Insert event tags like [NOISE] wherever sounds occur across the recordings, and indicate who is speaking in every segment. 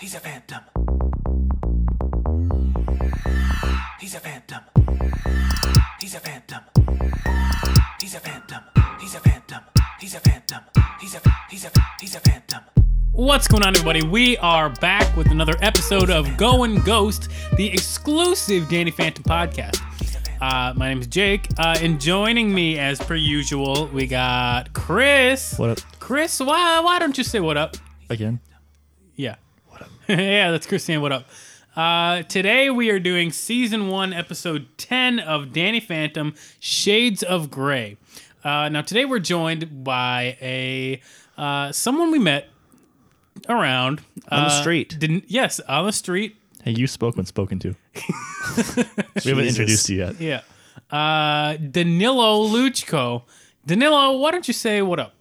Speaker 1: He's a phantom. He's a phantom. He's a phantom. He's a phantom. He's a phantom. He's a phantom. He's a he's a he's a phantom.
Speaker 2: What's going on, everybody? We are back with another episode of Going Ghost, the exclusive Danny Phantom podcast. Uh, my name is Jake, uh, and joining me, as per usual, we got Chris.
Speaker 3: What up?
Speaker 2: Chris, why why don't you say what up?
Speaker 3: Again?
Speaker 2: Yeah. What up? [LAUGHS] yeah, that's Chris saying what up. Uh, today we are doing season one, episode 10 of Danny Phantom Shades of Grey. Uh, now, today we're joined by a uh, someone we met around
Speaker 4: On the
Speaker 2: uh,
Speaker 4: street.
Speaker 2: Didn't, yes, on the street.
Speaker 3: Hey, you spoke when
Speaker 2: [LAUGHS]
Speaker 3: spoken to. we haven't
Speaker 4: Jesus.
Speaker 3: introduced you yet.
Speaker 2: Yeah. Uh, Danilo Luchko. Danilo, why don't you say what up?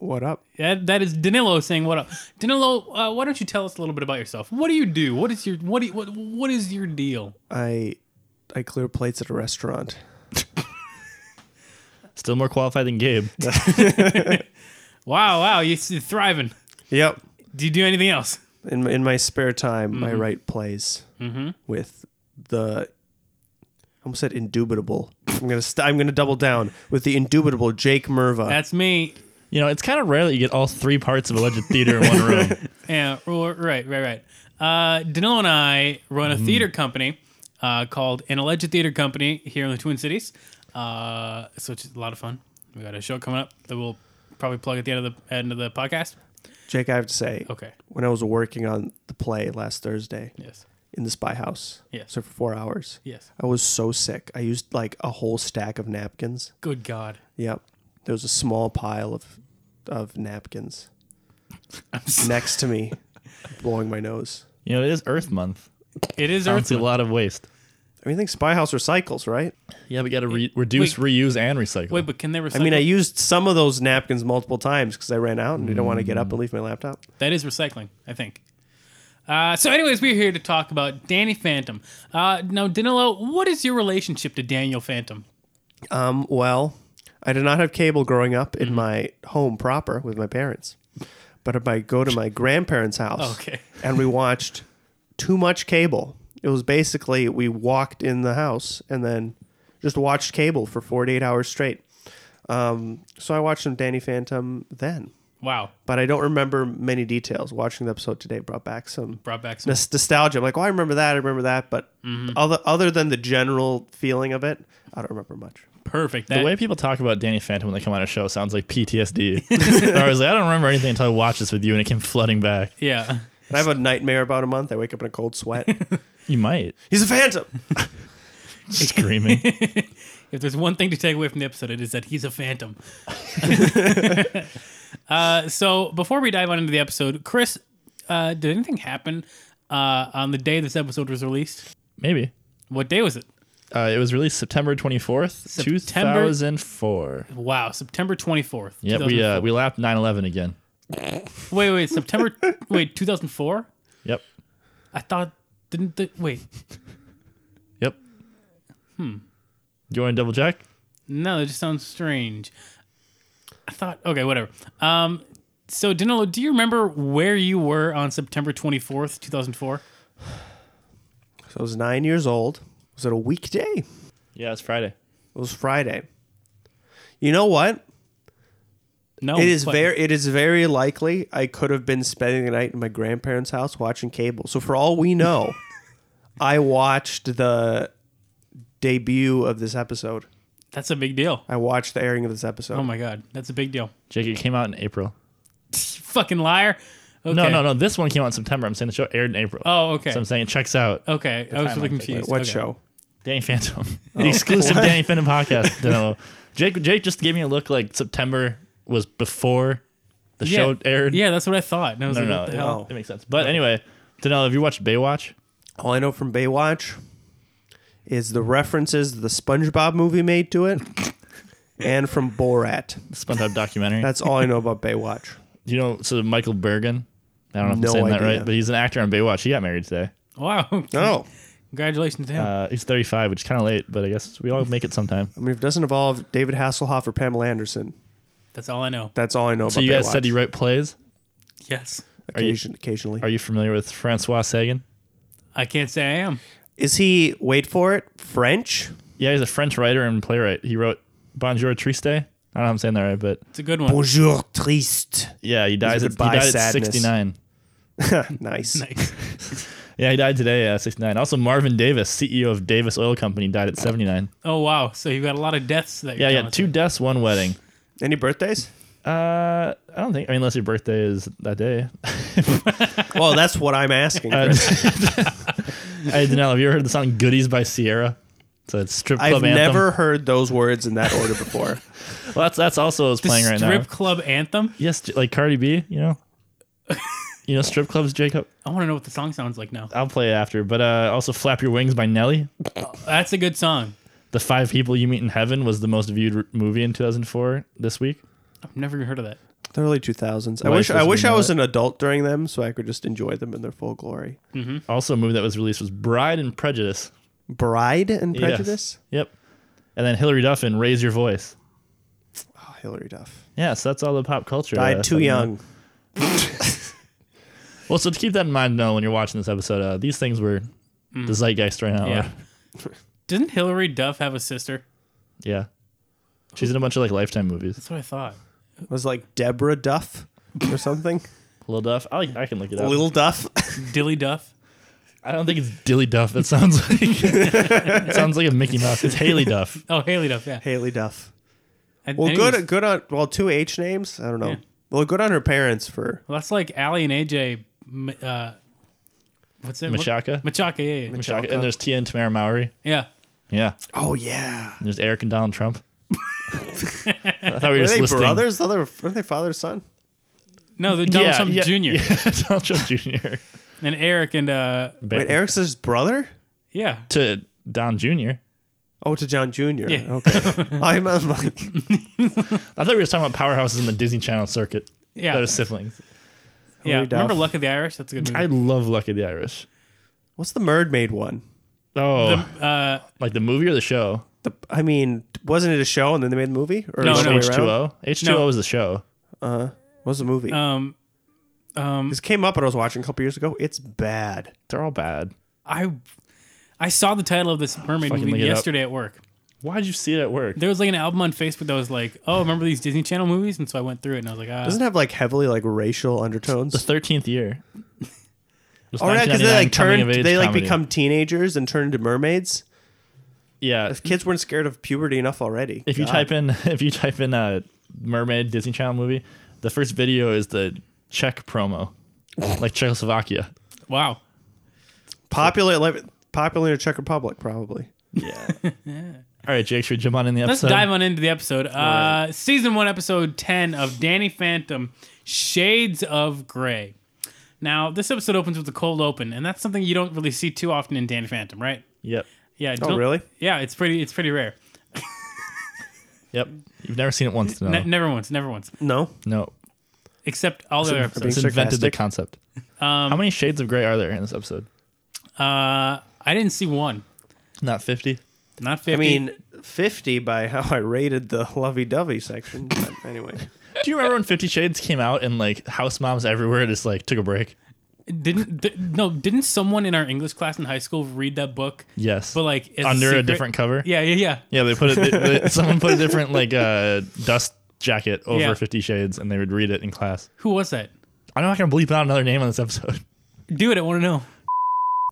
Speaker 4: What up?
Speaker 2: That, that is Danilo saying what up. Danilo, uh, why don't you tell us a little bit about yourself? What do you do? What is your what do you, what, what is your deal?
Speaker 4: I I clear plates at a restaurant.
Speaker 3: Still more qualified than Gabe.
Speaker 2: Wow, wow, you're thriving.
Speaker 4: Yep. Mm-hmm.
Speaker 2: Do you do anything else?
Speaker 4: In my, in my spare time, I write plays with the I almost said indubitable. I'm gonna st- I'm gonna double down with the indubitable Jake Merva.
Speaker 2: That's me.
Speaker 3: You know, it's kind of rare that you get all three parts of a legend theater in
Speaker 2: [LAUGHS]
Speaker 3: one room.
Speaker 2: Yeah, r- right, right, right. Uh, Danilo and I run a
Speaker 4: Mm-hmm.
Speaker 2: theater company uh, called An Alleged Theater Company here in the Twin Cities. Uh, so it's a lot of fun. We got a show coming up that we'll probably plug at the end of the end of the podcast.
Speaker 4: Jake, I have to say,
Speaker 2: Okay.
Speaker 4: when I was working on the play last Thursday
Speaker 2: Yes.
Speaker 4: in the spy house,
Speaker 2: Yes.
Speaker 4: so for four hours,
Speaker 2: Yes.
Speaker 4: I was so sick. I used like a whole stack of napkins.
Speaker 2: Good God.
Speaker 4: Yep, there was a small pile of of napkins
Speaker 2: I'm s-
Speaker 4: next to me, blowing my nose.
Speaker 3: You know, it is Earth Month.
Speaker 2: It is
Speaker 3: Sounds
Speaker 2: Earth.
Speaker 3: like a lot of waste.
Speaker 4: I mean, I think Spy House recycles, right?
Speaker 3: Yeah, we got to re- reduce, reuse, and recycle.
Speaker 2: Wait, but can they recycle?
Speaker 4: I mean, I used some of those napkins multiple times because I ran out and didn't want to get up and leave my laptop.
Speaker 2: That is recycling, I think. Uh, so, anyways, we're here to talk about Danny Phantom. Uh, now, Danilo, what is your relationship to Daniel Phantom?
Speaker 4: Um, well, I did not have cable growing up
Speaker 2: Mm-hmm.
Speaker 4: in my home proper with my parents, but if I go to my
Speaker 2: [LAUGHS]
Speaker 4: grandparents' house,
Speaker 2: Okay.
Speaker 4: and we watched too much cable. It was basically we walked in the house and then just watched cable for forty-eight hours straight. Um, so I watched some Danny Phantom then,
Speaker 2: Wow,
Speaker 4: but I don't remember many details. Watching the episode today brought back some
Speaker 2: brought back some. Mm-hmm.
Speaker 4: nos- nostalgia. I'm like, oh, I remember that. I remember that. But other other than the general feeling of it, I don't remember much.
Speaker 2: Perfect.
Speaker 3: the
Speaker 2: That,
Speaker 3: way people talk about Danny Phantom when they come on a show sounds
Speaker 2: [LAUGHS]
Speaker 3: like PTSD. I was like, I don't remember anything until I watched this with you and it came flooding back.
Speaker 2: yeah.
Speaker 4: And I have a nightmare about a month. I wake up in a cold sweat. [LAUGHS]
Speaker 3: You might.
Speaker 4: He's a phantom.
Speaker 2: [LAUGHS]
Speaker 3: Screaming.
Speaker 2: If there's one thing to take away from the episode, it is that he's a
Speaker 3: [LAUGHS]
Speaker 2: phantom. uh, so, before we dive on into the episode, Chris, uh, did anything happen uh, on the day this episode was released?
Speaker 3: Maybe.
Speaker 2: What day was it?
Speaker 3: Uh, it was released September 24th,
Speaker 2: September-
Speaker 3: 2004.
Speaker 2: Wow, September 24th.
Speaker 3: Yeah, we, uh, we lapped 9 11 again.
Speaker 2: 2004. wait, wait, September, [LAUGHS] wait, 2004?
Speaker 3: Yep.
Speaker 2: I thought, didn't the, wait,
Speaker 3: Yep. Hmm. Do you want to double check?
Speaker 2: No, that just sounds strange. I thought, okay, whatever. Um, so Danilo, do you remember where you were on September twenty fourth, two thousand four?
Speaker 4: so I was nine years old. Was it a weekday? It
Speaker 3: Yeah, it's Friday.
Speaker 4: was Friday. You know what?
Speaker 2: No,
Speaker 4: It is
Speaker 2: but-
Speaker 4: very it is very likely I could have been spending the night in my grandparents' house watching cable. So for all
Speaker 2: [LAUGHS]
Speaker 4: we know, I watched the debut of this episode.
Speaker 2: That's a big deal.
Speaker 4: I watched the airing of this episode.
Speaker 2: Oh my god, that's a big deal.
Speaker 3: Jake, it came out in April.
Speaker 2: Fucking liar. Okay.
Speaker 3: No, no, no. This one came out in September. I'm saying the show aired in April.
Speaker 2: Oh, okay.
Speaker 3: So I'm saying it checks out.
Speaker 2: okay, I was really
Speaker 3: timeline.
Speaker 2: confused.
Speaker 4: what
Speaker 2: Okay.
Speaker 4: show?
Speaker 3: Danny Phantom.
Speaker 2: Oh,
Speaker 3: [LAUGHS] the exclusive Danny
Speaker 2: [LAUGHS]
Speaker 3: Phantom podcast. Dunno. Jake Jake just gave me a look like September was before the
Speaker 2: Yeah.
Speaker 3: show aired.
Speaker 2: Yeah, that's what I thought. And I was
Speaker 3: No,
Speaker 2: like,
Speaker 3: no,
Speaker 2: what the
Speaker 3: no.
Speaker 2: hell?
Speaker 3: That makes sense. But anyway, Danilo, have you watched Baywatch?
Speaker 4: All I know from Baywatch is the references the SpongeBob movie made to
Speaker 2: [LAUGHS]
Speaker 4: it and from Borat.
Speaker 3: The
Speaker 4: [LAUGHS]
Speaker 3: SpongeBob documentary.
Speaker 4: That's all I know
Speaker 3: [LAUGHS]
Speaker 4: about Baywatch.
Speaker 3: Do you know so Michael Bergen? I don't know if
Speaker 4: No
Speaker 3: I'm saying that
Speaker 4: idea.
Speaker 3: right, but he's an actor on Baywatch. He got married today.
Speaker 2: Wow.
Speaker 4: Oh.
Speaker 3: Oh.
Speaker 4: No.
Speaker 2: Congratulations to him.
Speaker 3: Uh, he's 35, which is kind of late, but I guess we all make it sometime.
Speaker 4: I mean, if it doesn't involve David Hasselhoff or Pamela Anderson,
Speaker 2: that's all I know.
Speaker 4: that's all I know
Speaker 3: So
Speaker 4: about
Speaker 3: you guys
Speaker 4: Baywatch.
Speaker 3: said you write plays?
Speaker 2: Yes.
Speaker 3: you-
Speaker 4: Occasion, occasionally.
Speaker 3: Are you familiar with Francois Sagan?
Speaker 2: I can't say I am.
Speaker 4: Is he, wait for it, French?
Speaker 3: Yeah, he's a French writer and playwright. He wrote Bonjour Triste. I don't know if I'm saying that right, but
Speaker 2: It's a good one.
Speaker 4: Bonjour, triste.
Speaker 3: yeah, he dies at, he
Speaker 4: goodbye
Speaker 3: died at
Speaker 4: sadness.
Speaker 3: 69.
Speaker 4: Nice.
Speaker 2: Nice.
Speaker 3: Yeah, he died today at 69. Also, Marvin Davis, CEO of Davis Oil Company, died at 79.
Speaker 2: [LAUGHS] Oh wow! So you've got a lot of deaths that. you're
Speaker 3: Yeah, he
Speaker 2: telling
Speaker 3: had
Speaker 2: us
Speaker 3: two deaths, one wedding.
Speaker 4: Any birthdays?
Speaker 3: Uh, I don't think. I mean, unless your birthday is that day. [LAUGHS]
Speaker 4: well, that's what I'm asking.
Speaker 3: Uh, I don't know. Have you ever heard the song "Goodies" by Sierra? It's a strip club
Speaker 4: I've
Speaker 3: anthem.
Speaker 4: never heard those words in that order [LAUGHS] before.
Speaker 3: Well, that's that's also what's
Speaker 2: about.
Speaker 3: playing
Speaker 2: the
Speaker 3: right
Speaker 2: strip
Speaker 3: now.
Speaker 2: club anthem.
Speaker 3: Yes, j- like Cardi B. You know, you know strip clubs. Jacob,
Speaker 2: I want to know what the song sounds like now.
Speaker 3: I'll play it after. But uh, also "Flap Your Wings" by Nelly.
Speaker 2: That's a good song.
Speaker 3: The Five People You Meet in Heaven was the most viewed r- movie in 2004 this week.
Speaker 2: I've never even heard of that.
Speaker 4: the early 2000s. I
Speaker 3: Life
Speaker 4: wish I
Speaker 3: as we
Speaker 4: wish I
Speaker 3: know
Speaker 4: was
Speaker 3: it.
Speaker 4: an adult during them so I could just enjoy them in their full glory.
Speaker 3: Also, a movie that was released was Bride and Prejudice.
Speaker 4: Bride and
Speaker 3: Yes.
Speaker 4: Prejudice?
Speaker 3: Yep. And then Hilary Duff in Raise Your Voice.
Speaker 4: Oh, Hillary Duff.
Speaker 3: Yeah, so that's all the pop culture. uh,
Speaker 4: Died too
Speaker 3: segment.
Speaker 4: young.
Speaker 3: Well, so to keep that in mind, though, when you're watching this episode, uh, these things were the zeitgeist right now. [LAUGHS]
Speaker 2: Yeah. Didn't Hillary Duff have a sister?
Speaker 3: Yeah. She's in a bunch of like Lifetime movies.
Speaker 2: That's what I thought.
Speaker 4: It was like Deborah Duff or something.
Speaker 3: Lil [LAUGHS] Duff. I, I can look it up.
Speaker 4: Lil Duff.
Speaker 2: Dilly Duff.
Speaker 3: I don't think it's Dilly Duff. That sounds like [LAUGHS] it sounds like a Mickey Mouse. It's Haley Duff.
Speaker 2: Oh, Haley Duff. Yeah.
Speaker 4: Haley Duff.
Speaker 2: And-
Speaker 4: Well,
Speaker 2: anyways,
Speaker 4: good good on well two H names. I don't know.
Speaker 2: Yeah.
Speaker 4: Well, good on her parents for
Speaker 2: Well, that's like Allie and AJ. m- Uh, what's it?
Speaker 3: Machaka.
Speaker 2: Machaka. Yeah. Yeah.
Speaker 3: Machaka. And there's Tia and Tamara Mowry.
Speaker 2: yeah.
Speaker 3: Yeah.
Speaker 4: Oh yeah.
Speaker 3: And there's Eric and
Speaker 2: [LAUGHS]
Speaker 3: Donald Trump. I thought we were
Speaker 4: Are
Speaker 3: just
Speaker 4: they
Speaker 3: listing.
Speaker 4: brothers? Are they, are they father son?
Speaker 2: No, the Donald
Speaker 3: yeah,
Speaker 2: Trump
Speaker 3: yeah,
Speaker 2: Jr.
Speaker 3: [LAUGHS] Yeah, Donald Trump Jr.
Speaker 2: and Eric and uh,
Speaker 4: Wait, Eric's his brother?
Speaker 2: yeah.
Speaker 3: to Don Jr.
Speaker 4: Oh, to John Jr.
Speaker 2: Yeah.
Speaker 3: [LAUGHS]
Speaker 4: Okay. I'm, I'm like,
Speaker 3: I thought we were talking about powerhouses in the Disney Channel circuit.
Speaker 2: Yeah.
Speaker 3: That are siblings.
Speaker 2: Yeah.
Speaker 4: Hillary
Speaker 2: Remember
Speaker 4: Duff.
Speaker 2: Luck of the Irish? That's a good
Speaker 3: I
Speaker 2: movie.
Speaker 3: love Lucky the Irish.
Speaker 4: what's the mermaid one?
Speaker 3: Oh,
Speaker 2: uh,
Speaker 3: like the movie or the show?
Speaker 4: The, I mean, wasn't it a show and then they made a movie? Or
Speaker 2: No,
Speaker 4: the other
Speaker 2: Oh, no.
Speaker 4: way around?
Speaker 3: H2O. H2O
Speaker 2: No.
Speaker 3: is the show.
Speaker 4: What was the movie?
Speaker 3: Uh,
Speaker 2: um, um,
Speaker 4: this came up when I was watching a couple years ago. It's bad.
Speaker 3: They're all bad.
Speaker 2: I I saw the title of this mermaid
Speaker 3: Fucking
Speaker 2: movie
Speaker 3: look it up.
Speaker 2: yesterday at work.
Speaker 3: Why would you see it at work?
Speaker 2: There was like an album on Facebook that was like, "Oh, remember these Disney Channel movies?" And so I went through it and I was like, "Ah,
Speaker 4: Doesn't it have like heavily like racial
Speaker 3: The
Speaker 4: undertones.
Speaker 3: thirteenth
Speaker 4: [LAUGHS]
Speaker 3: year. It was
Speaker 4: Oh yeah, because they
Speaker 3: 1999
Speaker 4: like
Speaker 3: coming
Speaker 4: turn,
Speaker 3: of age
Speaker 4: they like
Speaker 3: comedy.
Speaker 4: become teenagers and turn into mermaids.
Speaker 3: yeah.
Speaker 4: If kids weren't scared of puberty enough already,
Speaker 3: If you
Speaker 4: God.
Speaker 3: type in [LAUGHS] if you type in a mermaid Disney Channel movie, the first video is the Czech
Speaker 4: [LAUGHS]
Speaker 3: promo, like Czechoslovakia.
Speaker 2: wow,
Speaker 4: popular, like, popular in the Czech Republic, probably.
Speaker 3: [LAUGHS] All right, Jake, should we jump on in the
Speaker 2: Let's
Speaker 3: episode?
Speaker 2: dive on into the episode. Uh, Season one, episode ten of Danny Phantom, Shades of Grey. Now, this episode opens with a cold open, and that's something you don't really see too often in Danny Phantom, right?
Speaker 3: Yep,
Speaker 2: Yeah.
Speaker 4: Oh,
Speaker 2: don't-
Speaker 4: really?
Speaker 2: Yeah, it's pretty. It's pretty rare.
Speaker 3: yep. You've never seen it once, no?
Speaker 4: Oh.
Speaker 2: Ne- never once. Never once.
Speaker 4: No,
Speaker 3: no,
Speaker 2: Except all the other episodes.
Speaker 4: being
Speaker 3: it's invented the
Speaker 4: sarcastic.
Speaker 3: concept.
Speaker 2: [LAUGHS] Um,
Speaker 3: How many shades of gray are there in this episode?
Speaker 2: Uh, I didn't see one.
Speaker 3: Not fifty.
Speaker 2: Not
Speaker 4: I
Speaker 2: fifty.
Speaker 4: mean fifty by how I rated the lovey-dovey section. But anyway,
Speaker 3: Do you remember when Fifty Shades came out and like house moms everywhere just like took a break?
Speaker 2: didn't th- no? Didn't someone in our English class in high school read that book?
Speaker 3: Yes,
Speaker 2: But like as
Speaker 3: under a
Speaker 2: secret-
Speaker 3: different cover.
Speaker 2: Yeah, yeah, yeah.
Speaker 3: Yeah, they put it. They,
Speaker 4: [LAUGHS]
Speaker 3: they, someone put a different like uh, dust jacket over
Speaker 2: Yeah.
Speaker 3: Fifty Shades, and they would read it in class.
Speaker 2: Who was that?
Speaker 3: I'm not gonna bleep out another name on this
Speaker 4: [LAUGHS]
Speaker 3: episode.
Speaker 2: Do it. I want to know. [LAUGHS]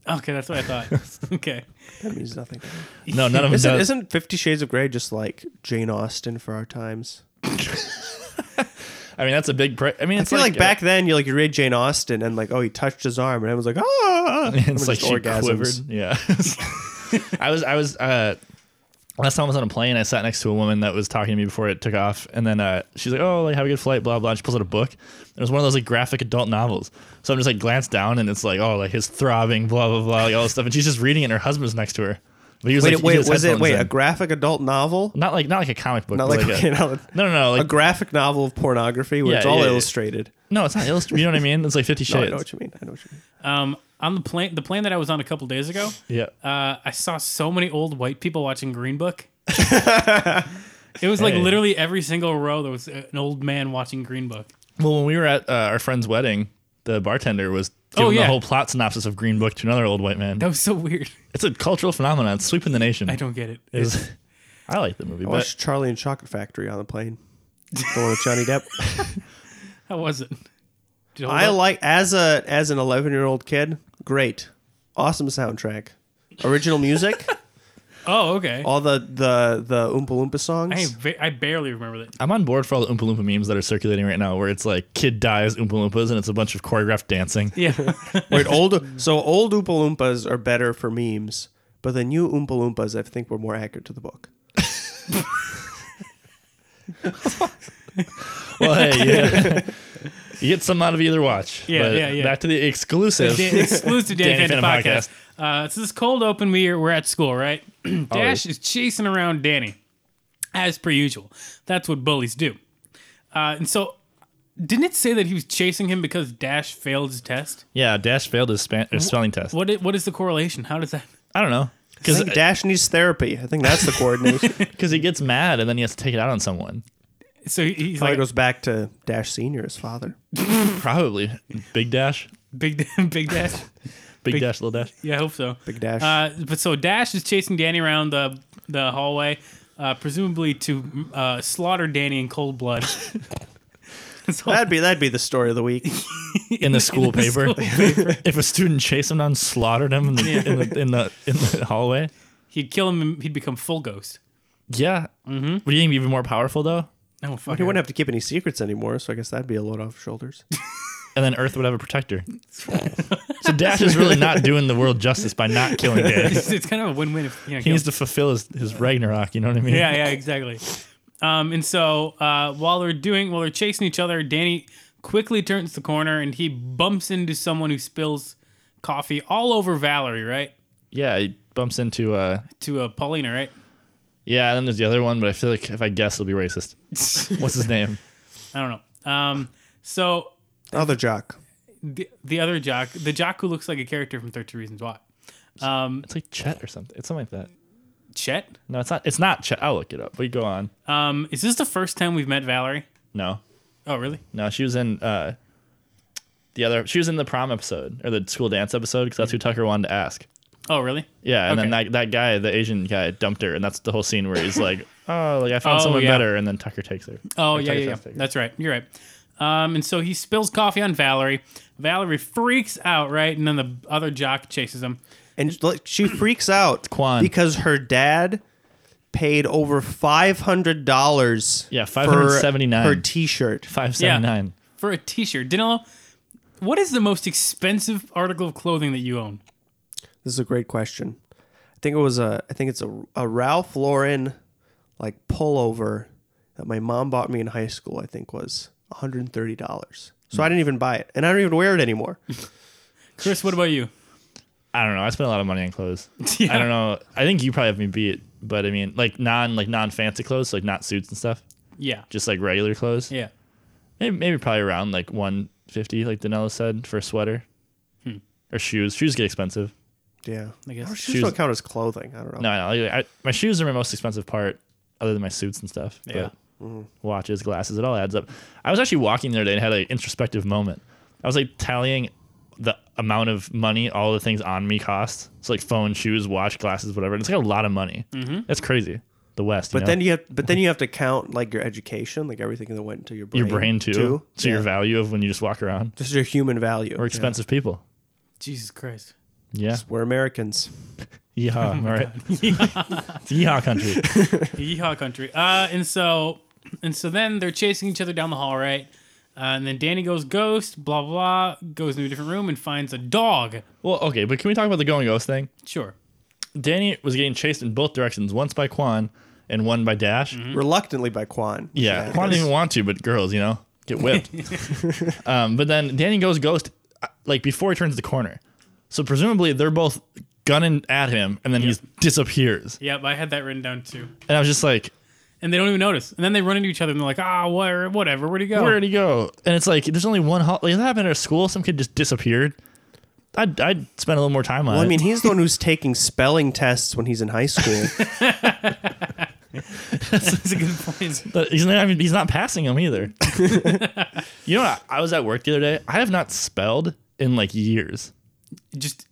Speaker 2: Okay, that's what I thought. okay.
Speaker 4: that means nothing. to me.
Speaker 3: Um, No, none of them
Speaker 4: Isn't,
Speaker 3: does.
Speaker 4: isn't Fifty Shades of Grey just like Jane Austen for our times?
Speaker 3: I mean, that's a big. Pre- I mean,
Speaker 4: I
Speaker 3: it's
Speaker 4: feel like,
Speaker 3: uh,
Speaker 4: back then, you like you read Jane Austen and like, oh, he touched his arm, and I was like, ah,
Speaker 3: [LAUGHS]
Speaker 4: I'm
Speaker 3: It's
Speaker 4: just
Speaker 3: like she
Speaker 4: orgasms.
Speaker 3: quivered. Yeah. [LAUGHS] I was. I was. uh Last time I was on a plane, I sat next to a woman that was talking to me before it took off, and then uh, she's like, "Oh, like have a good flight," blah blah. And she pulls out a book, and it was one of those like graphic adult novels. So I'm just like glanced down, and it's like, "Oh, like his throbbing, blah blah blah, like all this stuff." And she's just reading it, and her husband's next to her. But he was
Speaker 4: Wait,
Speaker 3: like, he
Speaker 4: wait,
Speaker 3: has
Speaker 4: was it
Speaker 3: headphones
Speaker 4: wait
Speaker 3: in.
Speaker 4: a graphic adult novel?
Speaker 3: not like not like a comic book.
Speaker 4: Not
Speaker 3: but
Speaker 4: like, okay, [LAUGHS]
Speaker 3: a,
Speaker 4: not a,
Speaker 3: no, no, no,
Speaker 4: a
Speaker 3: like
Speaker 4: graphic novel of pornography where
Speaker 3: Yeah,
Speaker 4: it's all
Speaker 3: yeah, yeah.
Speaker 4: illustrated.
Speaker 3: no, it's not illustrated. You know what I mean? It's like Fifty
Speaker 4: [LAUGHS] No,
Speaker 3: Shades.
Speaker 4: I know what you mean. I know what you mean.
Speaker 2: Um, on the plane, the plane that I was on a couple days ago,
Speaker 3: yeah,
Speaker 2: uh, I saw so many old white people watching Green Book. it was like
Speaker 3: Hey.
Speaker 2: literally every single row there was an old man watching Green Book.
Speaker 3: Well, when we were at uh, our friend's wedding, the bartender was
Speaker 2: Oh,
Speaker 3: giving
Speaker 2: yeah.
Speaker 3: the whole plot synopsis of Green Book to another old white man.
Speaker 2: That was so weird. [LAUGHS]
Speaker 3: It's a cultural phenomenon. It's sweeping the nation.
Speaker 2: I don't get it.
Speaker 3: It was- [LAUGHS] I like the movie,
Speaker 4: I
Speaker 3: but
Speaker 4: watched Charlie and Chocolate Factory on the plane. [LAUGHS] The one with Johnny Depp.
Speaker 2: How was it? Did it hold
Speaker 4: I
Speaker 2: up?
Speaker 4: like as a as an eleven year old kid. Great, awesome soundtrack, original music,
Speaker 2: Oh, okay.
Speaker 4: all the the the Oompa Loompa songs.
Speaker 2: I, ba- I barely remember that.
Speaker 3: I'm on board for all the Oompa Loompa memes that are circulating right now, where it's like kid dies Oompa Loompas, and it's a bunch of choreographed
Speaker 2: [LAUGHS]
Speaker 3: dancing.
Speaker 2: Yeah.
Speaker 4: Wait, old so old Oompa Loompas are better for memes, but the new Oompa Loompas I think were more accurate to the book.
Speaker 3: Well, hey, yeah.
Speaker 2: [LAUGHS]
Speaker 3: you get some out of either watch.
Speaker 2: Yeah, yeah, yeah.
Speaker 3: Back to the exclusive.
Speaker 2: Dan- exclusive Danny,
Speaker 3: Danny
Speaker 2: Phantom,
Speaker 3: Phantom
Speaker 2: podcast. Uh, so this cold open, we are, we're at school, right? [CLEARS THROAT] Dash
Speaker 3: Always.
Speaker 2: is chasing around Danny, as per usual. That's what bullies do. Uh, and so, didn't it say that he was chasing him because Dash failed his test?
Speaker 3: yeah, Dash failed his, span- his spelling test.
Speaker 2: What is, what is the correlation? How does that?
Speaker 3: I don't know.
Speaker 4: I think Dash needs therapy. I think that's the coordination.
Speaker 3: Because he gets mad and then he has to take it out on someone.
Speaker 2: So he- he's
Speaker 4: Probably
Speaker 2: like
Speaker 4: goes back to Dash Senior, his father.
Speaker 3: Probably. Big Dash.
Speaker 2: big [LAUGHS] big Dash.
Speaker 3: Big, Dash, Little Dash.
Speaker 2: Yeah, I hope so. Big
Speaker 4: Dash.
Speaker 2: Uh, but so Dash is chasing Danny around the the hallway, uh, presumably to uh, slaughter Danny in cold blood. [LAUGHS] So-
Speaker 4: That'd be that'd be the story of the week.
Speaker 3: [LAUGHS] In the school paper.
Speaker 2: school paper.
Speaker 3: [LAUGHS] if a student chased him down, and slaughtered him in the, in, the, in, the, in the hallway.
Speaker 2: He'd kill him. and He'd become full ghost.
Speaker 3: Yeah. Mm-hmm. Would you think it'd be even more powerful, though?
Speaker 2: Oh fuck!
Speaker 4: He wouldn't have to keep any secrets anymore, so I guess that'd be a load off shoulders.
Speaker 3: And then Earth would have a [LAUGHS] protector. so Dash is really not doing the world justice by not [LAUGHS] killing
Speaker 2: [LAUGHS]
Speaker 3: Dash.
Speaker 2: it's, it's kind of a win-win. If, you know,
Speaker 3: He
Speaker 2: kill-
Speaker 3: needs to fulfill his, his Ragnarok, you know what I
Speaker 2: [LAUGHS]
Speaker 3: mean?
Speaker 2: yeah, yeah, exactly. Um, and so uh, while they're doing, while they're chasing each other, Danny quickly turns the corner and he bumps into someone who spills coffee all over Valerie, right?
Speaker 3: Yeah, he bumps into uh
Speaker 2: To uh, Paulina, right?
Speaker 3: yeah, and then there's the other one, but I feel like if I guess it'll be racist. [LAUGHS] What's his name?
Speaker 2: I don't know. Um, so
Speaker 4: The other jock.
Speaker 2: the, the other jock, the jock who looks like a character from Thirty Reasons Why, um,
Speaker 3: It's like Chet or something. It's something like that.
Speaker 2: Chet.
Speaker 3: No, it's not it's not Chet. I'll look it up. We go on.
Speaker 2: Um, is this the first time we've met Valerie?
Speaker 3: No.
Speaker 2: Oh, really?
Speaker 3: No, she was in uh the other she was in the prom episode or the school dance episode because that's who Tucker wanted to ask.
Speaker 2: Oh, really?
Speaker 3: Yeah,
Speaker 2: Mm-hmm.
Speaker 3: and
Speaker 2: Okay.
Speaker 3: then that, that guy, the Asian guy, dumped her, and that's the whole scene where
Speaker 2: [LAUGHS]
Speaker 3: he's like, "Oh, like I found
Speaker 2: Oh,
Speaker 3: someone
Speaker 2: yeah.
Speaker 3: better," and then Tucker takes her.
Speaker 2: Oh
Speaker 3: Or
Speaker 2: yeah,
Speaker 3: Tucker
Speaker 2: yeah, yeah.
Speaker 3: tries to take her.
Speaker 2: That's right. You're right. Um, and so he spills coffee on Valerie. Valerie freaks out, right? And then the other jock chases him.
Speaker 4: and like, she freaks out
Speaker 3: [CLEARS THROAT] Quan.
Speaker 4: because her dad paid over five hundred dollars.
Speaker 3: Yeah, $579.
Speaker 4: her T-shirt.
Speaker 3: Five seven nine.
Speaker 2: for a T-shirt. Danilo, what is the most expensive article of clothing that you own?
Speaker 4: This is a great question. I think it was a. I think it's a, a Ralph Lauren like pullover that my mom bought me in high school. I think was one hundred and thirty dollars. So I didn't even buy it, and I don't even wear
Speaker 3: [LAUGHS]
Speaker 4: it anymore.
Speaker 2: Chris, what about you?
Speaker 3: I don't know. I spend a lot of money on clothes.
Speaker 2: [LAUGHS] Yeah.
Speaker 3: I don't know. I think you probably have me beat, but I mean, like non like non fancy clothes, like not suits and stuff,
Speaker 2: Yeah,
Speaker 3: just like regular clothes.
Speaker 2: yeah.
Speaker 3: Maybe, maybe probably around like one fifty, like Danella said, for a sweater
Speaker 2: Hmm.
Speaker 3: or shoes. Shoes get expensive.
Speaker 4: Yeah,
Speaker 2: I guess.
Speaker 4: Our shoes,
Speaker 3: Shoes-
Speaker 4: don't count as clothing. I don't know.
Speaker 3: No, I know. Like, I, my shoes are my most expensive part, other than my suits and stuff.
Speaker 2: Yeah.
Speaker 4: Mm-hmm.
Speaker 3: watches, glasses, it all adds up. I was actually walking the other day and had an introspective moment. I was like tallying the amount of money all the things on me cost. So like phone, shoes, watch, glasses, whatever. And it's like a lot of money. Mm-hmm. That's crazy. The West.
Speaker 4: But then you have, but then you have to count like your education, like everything that went into your brain.
Speaker 3: your brain too. So your
Speaker 4: Yeah.
Speaker 3: value of when you just walk around.
Speaker 4: Just your human value.
Speaker 3: We're expensive people.
Speaker 2: Jesus Christ.
Speaker 3: Yeah.
Speaker 4: We're Americans.
Speaker 3: Yeehaw. all right. it's yeehaw country.
Speaker 2: Yeehaw country. Uh, and so, and so then they're chasing each other down the hall, right? Uh, and then Danny goes ghost, blah blah, blah, goes into a different room and finds a dog.
Speaker 3: well, okay, but can we talk about the going ghost thing?
Speaker 2: Sure.
Speaker 3: Danny was getting chased in both directions, once by Quan and one by Dash.
Speaker 4: Mm-hmm. Reluctantly by Quan.
Speaker 3: Mm-hmm. Yeah, Quan didn't even want to, but girls, you know, get whipped. [LAUGHS] um, but then Danny goes ghost, uh, like before he turns the corner. So presumably they're both gunning at him, and then he disappears.
Speaker 2: Yep, I had that written down too.
Speaker 3: And I was just like,
Speaker 2: And they don't even notice. And then they run into each other and they're like, ah, where, whatever, where'd he go? [LAUGHS]
Speaker 3: "Where'd he go?" And it's like, there's only one. Hall- like if that happened at a school. Some kid just disappeared. I'd, I'd spend a little more time on
Speaker 4: Well, I
Speaker 3: it. [LAUGHS]
Speaker 4: mean, he's the one who's taking spelling tests when he's in high school.
Speaker 2: That's, that's a good point.
Speaker 3: But he's not. I mean, he's not passing him
Speaker 4: [LAUGHS]
Speaker 3: either. you know, what? I was at work the other day. I have not spelled in like years.
Speaker 2: Just,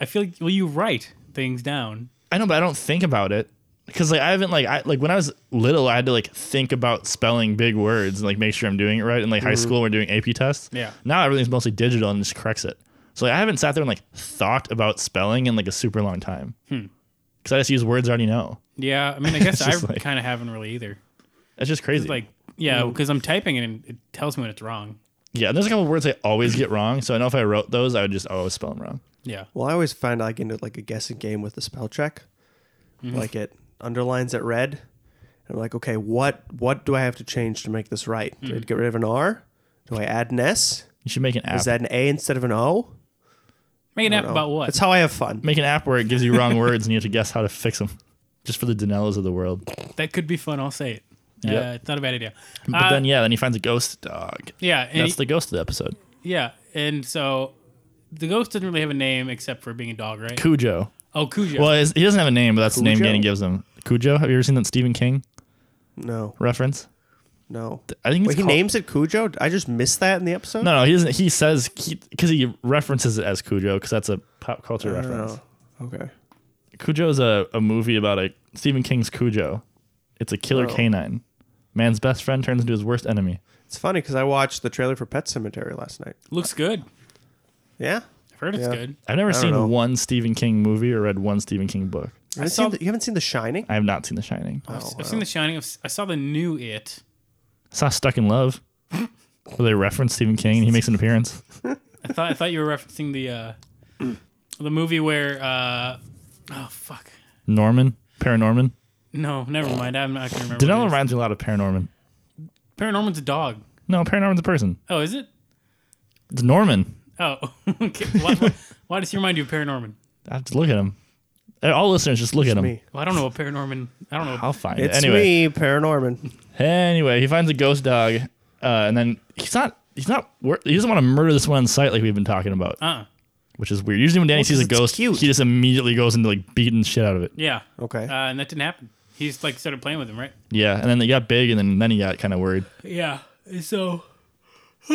Speaker 2: I feel like well, you write things down.
Speaker 3: I know, but I don't think about it because like I haven't like I like when I was little, I had to like think about spelling big words and like make sure I'm doing it right. In like high school, we're doing AP tests.
Speaker 2: Mm-hmm. Yeah.
Speaker 3: Now everything's mostly digital and just corrects it. So like, I haven't sat there and like thought about spelling in like a super long time
Speaker 2: Hmm.
Speaker 3: because I just use words I already know.
Speaker 2: Yeah, I mean, I guess I
Speaker 3: just like-
Speaker 2: kind of haven't really either.
Speaker 3: That's just crazy.
Speaker 2: Like, yeah, because I'm typing it and it tells me when it's wrong.
Speaker 3: yeah, there's a couple words I always get wrong. So I know if I wrote those, I would just always spell them wrong.
Speaker 2: Yeah.
Speaker 4: Well, I always find I get into like a guessing game with the spell check.
Speaker 3: Mm-hmm.
Speaker 4: Like it underlines it red. And I'm like, okay, what what do I have to change to make this right? Do I
Speaker 3: Mm.
Speaker 4: get rid of an R? Do I add an S?
Speaker 3: You should make an app.
Speaker 4: Is that an A instead of an O?
Speaker 2: Make an app
Speaker 4: No.
Speaker 2: about what?
Speaker 4: That's how I have fun.
Speaker 3: make an app where it gives you wrong words and you have to guess how to fix them. Just for the Danellos of the world. But
Speaker 2: that could be fun. I'll say it. Yeah,
Speaker 3: Yep.
Speaker 2: Uh, it's not a bad idea. Uh,
Speaker 3: then yeah, then he finds a ghost dog.
Speaker 2: yeah, and
Speaker 3: That's the ghost of the episode.
Speaker 2: yeah, and so the ghost doesn't really have a name except for being a dog, right?
Speaker 3: Cujo.
Speaker 2: oh, Cujo.
Speaker 3: Well, it's- he doesn't have a name, but that's the name
Speaker 4: Cujo?
Speaker 3: Danny gives him. Cujo. Have you ever seen that Stephen King
Speaker 4: No,
Speaker 3: reference?
Speaker 4: no.
Speaker 3: I think it's
Speaker 4: Wait, he
Speaker 3: called-
Speaker 4: names it Cujo? I just missed that in the episode?
Speaker 3: No, no, he doesn't. He says because he, references it as Cujo because that's a pop culture
Speaker 4: I don't
Speaker 3: reference.
Speaker 4: know. Okay.
Speaker 3: Cujo is a, a movie about a Stephen King's Cujo. It's a killer
Speaker 4: Oh.
Speaker 3: canine. Man's best friend turns into his worst enemy.
Speaker 4: It's funny because I watched the trailer for Pet Cemetery last night.
Speaker 2: Looks good.
Speaker 4: Yeah?
Speaker 2: I've heard it's
Speaker 4: Yeah.
Speaker 2: good.
Speaker 3: I've never
Speaker 4: don't
Speaker 3: seen
Speaker 4: know.
Speaker 3: one Stephen King movie or read one Stephen King book.
Speaker 4: You haven't,
Speaker 2: saw
Speaker 4: seen
Speaker 2: th-
Speaker 4: the, you haven't seen The Shining?
Speaker 3: I have not seen The Shining.
Speaker 4: Oh,
Speaker 2: I've seen The Shining. I've s- I saw the new It.
Speaker 3: saw Stuck in Love, where they reference Stephen King and he makes an appearance.
Speaker 2: I thought I thought you were referencing the uh, the movie where uh, oh fuck
Speaker 3: Norman, Paranorman.
Speaker 2: no never mind I'm not gonna remember.
Speaker 3: Danella
Speaker 2: what it
Speaker 3: reminds me a lot of Paranorman.
Speaker 2: is. Paranorman's a dog.
Speaker 3: No, Paranorman's a person.
Speaker 2: Oh, is it?
Speaker 3: It's Norman.
Speaker 2: Oh, [LAUGHS] okay. Why, why, why does he remind you of Paranorman?
Speaker 3: I have to look at him. Uh, All listeners, just look at him.
Speaker 4: me.
Speaker 2: Well, I don't know what Paranorman. I don't know.
Speaker 3: I'll find
Speaker 4: It's
Speaker 3: it. Anyway,
Speaker 4: me, Paranorman.
Speaker 3: anyway, he finds a ghost dog, uh, and then he's not. He's not. wor- He doesn't want to murder this one on sight like we've been talking about,
Speaker 2: Uh,
Speaker 3: which is weird. Usually, when Danny
Speaker 4: 'cause
Speaker 3: sees a
Speaker 4: it's
Speaker 3: ghost,
Speaker 4: cute.
Speaker 3: he just immediately goes into like beating the shit out of it.
Speaker 2: yeah.
Speaker 4: Okay.
Speaker 2: Uh, and that didn't happen. He just like started playing with him, right?
Speaker 3: Yeah, and then they got big, and then then he got kind of worried.
Speaker 2: Yeah. So [SIGHS]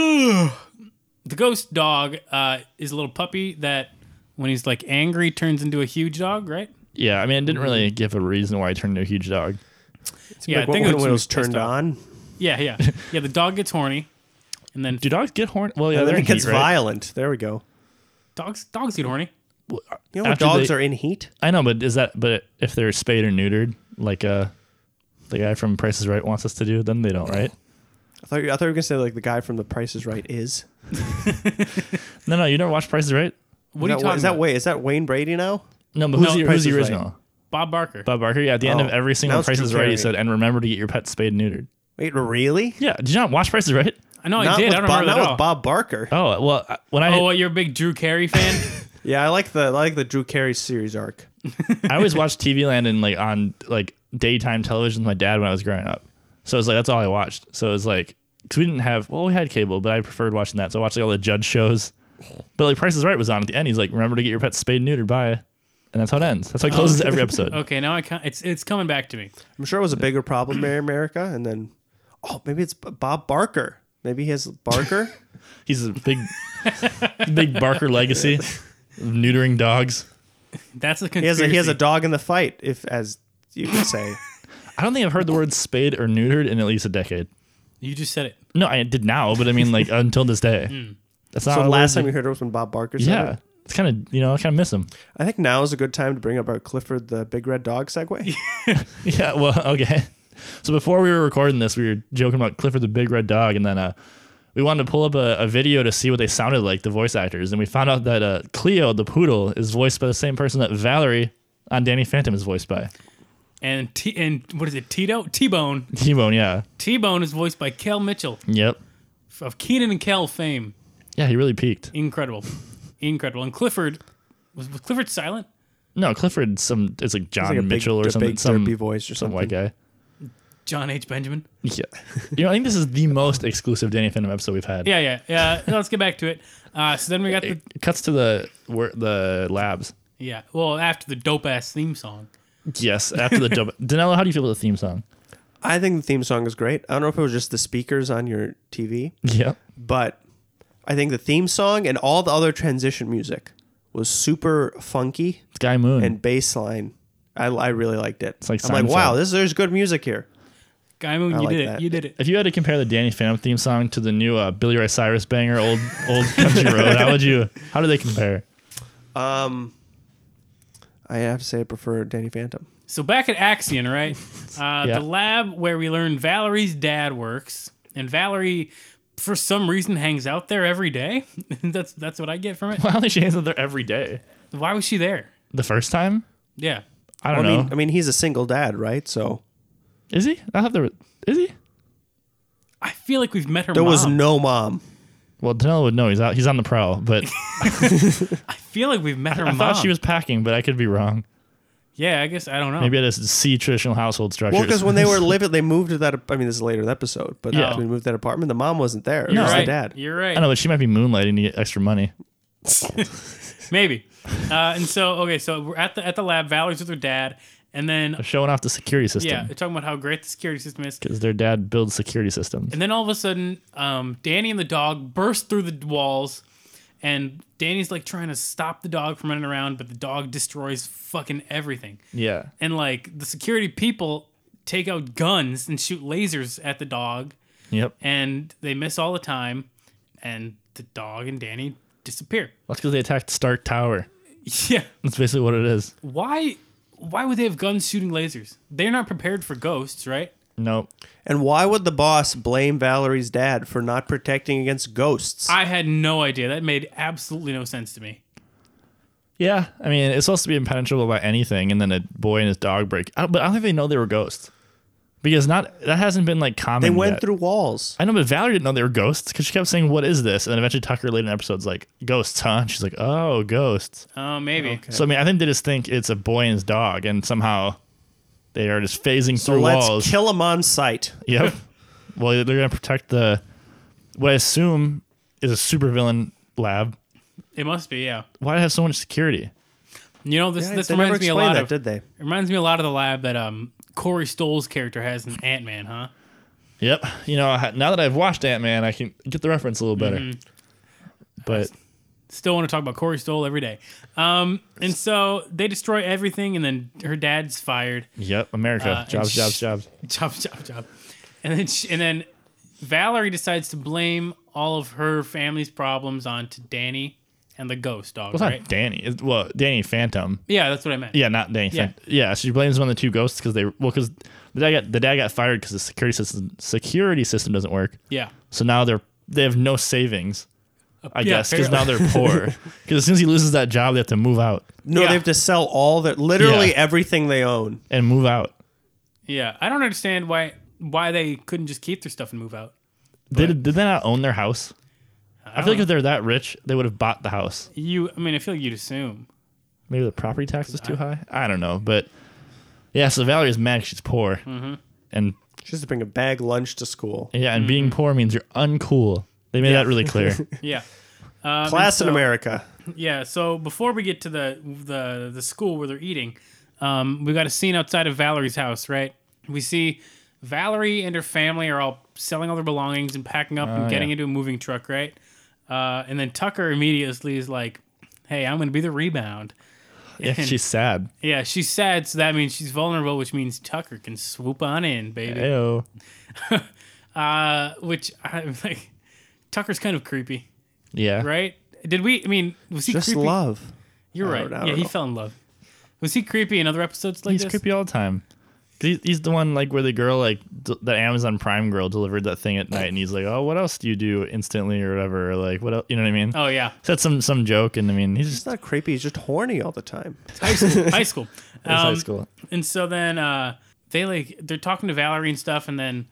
Speaker 2: the ghost dog uh, is a little puppy that, when he's like angry, turns into a huge dog, right?
Speaker 3: Yeah, I mean, it didn't really give a reason why he turned into a huge dog.
Speaker 2: [LAUGHS] yeah,
Speaker 4: like,
Speaker 2: I think
Speaker 4: when,
Speaker 2: it was,
Speaker 4: when it was
Speaker 2: just pissed
Speaker 4: turned
Speaker 2: off.
Speaker 4: on,
Speaker 2: Yeah,
Speaker 4: [LAUGHS]
Speaker 2: yeah, yeah. The dog gets horny, and then
Speaker 3: Do dogs get horny? Well, yeah,
Speaker 4: and
Speaker 3: they're
Speaker 4: then
Speaker 3: in
Speaker 4: [LAUGHS] it gets
Speaker 3: heat, right?
Speaker 4: violent. There we go.
Speaker 2: dogs dogs get horny.
Speaker 4: You know, when
Speaker 3: After
Speaker 4: dogs
Speaker 3: they-
Speaker 4: are in heat.
Speaker 3: I know, but is that but if they're spayed or neutered, like uh, the guy from Price is Right wants us to do, then they don't, right?
Speaker 4: I thought, you- I thought you were gonna say like the guy from The Price is Right is.
Speaker 3: No, no, you never watched Price is Right.
Speaker 2: What
Speaker 4: is
Speaker 2: are you
Speaker 4: that, Wa-
Speaker 2: talking
Speaker 4: is that
Speaker 2: about?
Speaker 4: Wait, is that Wayne Brady now?
Speaker 3: No, but
Speaker 4: Who's
Speaker 3: who's,
Speaker 4: the
Speaker 3: the,
Speaker 4: Price
Speaker 3: who's the
Speaker 4: is Right?
Speaker 3: original?
Speaker 2: Bob Barker.
Speaker 3: Bob Barker. Yeah, at the end
Speaker 4: Oh,
Speaker 3: of every single
Speaker 4: now it's
Speaker 3: Price
Speaker 4: Drew
Speaker 3: is Right, he
Speaker 4: Carey.
Speaker 3: said, "And remember to get your pet spayed and neutered."
Speaker 4: Wait, really?
Speaker 3: Yeah, did you not watch Price is Right?
Speaker 2: I know I
Speaker 4: not
Speaker 2: did.
Speaker 4: with
Speaker 2: I don't
Speaker 4: Bob,
Speaker 2: remember
Speaker 4: not
Speaker 2: that at all.
Speaker 4: with Bob Barker.
Speaker 3: Oh well, I- when I
Speaker 2: Oh, well, you're a big Drew Carey fan. [LAUGHS]
Speaker 4: Yeah, I like the I like the Drew Carey series arc.
Speaker 3: I always watched TV Land and like on like daytime television with my dad when I was growing up. So it's like that's all I watched. So it was like because we didn't have well we had cable, but I preferred watching that. So I watched like all the judge shows. But like Price is Right was on at the end. He's like, remember to get your pet spayed and neutered. Bye. And that's how it ends. That's how it closes [LAUGHS] every episode.
Speaker 2: okay, now I can't. It's it's coming back to me.
Speaker 4: I'm sure it was a bigger problem in America, and then oh, maybe it's B- Bob Barker. Maybe he has Barker.
Speaker 3: He's a big, big Barker legacy, neutering dogs.
Speaker 2: That's a
Speaker 4: he has
Speaker 2: conspiracy.
Speaker 4: a, he has a dog in the fight, if as you
Speaker 2: [LAUGHS]
Speaker 4: could say.
Speaker 3: I don't think I've heard the word spayed or neutered in at least a decade.
Speaker 2: You just said it.
Speaker 3: No, I did now, but I mean
Speaker 4: [LAUGHS]
Speaker 3: like until this day. That's not
Speaker 4: Hmm. So
Speaker 3: a
Speaker 4: last
Speaker 3: word
Speaker 4: time we heard it was when Bob Barker
Speaker 3: that-
Speaker 4: said
Speaker 3: yeah,
Speaker 4: it.
Speaker 3: it's kind of you know I kind of miss him.
Speaker 4: I think now is a good time to bring up our Clifford the Big Red
Speaker 3: [LAUGHS]
Speaker 4: Dog segue.
Speaker 3: [LAUGHS] Yeah, well, okay. So before we were recording this, we were joking about Clifford the Big Red Dog, and then uh, we wanted to pull up a, a video to see what they sounded like, the voice actors, and we found out that uh, Cleo the poodle is voiced by the same person that Valerie on Danny Phantom is voiced by.
Speaker 2: And T and what is it? Tito T Bone.
Speaker 3: T-Bone, yeah,
Speaker 2: T Bone is voiced by Kel Mitchell
Speaker 3: yep,
Speaker 2: of Keenan and Kel fame.
Speaker 3: yeah. He really peaked.
Speaker 2: Incredible, incredible. And Clifford was, was Clifford silent?
Speaker 3: No, Clifford, some it's like John
Speaker 4: like a big-
Speaker 3: Uh, Mitchell or
Speaker 4: a
Speaker 3: something,
Speaker 4: big
Speaker 3: some
Speaker 4: derpy voice or
Speaker 3: some white guy.
Speaker 2: John H Benjamin.
Speaker 3: Yeah, [LAUGHS] you know, I think this is the most exclusive Danny Phantom episode we've had.
Speaker 2: Yeah, yeah, yeah. Let's get back to it. Uh, so then we got the
Speaker 3: It cuts to the wor- the labs.
Speaker 2: yeah. Well, after the dope ass theme song,
Speaker 3: Yes, after [LAUGHS] the dub. Danilo, how do you feel about the theme song?
Speaker 4: I think the theme song is great. I don't know if it was just the speakers on your TV,
Speaker 3: Yeah.
Speaker 4: but I think the theme song and all the other transition music was super funky
Speaker 3: Sky Moon.
Speaker 4: and bass line. I, I really liked it.
Speaker 3: like
Speaker 4: I'm like,
Speaker 3: Seinfeld.
Speaker 4: wow, this there's good music here.
Speaker 2: Guy Moon,
Speaker 4: I
Speaker 2: you
Speaker 4: like
Speaker 2: did
Speaker 4: that.
Speaker 2: it. You did it.
Speaker 3: if you had to compare the Danny Phantom theme song to the new uh, Billy Ray Cyrus banger, old old [LAUGHS] country road, how would you? How do they compare?
Speaker 4: Um, I have to say, I prefer Danny Phantom.
Speaker 2: So back at Axion, right? Uh,
Speaker 3: Yeah.
Speaker 2: The lab where we learn Valerie's dad works, and Valerie, for some reason, hangs out there every day. [LAUGHS] that's that's what I get from it.
Speaker 3: [LAUGHS] Why don't they change it there every day?
Speaker 2: Why was she there?
Speaker 3: The first time?
Speaker 2: Yeah,
Speaker 3: I don't
Speaker 4: I
Speaker 3: know.
Speaker 4: mean, I mean, he's a single dad, right? So
Speaker 3: is he? I thought there was. Is he?
Speaker 2: I feel like we've met her.
Speaker 4: there was
Speaker 2: mom.
Speaker 4: no mom.
Speaker 3: Well, Danilo would know. He's out. He's on the prowl.
Speaker 4: [LAUGHS]
Speaker 3: But
Speaker 2: I feel like we've met her
Speaker 3: I
Speaker 2: mom.
Speaker 3: thought she was packing, but I could be wrong.
Speaker 2: Yeah, I guess I don't know.
Speaker 3: Maybe I just see traditional household structures.
Speaker 4: Well, because when they were living, they moved to that. I mean, this is later in the episode, but
Speaker 3: Yeah.
Speaker 4: when they moved to that apartment, the mom wasn't there. It
Speaker 2: You're
Speaker 4: was
Speaker 2: right.
Speaker 4: the dad.
Speaker 2: You're
Speaker 3: I
Speaker 2: right.
Speaker 3: don't know, but she might be moonlighting to get extra money.
Speaker 2: Maybe. Uh, and so okay, so we're at the at the lab. Valerie's with her dad, and then
Speaker 3: Showing off the security
Speaker 2: yeah,
Speaker 3: system.
Speaker 2: they're talking about how great the security system is.
Speaker 3: Because their dad builds security systems.
Speaker 2: And then all of a sudden, um, Danny and the dog burst through the walls, and Danny's like trying to stop the dog from running around, but the dog destroys fucking everything.
Speaker 3: Yeah.
Speaker 2: And like the security people take out guns and shoot lasers at the dog,
Speaker 3: Yep.
Speaker 2: and they miss all the time, and the dog and Danny disappear. [LAUGHS]
Speaker 3: That's because they attacked Stark Tower.
Speaker 2: Yeah.
Speaker 3: That's basically what it is.
Speaker 2: Why? Why would they have guns shooting lasers? They're not prepared for ghosts, right?
Speaker 3: Nope.
Speaker 4: And why would the boss blame Valerie's dad for not protecting against ghosts?
Speaker 2: I had no idea. That made absolutely no sense to me.
Speaker 3: Yeah, I mean, it's supposed to be impenetrable by anything, and then a boy and his dog break. I don't, but I don't think they know they were ghosts because not that hasn't been like common.
Speaker 4: they went
Speaker 3: yet.
Speaker 4: through walls.
Speaker 3: I know, but Valerie didn't know they were ghosts because she kept saying, "What is this?" And then eventually Tucker later in the episode's like, "Ghosts, huh?" And she's like, "Oh, ghosts."
Speaker 2: Oh, maybe.
Speaker 3: So I mean, I think they just think it's a boy and his dog, and somehow they are just phasing
Speaker 4: So
Speaker 3: through
Speaker 4: let's
Speaker 3: walls.
Speaker 4: kill him on sight.
Speaker 3: yep. well, they're gonna protect the what I assume is a supervillain lab.
Speaker 2: It must be, yeah.
Speaker 3: Why do they have so much security?
Speaker 2: You know, this
Speaker 4: Yeah,
Speaker 2: this
Speaker 4: they never
Speaker 2: reminds me a
Speaker 4: explained
Speaker 2: lot
Speaker 4: that,
Speaker 2: of
Speaker 4: did they?
Speaker 2: reminds me a lot of the lab that um Corey Stoll's character has in Ant Man, huh?
Speaker 3: Yep. You know, I- now that I've watched Ant Man, I can get the reference a little better.
Speaker 2: Mm-hmm.
Speaker 3: But
Speaker 2: Still want to talk about Corey Stoll every day. Um, and so they destroy everything, and then her dad's fired.
Speaker 3: yep, America,
Speaker 2: Uh, and
Speaker 3: jobs,
Speaker 2: sh-
Speaker 3: jobs, jobs.
Speaker 2: [LAUGHS] Job, job, job. And then she, and then Valerie decides to blame all of her family's problems onto Danny and the ghost dog,
Speaker 3: It's not
Speaker 2: right?
Speaker 3: Danny. It's, well, Danny Phantom.
Speaker 2: Yeah, that's what I meant.
Speaker 3: Yeah, not Danny.
Speaker 2: Yeah.
Speaker 3: Yeah. yeah. She blames one of the two ghosts because they well because the dad got the dad got fired because the security system security system doesn't work.
Speaker 2: yeah,
Speaker 3: So now they're they have no savings. I
Speaker 2: yeah,
Speaker 3: guess because now they're poor. Because as soon as he loses that job, they have to move out
Speaker 4: No,
Speaker 2: Yeah.
Speaker 4: they have to sell all that, literally
Speaker 3: Yeah.
Speaker 4: everything they own.
Speaker 3: and move out.
Speaker 2: yeah. I don't understand why why they couldn't just keep their stuff and move out.
Speaker 3: Did did they not own their house? I,
Speaker 2: don't
Speaker 3: feel like
Speaker 2: know.
Speaker 3: if they're that rich, they would have bought the house.
Speaker 2: You, I mean, I feel like you'd assume.
Speaker 3: Maybe the property tax is too high. I don't know, but yeah. So Valerie's mad. 'cause She's poor, and
Speaker 4: She has to bring a bag lunch to school.
Speaker 3: yeah, and being poor means you're uncool. They made that really clear.
Speaker 2: Yeah.
Speaker 4: Class in
Speaker 2: Um, so-
Speaker 4: America.
Speaker 2: Yeah. So before we get to the the the school where they're eating, um, we got a scene outside of Valerie's house, right? We see Valerie and her family are all selling all their belongings and packing up and getting
Speaker 3: yeah.
Speaker 2: into a moving truck, right? Uh, and then Tucker immediately is like, "Hey, I'm going to be the rebound."
Speaker 3: yeah, she's sad.
Speaker 2: Yeah, she's sad, so that means she's vulnerable, which means Tucker can swoop on in, baby.
Speaker 3: Ayo.
Speaker 2: Uh, which [LAUGHS] I'm like, Tucker's kind of creepy,
Speaker 3: Yeah.
Speaker 2: right? Did we? I mean, was he
Speaker 4: Just
Speaker 2: creepy?
Speaker 4: love.
Speaker 2: You're
Speaker 4: I
Speaker 2: right.
Speaker 4: don't- I don't
Speaker 2: Yeah, he
Speaker 4: know.
Speaker 2: fell in love. Was he creepy in other episodes like
Speaker 3: He's
Speaker 2: this?
Speaker 3: creepy all the time. 'Cause He's, he's the one like where the girl like d- that Amazon Prime girl delivered that thing at night, and he's like, "Oh, what else do you do instantly or whatever? Or like, what else? You know what I mean?"
Speaker 2: Oh yeah,
Speaker 3: Said some some joke, and I mean, he's
Speaker 4: It's
Speaker 3: just
Speaker 4: not creepy. He's just horny all the time.
Speaker 2: high school. high school. Um,
Speaker 3: high school.
Speaker 2: And so then uh, they like they're talking to Valerie and stuff, and then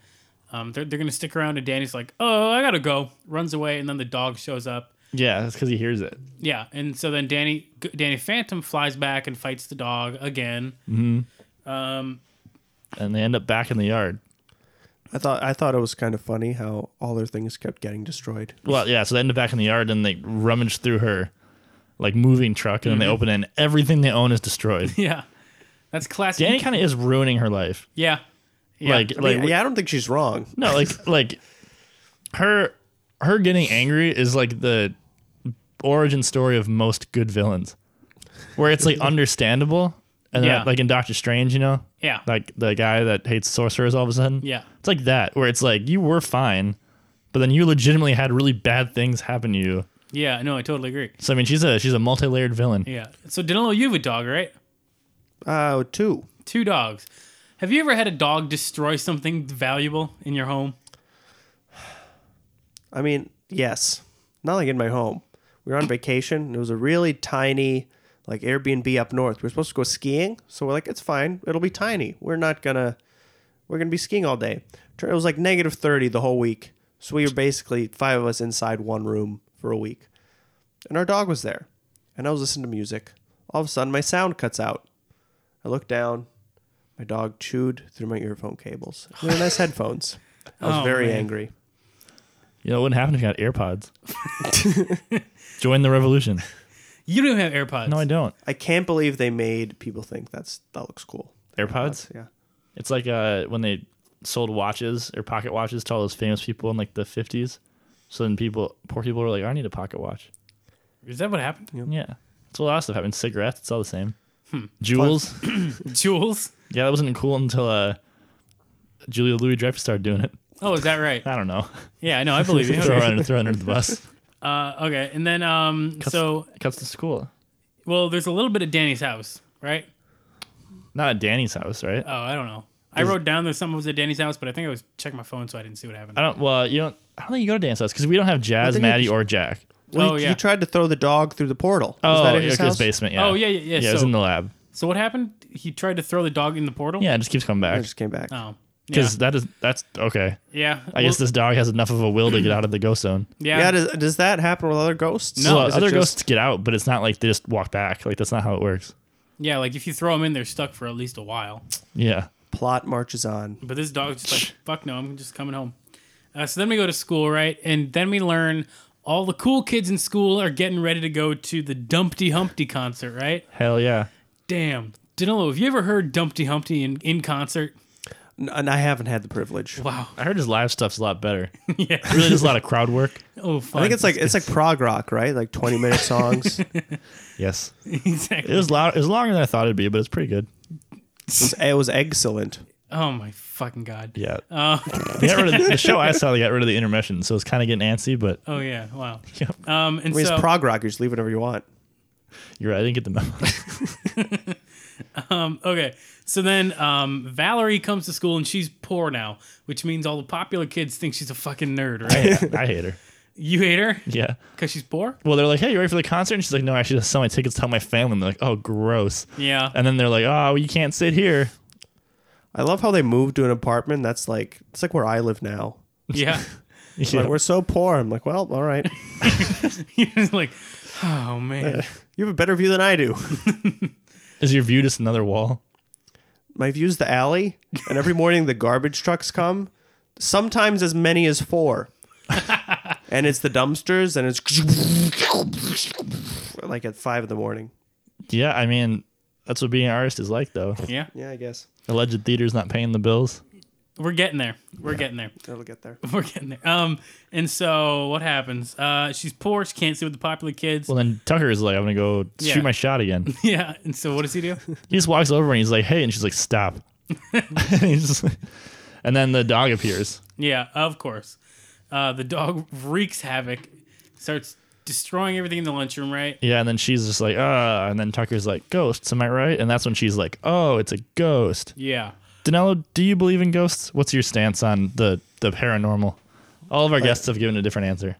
Speaker 2: um, they're they're gonna stick around, and Danny's like, "Oh, I gotta go," runs away, and then the dog shows up.
Speaker 3: Yeah, that's because he hears it.
Speaker 2: Yeah, and so then Danny Danny Phantom flies back and fights the dog again.
Speaker 3: and they end up back in the yard.
Speaker 4: I thought I thought it was kind of funny how all their things kept getting destroyed.
Speaker 3: Well, yeah, so they end up back in the yard and they rummage
Speaker 2: Mm-hmm. [LAUGHS]
Speaker 3: through her like moving truck and then they open it and everything they own is destroyed.
Speaker 2: Yeah. That's classic.
Speaker 3: Danny kind of is ruining her life.
Speaker 2: yeah. Yeah.
Speaker 3: Like,
Speaker 4: I
Speaker 3: like
Speaker 4: mean, yeah, I don't think she's wrong.
Speaker 3: no,
Speaker 2: [LAUGHS]
Speaker 3: like, like her, her getting angry is like the origin story of most good villains, where it's like understandable, and
Speaker 2: Yeah.
Speaker 3: then, like in Doctor Strange, you know,
Speaker 2: yeah.
Speaker 3: like the guy that hates sorcerers all of a sudden,
Speaker 2: yeah.
Speaker 3: It's like that, where it's like you were fine, but then you legitimately had really bad things happen to you.
Speaker 2: Yeah. No, I totally agree.
Speaker 3: So I mean, she's a she's a multi-layered villain.
Speaker 2: Yeah. So Danilo, you have a dog, right?
Speaker 4: Uh, two.
Speaker 2: Two dogs. Have you ever had a dog destroy something valuable in your home?
Speaker 4: I mean, yes. Not like in my home. We were on vacation. And it was a really tiny, like Airbnb up north. We were supposed to go skiing, so we're like, it's fine. It'll be tiny. We're not gonna, we're gonna be skiing all day. Tur- It was like negative thirty the whole week, so we were basically five of us inside one room for a week, and our dog was there, and I was listening to music. All of a sudden, my sound cuts out. I look down. My dog chewed through my earphone cables. They're nice
Speaker 2: [LAUGHS]
Speaker 4: headphones. I was
Speaker 2: Oh,
Speaker 4: very
Speaker 2: man.
Speaker 4: angry.
Speaker 3: You know, it wouldn't happen if you
Speaker 2: [LAUGHS]
Speaker 3: got AirPods. Join the revolution.
Speaker 2: You don't even have AirPods.
Speaker 3: No, I don't.
Speaker 4: I can't believe they made people think that's that looks cool.
Speaker 3: AirPods.
Speaker 2: Oh,
Speaker 4: Yeah.
Speaker 3: It's like uh, when they sold watches or pocket watches to all those famous people in like the fifties. So then people, poor people, were like, "I need a pocket watch."
Speaker 2: Is that what happened?
Speaker 3: Yeah, that's what a lot of stuff happened. Cigarettes, it's all the same. Jewels.
Speaker 2: Jules?
Speaker 3: yeah, that wasn't cool until uh, Julia Louis Dreyfus started doing it.
Speaker 2: Oh, is that
Speaker 3: [LAUGHS]
Speaker 2: right?
Speaker 3: I don't know.
Speaker 2: Yeah, no, I believe you.
Speaker 3: throw her
Speaker 2: Okay.
Speaker 3: under, throw her under the bus.
Speaker 2: Uh, okay, and then um, so
Speaker 3: cuts to school.
Speaker 2: well, there's a little bit of Danny's house, right?
Speaker 3: Not at Danny's house, right?
Speaker 2: Oh, I don't know. I wrote down that something was at Danny's house, but I think I was checking my phone, so I didn't see what happened.
Speaker 3: I don't. Well, you don't. I don't think you go to Danny's house because we don't have Jazz,
Speaker 4: think
Speaker 3: Maddie,
Speaker 4: it's-
Speaker 3: or Jack.
Speaker 4: Well,
Speaker 2: Oh,
Speaker 4: he,
Speaker 2: yeah.
Speaker 4: he tried to throw the dog through the portal.
Speaker 3: Oh,
Speaker 4: was that in
Speaker 3: yeah,
Speaker 4: his
Speaker 3: 'cause
Speaker 4: house?
Speaker 3: basement. Yeah.
Speaker 2: Oh, yeah, yeah, yeah,
Speaker 3: Yeah, it was
Speaker 2: so-
Speaker 3: in the lab.
Speaker 2: So what happened? He tried to throw the dog in the portal.
Speaker 3: Yeah, it just keeps coming
Speaker 4: I
Speaker 3: back.
Speaker 4: just came back.
Speaker 2: Oh. Yeah.
Speaker 3: Because that is that's okay.
Speaker 2: yeah.
Speaker 3: I guess this dog has enough of a will to get out of the ghost zone.
Speaker 2: Yeah.
Speaker 4: Yeah. does, does that happen with other ghosts?
Speaker 3: No,
Speaker 4: Is it
Speaker 3: other
Speaker 4: just-
Speaker 3: ghosts get out, but it's not like they just walk back. Like that's not how it works.
Speaker 2: Yeah, Like if you throw them in, they're stuck for at least a while.
Speaker 3: Yeah.
Speaker 4: Plot marches on.
Speaker 2: But this dog's just like, fuck no, I'm just coming home. Uh, so then we go to school, right? And then we learn all the cool kids in school are getting ready to go to the Dumpty Humpty concert, right?
Speaker 3: Hell yeah.
Speaker 2: Damn. Danilo, have you ever heard Dumpty Humpty in, in concert?
Speaker 4: N- And I haven't had the privilege.
Speaker 2: Wow.
Speaker 3: I heard his live stuff's a lot better.
Speaker 2: [LAUGHS] Yeah.
Speaker 3: [LAUGHS] It really does a lot of crowd work.
Speaker 2: Oh, fuck.
Speaker 4: I think it's
Speaker 3: [LAUGHS]
Speaker 4: like it's like prog rock, right? Like twenty minute songs.
Speaker 3: Yes.
Speaker 2: [LAUGHS] exactly.
Speaker 3: It was loud. It was longer than I thought it'd be, but it's pretty good.
Speaker 4: it was excellent.
Speaker 2: oh, my fucking God.
Speaker 3: Yeah.
Speaker 2: Uh,
Speaker 3: They got rid of, the show I saw, they got rid of the intermission, so it's kind of getting antsy. But
Speaker 2: oh, yeah. Wow.
Speaker 3: yeah,
Speaker 2: Um, and
Speaker 4: I mean,
Speaker 2: so,
Speaker 4: it's prog rock. You just leave whatever you want.
Speaker 3: you're right. I didn't get the memo. [LAUGHS]
Speaker 2: okay. So then um, Valerie comes to school and she's poor now, which means all the popular kids think she's a fucking nerd, right?
Speaker 3: Yeah, I hate her.
Speaker 2: you hate her
Speaker 3: Yeah.
Speaker 2: because she's poor?
Speaker 3: Well, they're like, "Hey, you ready for the concert?" And she's like, "No, I should just sell my tickets, tell my family." And they're like, "Oh, gross."
Speaker 2: Yeah.
Speaker 3: [LAUGHS] And then they're like, "Oh, you can't sit here."
Speaker 4: I love how they moved to an apartment. That's like it's like where I live now.
Speaker 2: Yeah.
Speaker 3: Yeah.
Speaker 4: Like, we're so poor. I'm like, well, all
Speaker 3: [LAUGHS]
Speaker 4: right.
Speaker 2: [LAUGHS] You're just like, oh man.
Speaker 4: You have a better view than I do.
Speaker 3: Is your view just another wall?
Speaker 4: My view's the alley, and every morning the garbage trucks come, sometimes as many as
Speaker 3: [LAUGHS]
Speaker 4: four. and it's [LAUGHS] the dumpsters, and it's like at five in the morning.
Speaker 3: Yeah, I mean, that's what being an artist is like, though.
Speaker 2: Yeah.
Speaker 4: Yeah, I guess
Speaker 3: Alleged theater's not paying the bills.
Speaker 2: We're getting there. We're getting there. [LAUGHS]
Speaker 4: that'll get there.
Speaker 2: We're getting there. Um, and so what happens? Uh, she's poor. She can't sit with the popular kids.
Speaker 3: Well, then Tucker is like, "I'm gonna go
Speaker 2: Yeah.
Speaker 3: shoot my shot again."
Speaker 2: [LAUGHS] yeah. And so what does
Speaker 3: [LAUGHS]
Speaker 2: he do?
Speaker 3: He just walks over and he's like, "Hey," and she's like, "Stop." [LAUGHS] and, he's just like- and then the dog appears.
Speaker 2: yeah, of course. Uh, the dog wreaks havoc. Starts destroying everything in the lunchroom. Right.
Speaker 3: Yeah, and then she's just like, "Ah," and then Tucker's like, "Ghosts, am I right?" And that's when she's like, "Oh, it's a ghost."
Speaker 2: Yeah.
Speaker 3: Danilo, do you believe in ghosts? What's your stance on the the paranormal? All of our guests have given a different answer.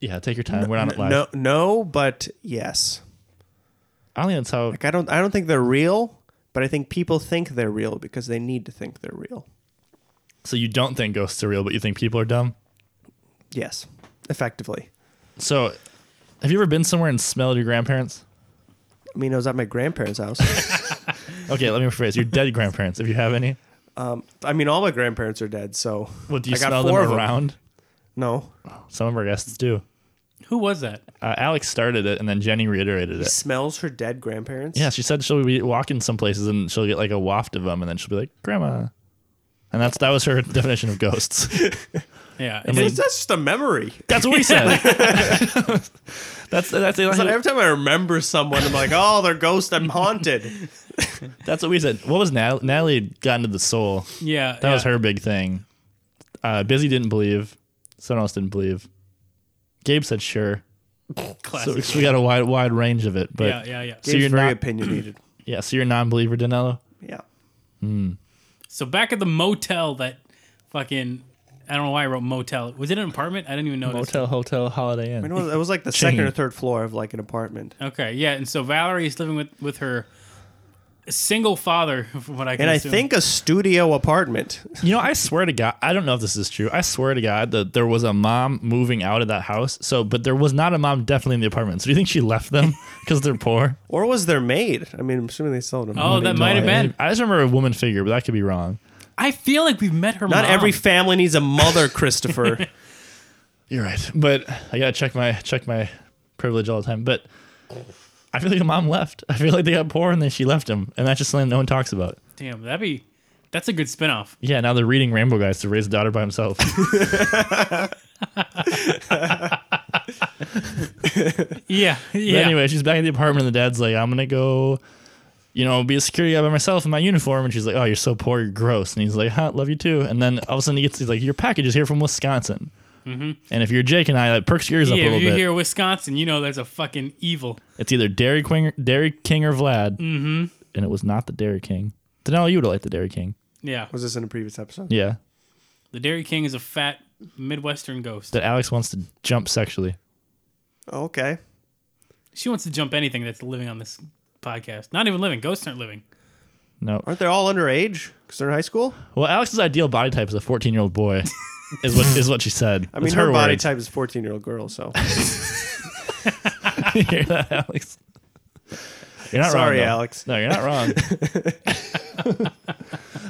Speaker 3: Yeah, take your time. We're not live.
Speaker 4: No, no, but yes.
Speaker 3: I don't think that's how.
Speaker 4: Like I don't, I don't think they're real, but I think people think they're real because they need to think they're real.
Speaker 3: So you don't think ghosts are real, but you think people are dumb.
Speaker 4: Yes, effectively.
Speaker 3: So, have you ever been somewhere and smelled your grandparents?
Speaker 4: I mean, I was at my grandparents' house.
Speaker 3: [LAUGHS] Okay, let me rephrase. Your dead grandparents, if you have any.
Speaker 4: I mean, all my grandparents are dead, so
Speaker 3: Well, do you
Speaker 4: I got
Speaker 3: smell them
Speaker 4: four of
Speaker 3: around?
Speaker 4: No,
Speaker 3: Some of our guests do.
Speaker 2: Who was that?
Speaker 3: Uh, Alex started it, and then Jenny reiterated it.
Speaker 4: Smells her dead grandparents.
Speaker 3: Yeah, she said she'll be walking some places and she'll get like a waft of them, and then she'll be like, "Grandma," and that's that was her [LAUGHS] definition of ghosts. [LAUGHS]
Speaker 2: Yeah.
Speaker 4: That's that's just a memory.
Speaker 3: That's what we said. [LAUGHS] that's that's
Speaker 4: It's like every time I remember someone, I'm like, oh, they're ghost.
Speaker 3: [LAUGHS]
Speaker 4: I'm haunted.
Speaker 3: that's what we said. What was Natalie? Natalie got into the soul.
Speaker 2: yeah.
Speaker 3: That was her big thing. Uh, Busy didn't believe. Someone else didn't believe. Gabe said sure. So,
Speaker 2: Classic.
Speaker 3: so we got a wide wide range of it. But
Speaker 2: yeah, yeah, yeah.
Speaker 3: So you're
Speaker 4: Gabe's very
Speaker 3: not-
Speaker 4: opinionated.
Speaker 3: yeah, so you're a non-believer, Danilo.
Speaker 4: [CLEARS THROAT] Yeah.
Speaker 2: So back at the motel that fucking I don't know why I wrote motel. Was it an apartment? I didn't even notice.
Speaker 3: Motel, hotel, Holiday Inn.
Speaker 4: I know it was like the second or third floor of like an apartment.
Speaker 2: Okay, yeah. And so Valerie is living with with her single father, [LAUGHS] from what I can
Speaker 4: And I
Speaker 2: assume.
Speaker 4: think a studio apartment. [LAUGHS]
Speaker 3: You know, I swear to God, I don't know if this is true. I swear to God that there was a mom moving out of that house. So, but there was not a mom definitely in the apartment. So, do you think she left them [LAUGHS] because they're poor?
Speaker 4: Or was there maid? I mean, I'm assuming they sold them.
Speaker 2: Oh, that might have been.
Speaker 3: I just remember a woman figure, but that could be wrong.
Speaker 2: I feel like we've met her.
Speaker 4: Not
Speaker 2: mom.
Speaker 4: every family needs a mother, Christopher.
Speaker 3: You're right, but I gotta check my check my privilege all the time. But I feel like the mom left. I feel like they got poor and then she left them, and that's just something no one talks about.
Speaker 2: Damn, that'd be. That's a good spinoff.
Speaker 3: Yeah, now they're reading Rainbow Guys to raise a daughter
Speaker 2: [LAUGHS]
Speaker 3: by himself.
Speaker 2: Yeah, yeah.
Speaker 3: But anyway, she's back in the apartment, and the dad's like, "I'm gonna go, you know, be a security guy by myself in my uniform." And she's like, "Oh, you're so poor, you're gross." And he's like, "Huh, love you too." And then all of a sudden, he gets he's like, "Your package is here from Wisconsin." And if you're Jake and I, that perks your ears up a
Speaker 2: Mm-hmm. yeah,
Speaker 3: little
Speaker 2: if you
Speaker 3: bit.
Speaker 2: hear Wisconsin, you know there's a fucking evil.
Speaker 3: it's either Dairy King, Dairy King, or Vlad. Mm-hmm. And it was not the Dairy King. Danelle, you would have liked the Dairy King.
Speaker 2: Yeah,
Speaker 4: was this in a previous episode?
Speaker 3: Yeah,
Speaker 2: the Dairy King is a fat Midwestern ghost.
Speaker 3: that Alex wants to jump sexually.
Speaker 4: Okay.
Speaker 2: she wants to jump anything that's living on this podcast. Not even living. Ghosts aren't living.
Speaker 3: No,
Speaker 4: Aren't they all underage? Because they're in high school?
Speaker 3: well, Alex's ideal body type is a 14 year old boy, [LAUGHS] is what is what she said.
Speaker 4: I mean,
Speaker 3: It's
Speaker 4: her, body
Speaker 3: words.
Speaker 4: type is 14 year old
Speaker 3: [LAUGHS]
Speaker 4: girl, so.
Speaker 3: You hear that, Alex? You're not
Speaker 4: Sorry,
Speaker 3: wrong, though.
Speaker 4: Alex.
Speaker 3: No, you're not wrong.
Speaker 4: [LAUGHS]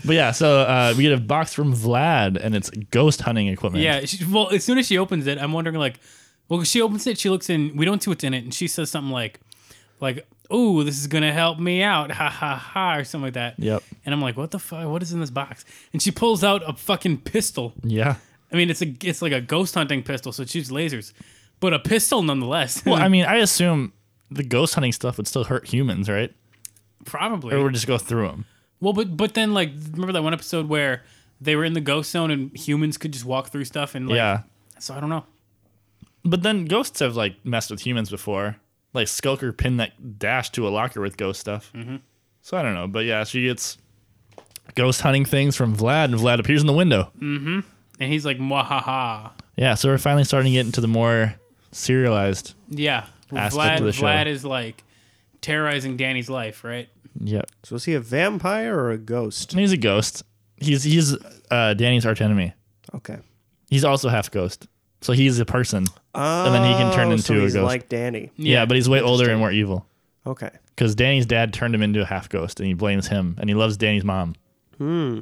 Speaker 3: but yeah, so uh, we get a box from Vlad, and it's ghost hunting equipment.
Speaker 2: Yeah. She, well, as soon as she opens it, I'm wondering like, well, she opens it, she looks in, we don't see what's in it, and she says something like, like, "Ooh, this is gonna help me out, ha ha ha," or something like that.
Speaker 3: Yep.
Speaker 2: And I'm like, what the fuck? What is in this box? And she pulls out a fucking pistol.
Speaker 3: Yeah.
Speaker 2: I mean, it's a it's like a ghost hunting pistol, so it shoots lasers, but a pistol nonetheless.
Speaker 3: Well, I mean, I assume the ghost hunting stuff would still hurt humans, right?
Speaker 2: [LAUGHS] probably.
Speaker 3: Or would just go through them.
Speaker 2: Well, but but then like remember that one episode where they were in the ghost zone and humans could just walk through stuff and like,
Speaker 3: yeah.
Speaker 2: So I don't know.
Speaker 3: But then ghosts have like messed with humans before. Like Skulker pinned that dash to a locker with ghost stuff. Mm-hmm. So I don't know. But yeah, she gets ghost hunting things from Vlad, and Vlad appears in the window.
Speaker 4: Mm.
Speaker 2: And he's like, mwahaha.
Speaker 3: Yeah, so we're finally starting to get into the more serialized.
Speaker 2: Yeah.
Speaker 3: Aspect
Speaker 2: Vlad,
Speaker 3: of the show.
Speaker 2: Vlad is like terrorizing Danny's life, right?
Speaker 3: Yep.
Speaker 4: So is he a vampire or a ghost?
Speaker 3: And he's a ghost. He's he's uh, Danny's archenemy.
Speaker 4: Okay.
Speaker 3: He's also half ghost, so he's a person. And then he can turn
Speaker 4: Oh,
Speaker 3: into
Speaker 4: so
Speaker 3: a
Speaker 4: he's
Speaker 3: ghost.
Speaker 4: like Danny.
Speaker 3: yeah, but he's way older and more evil.
Speaker 4: Okay.
Speaker 3: Because Danny's dad turned him into a half ghost, and he blames him, and he loves Danny's mom. Hmm.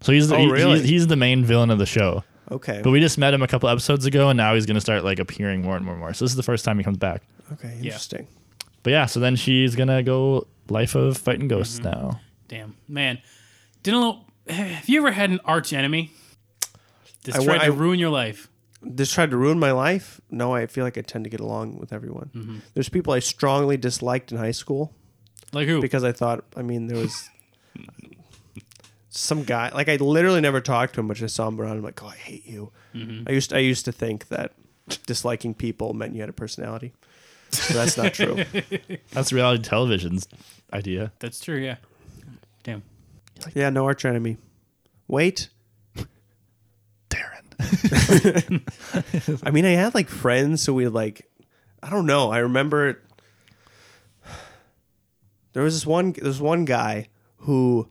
Speaker 3: So he's,
Speaker 4: Oh,
Speaker 3: he-
Speaker 4: really?
Speaker 3: he's he's the main villain of the show.
Speaker 4: Okay.
Speaker 3: But we just met him a couple episodes ago, and now he's gonna start like appearing more and more and more. So this is the first time he comes back.
Speaker 4: okay. Interesting.
Speaker 3: But yeah, so then she's gonna go life of fighting ghosts now.
Speaker 2: Damn. Man. Didn't know [SIGHS] have you ever had an arch enemy? Just
Speaker 4: I
Speaker 2: tried
Speaker 4: wa-
Speaker 2: to
Speaker 4: I-
Speaker 2: ruin your life.
Speaker 4: This tried to ruin my life. No, I feel like I tend to get along with everyone. There's people I strongly disliked in high school.
Speaker 2: Like who?
Speaker 4: because I thought, I mean, there was some guy. Like I literally never talked to him, but just saw him around. I'm like, oh, I hate you. I used I used to think that disliking people meant you had a personality. So that's not true.
Speaker 3: That's reality television's idea.
Speaker 2: That's true, yeah. Damn.
Speaker 4: yeah, no arch enemy. Wait,
Speaker 3: Darren.
Speaker 4: I mean, I had like friends, so we like, I don't know. I remember there was this one, there's one guy who,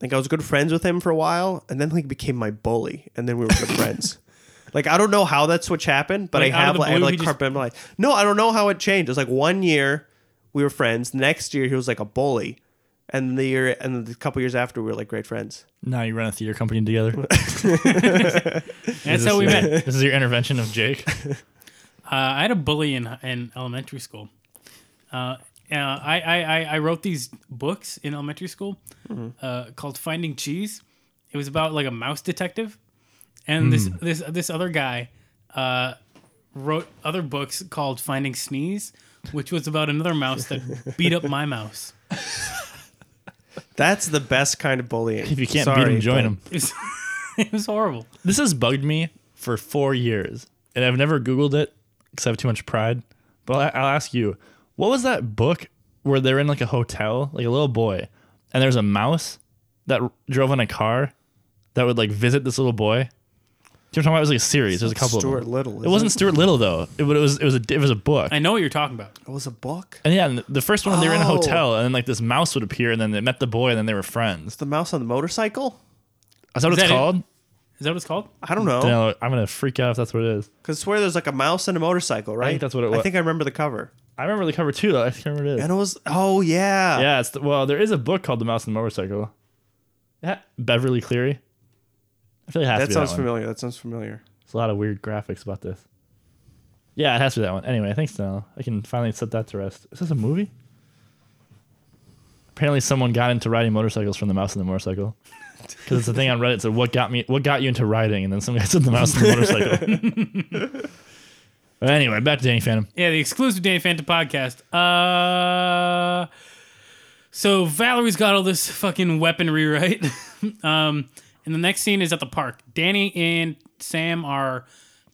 Speaker 4: like, I was good friends with him for a while, and then like became my bully, and then we were
Speaker 3: [LAUGHS]
Speaker 4: good friends. Like, I don't know how that switch happened, but
Speaker 2: Like,
Speaker 4: I
Speaker 2: out of
Speaker 4: have
Speaker 2: the
Speaker 4: like, I have,
Speaker 2: blue,
Speaker 4: like
Speaker 2: he just-
Speaker 4: carpet just... No, I don't know how it changed. It was like one year we were friends. The next year he was like a bully, and the year and the couple years after we were like great friends.
Speaker 3: Now you run a theater company together.
Speaker 2: That's how we met.
Speaker 4: [LAUGHS]
Speaker 3: This is your intervention of Jake.
Speaker 2: Uh, I had a bully in in elementary school. Uh, uh, I, I I I wrote these books in elementary school uh, called Finding Cheese. It was about like a mouse detective, and this this this other guy uh, wrote other books called Finding Sneeze, which was about another mouse that beat up my mouse. [LAUGHS]
Speaker 4: That's the best kind of bullying.
Speaker 3: If you can't beat
Speaker 4: Sorry,
Speaker 3: him, join
Speaker 4: but-
Speaker 3: him.
Speaker 2: It was, it was horrible.
Speaker 3: This has bugged me for four years, and I've never Googled it because I have too much pride. But I- I'll ask you, what was that book where they're in like a hotel, like a little boy, and there's a mouse that r- drove in a car that would like visit this little boy? Do you know what I'm talking about? It was like a series. There's a couple
Speaker 4: Stuart
Speaker 3: of them.
Speaker 4: Little.
Speaker 3: It
Speaker 4: isn't
Speaker 3: wasn't Stuart Little though. It, wa- it was it was a it was a book.
Speaker 2: I know what you're talking about.
Speaker 4: It was a book.
Speaker 3: and yeah, and the- the first one they were in a
Speaker 4: Oh.
Speaker 3: hotel, and then like this mouse would appear, and then they met the boy, and then they were friends.
Speaker 4: The mouse on the motorcycle.
Speaker 3: Is that what
Speaker 2: that
Speaker 3: it's
Speaker 2: it?
Speaker 3: called?
Speaker 2: Is that what it's called?
Speaker 4: I don't know.
Speaker 3: Then I'll- I'm gonna freak out if that's what it is.
Speaker 4: Because swear there's like a mouse and a motorcycle, right?
Speaker 3: that's what it was.
Speaker 4: I think I remember the cover.
Speaker 3: I remember the cover too. Though. I can't remember what it is.
Speaker 4: And it was oh yeah.
Speaker 3: Yeah, it's the, well, there is a book called The Mouse and the Motorcycle. Yeah, Beverly Cleary. I feel like it has to
Speaker 4: That
Speaker 3: be
Speaker 4: sounds
Speaker 3: that one.
Speaker 4: familiar. That sounds familiar.
Speaker 3: There's a lot of weird graphics about this. Yeah, it has to be that one. Anyway, thanks, Daniel. I can finally set that to rest. Is this a movie? Apparently, someone got into riding motorcycles from The Mouse and the
Speaker 4: [LAUGHS]
Speaker 3: Motorcycle. Because it's a thing on Reddit. It said, "What got me? What got you into riding?" And then some guy [LAUGHS] said, "The Mouse and the Motorcycle."
Speaker 4: [LAUGHS]
Speaker 3: but anyway, back to Danny Phantom.
Speaker 2: Yeah, the exclusive Danny Phantom podcast. Uh, so Valerie's got all this fucking weaponry, [LAUGHS] right? um, and the next scene is at the park. Danny and Sam are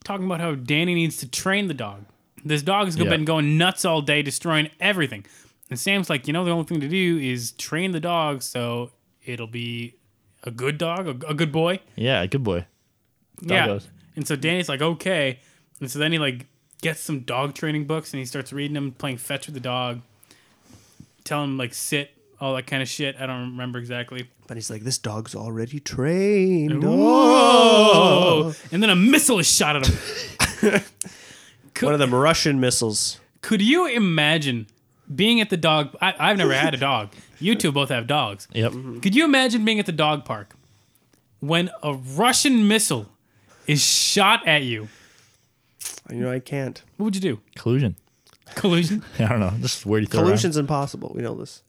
Speaker 2: talking about how Danny needs to train the dog. This dog has
Speaker 3: Yeah.
Speaker 2: been going nuts all day, destroying everything. And Sam's like, you know, the only thing to do is train the dog so it'll be a good dog, a, a good boy.
Speaker 3: Yeah, good boy. Doggos.
Speaker 2: And so Danny's like, okay. And so then he like gets some dog training books and he starts reading them, playing fetch with the dog, telling him like sit, all that kind of shit. I don't remember exactly.
Speaker 4: But he's like, this dog's already trained.
Speaker 2: Oh! And then a missile is shot at him.
Speaker 4: One of them Russian missiles.
Speaker 2: Could you imagine being at the dog? I, I've never had a dog. You two both have dogs.
Speaker 3: Yep.
Speaker 2: Could you imagine being at the dog park when a Russian missile is shot at you?
Speaker 4: You know I can't.
Speaker 2: What would you do?
Speaker 3: Collusion. [LAUGHS]
Speaker 2: Collusion?
Speaker 3: I don't know. Just where do you throw around.
Speaker 4: Collusion's impossible. We know this.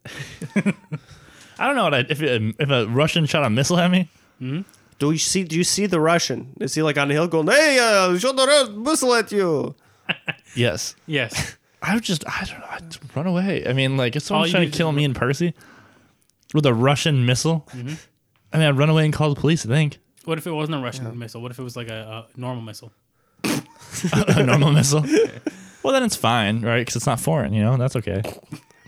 Speaker 3: I don't know what I, if it, if a Russian shot a missile at me.
Speaker 4: Do you see? Do you see the Russian? Is he like on the hill going, "Hey, uh, shot the Rus- missile at you"?
Speaker 3: Yes,
Speaker 2: Yes.
Speaker 3: I would just I don't know. I'd just run away. I mean, like if
Speaker 2: All
Speaker 3: someone's
Speaker 2: you
Speaker 3: trying
Speaker 2: do
Speaker 3: to
Speaker 2: is Mm-hmm.
Speaker 3: kill me and Percy with a Russian missile, I mean, I'd run away and call the police. I think [LAUGHS]
Speaker 2: What if it wasn't a Russian missile? What if it was like a, a normal missile?
Speaker 3: a normal missile. Well, then it's fine, right? Because it's not foreign. You know, that's okay.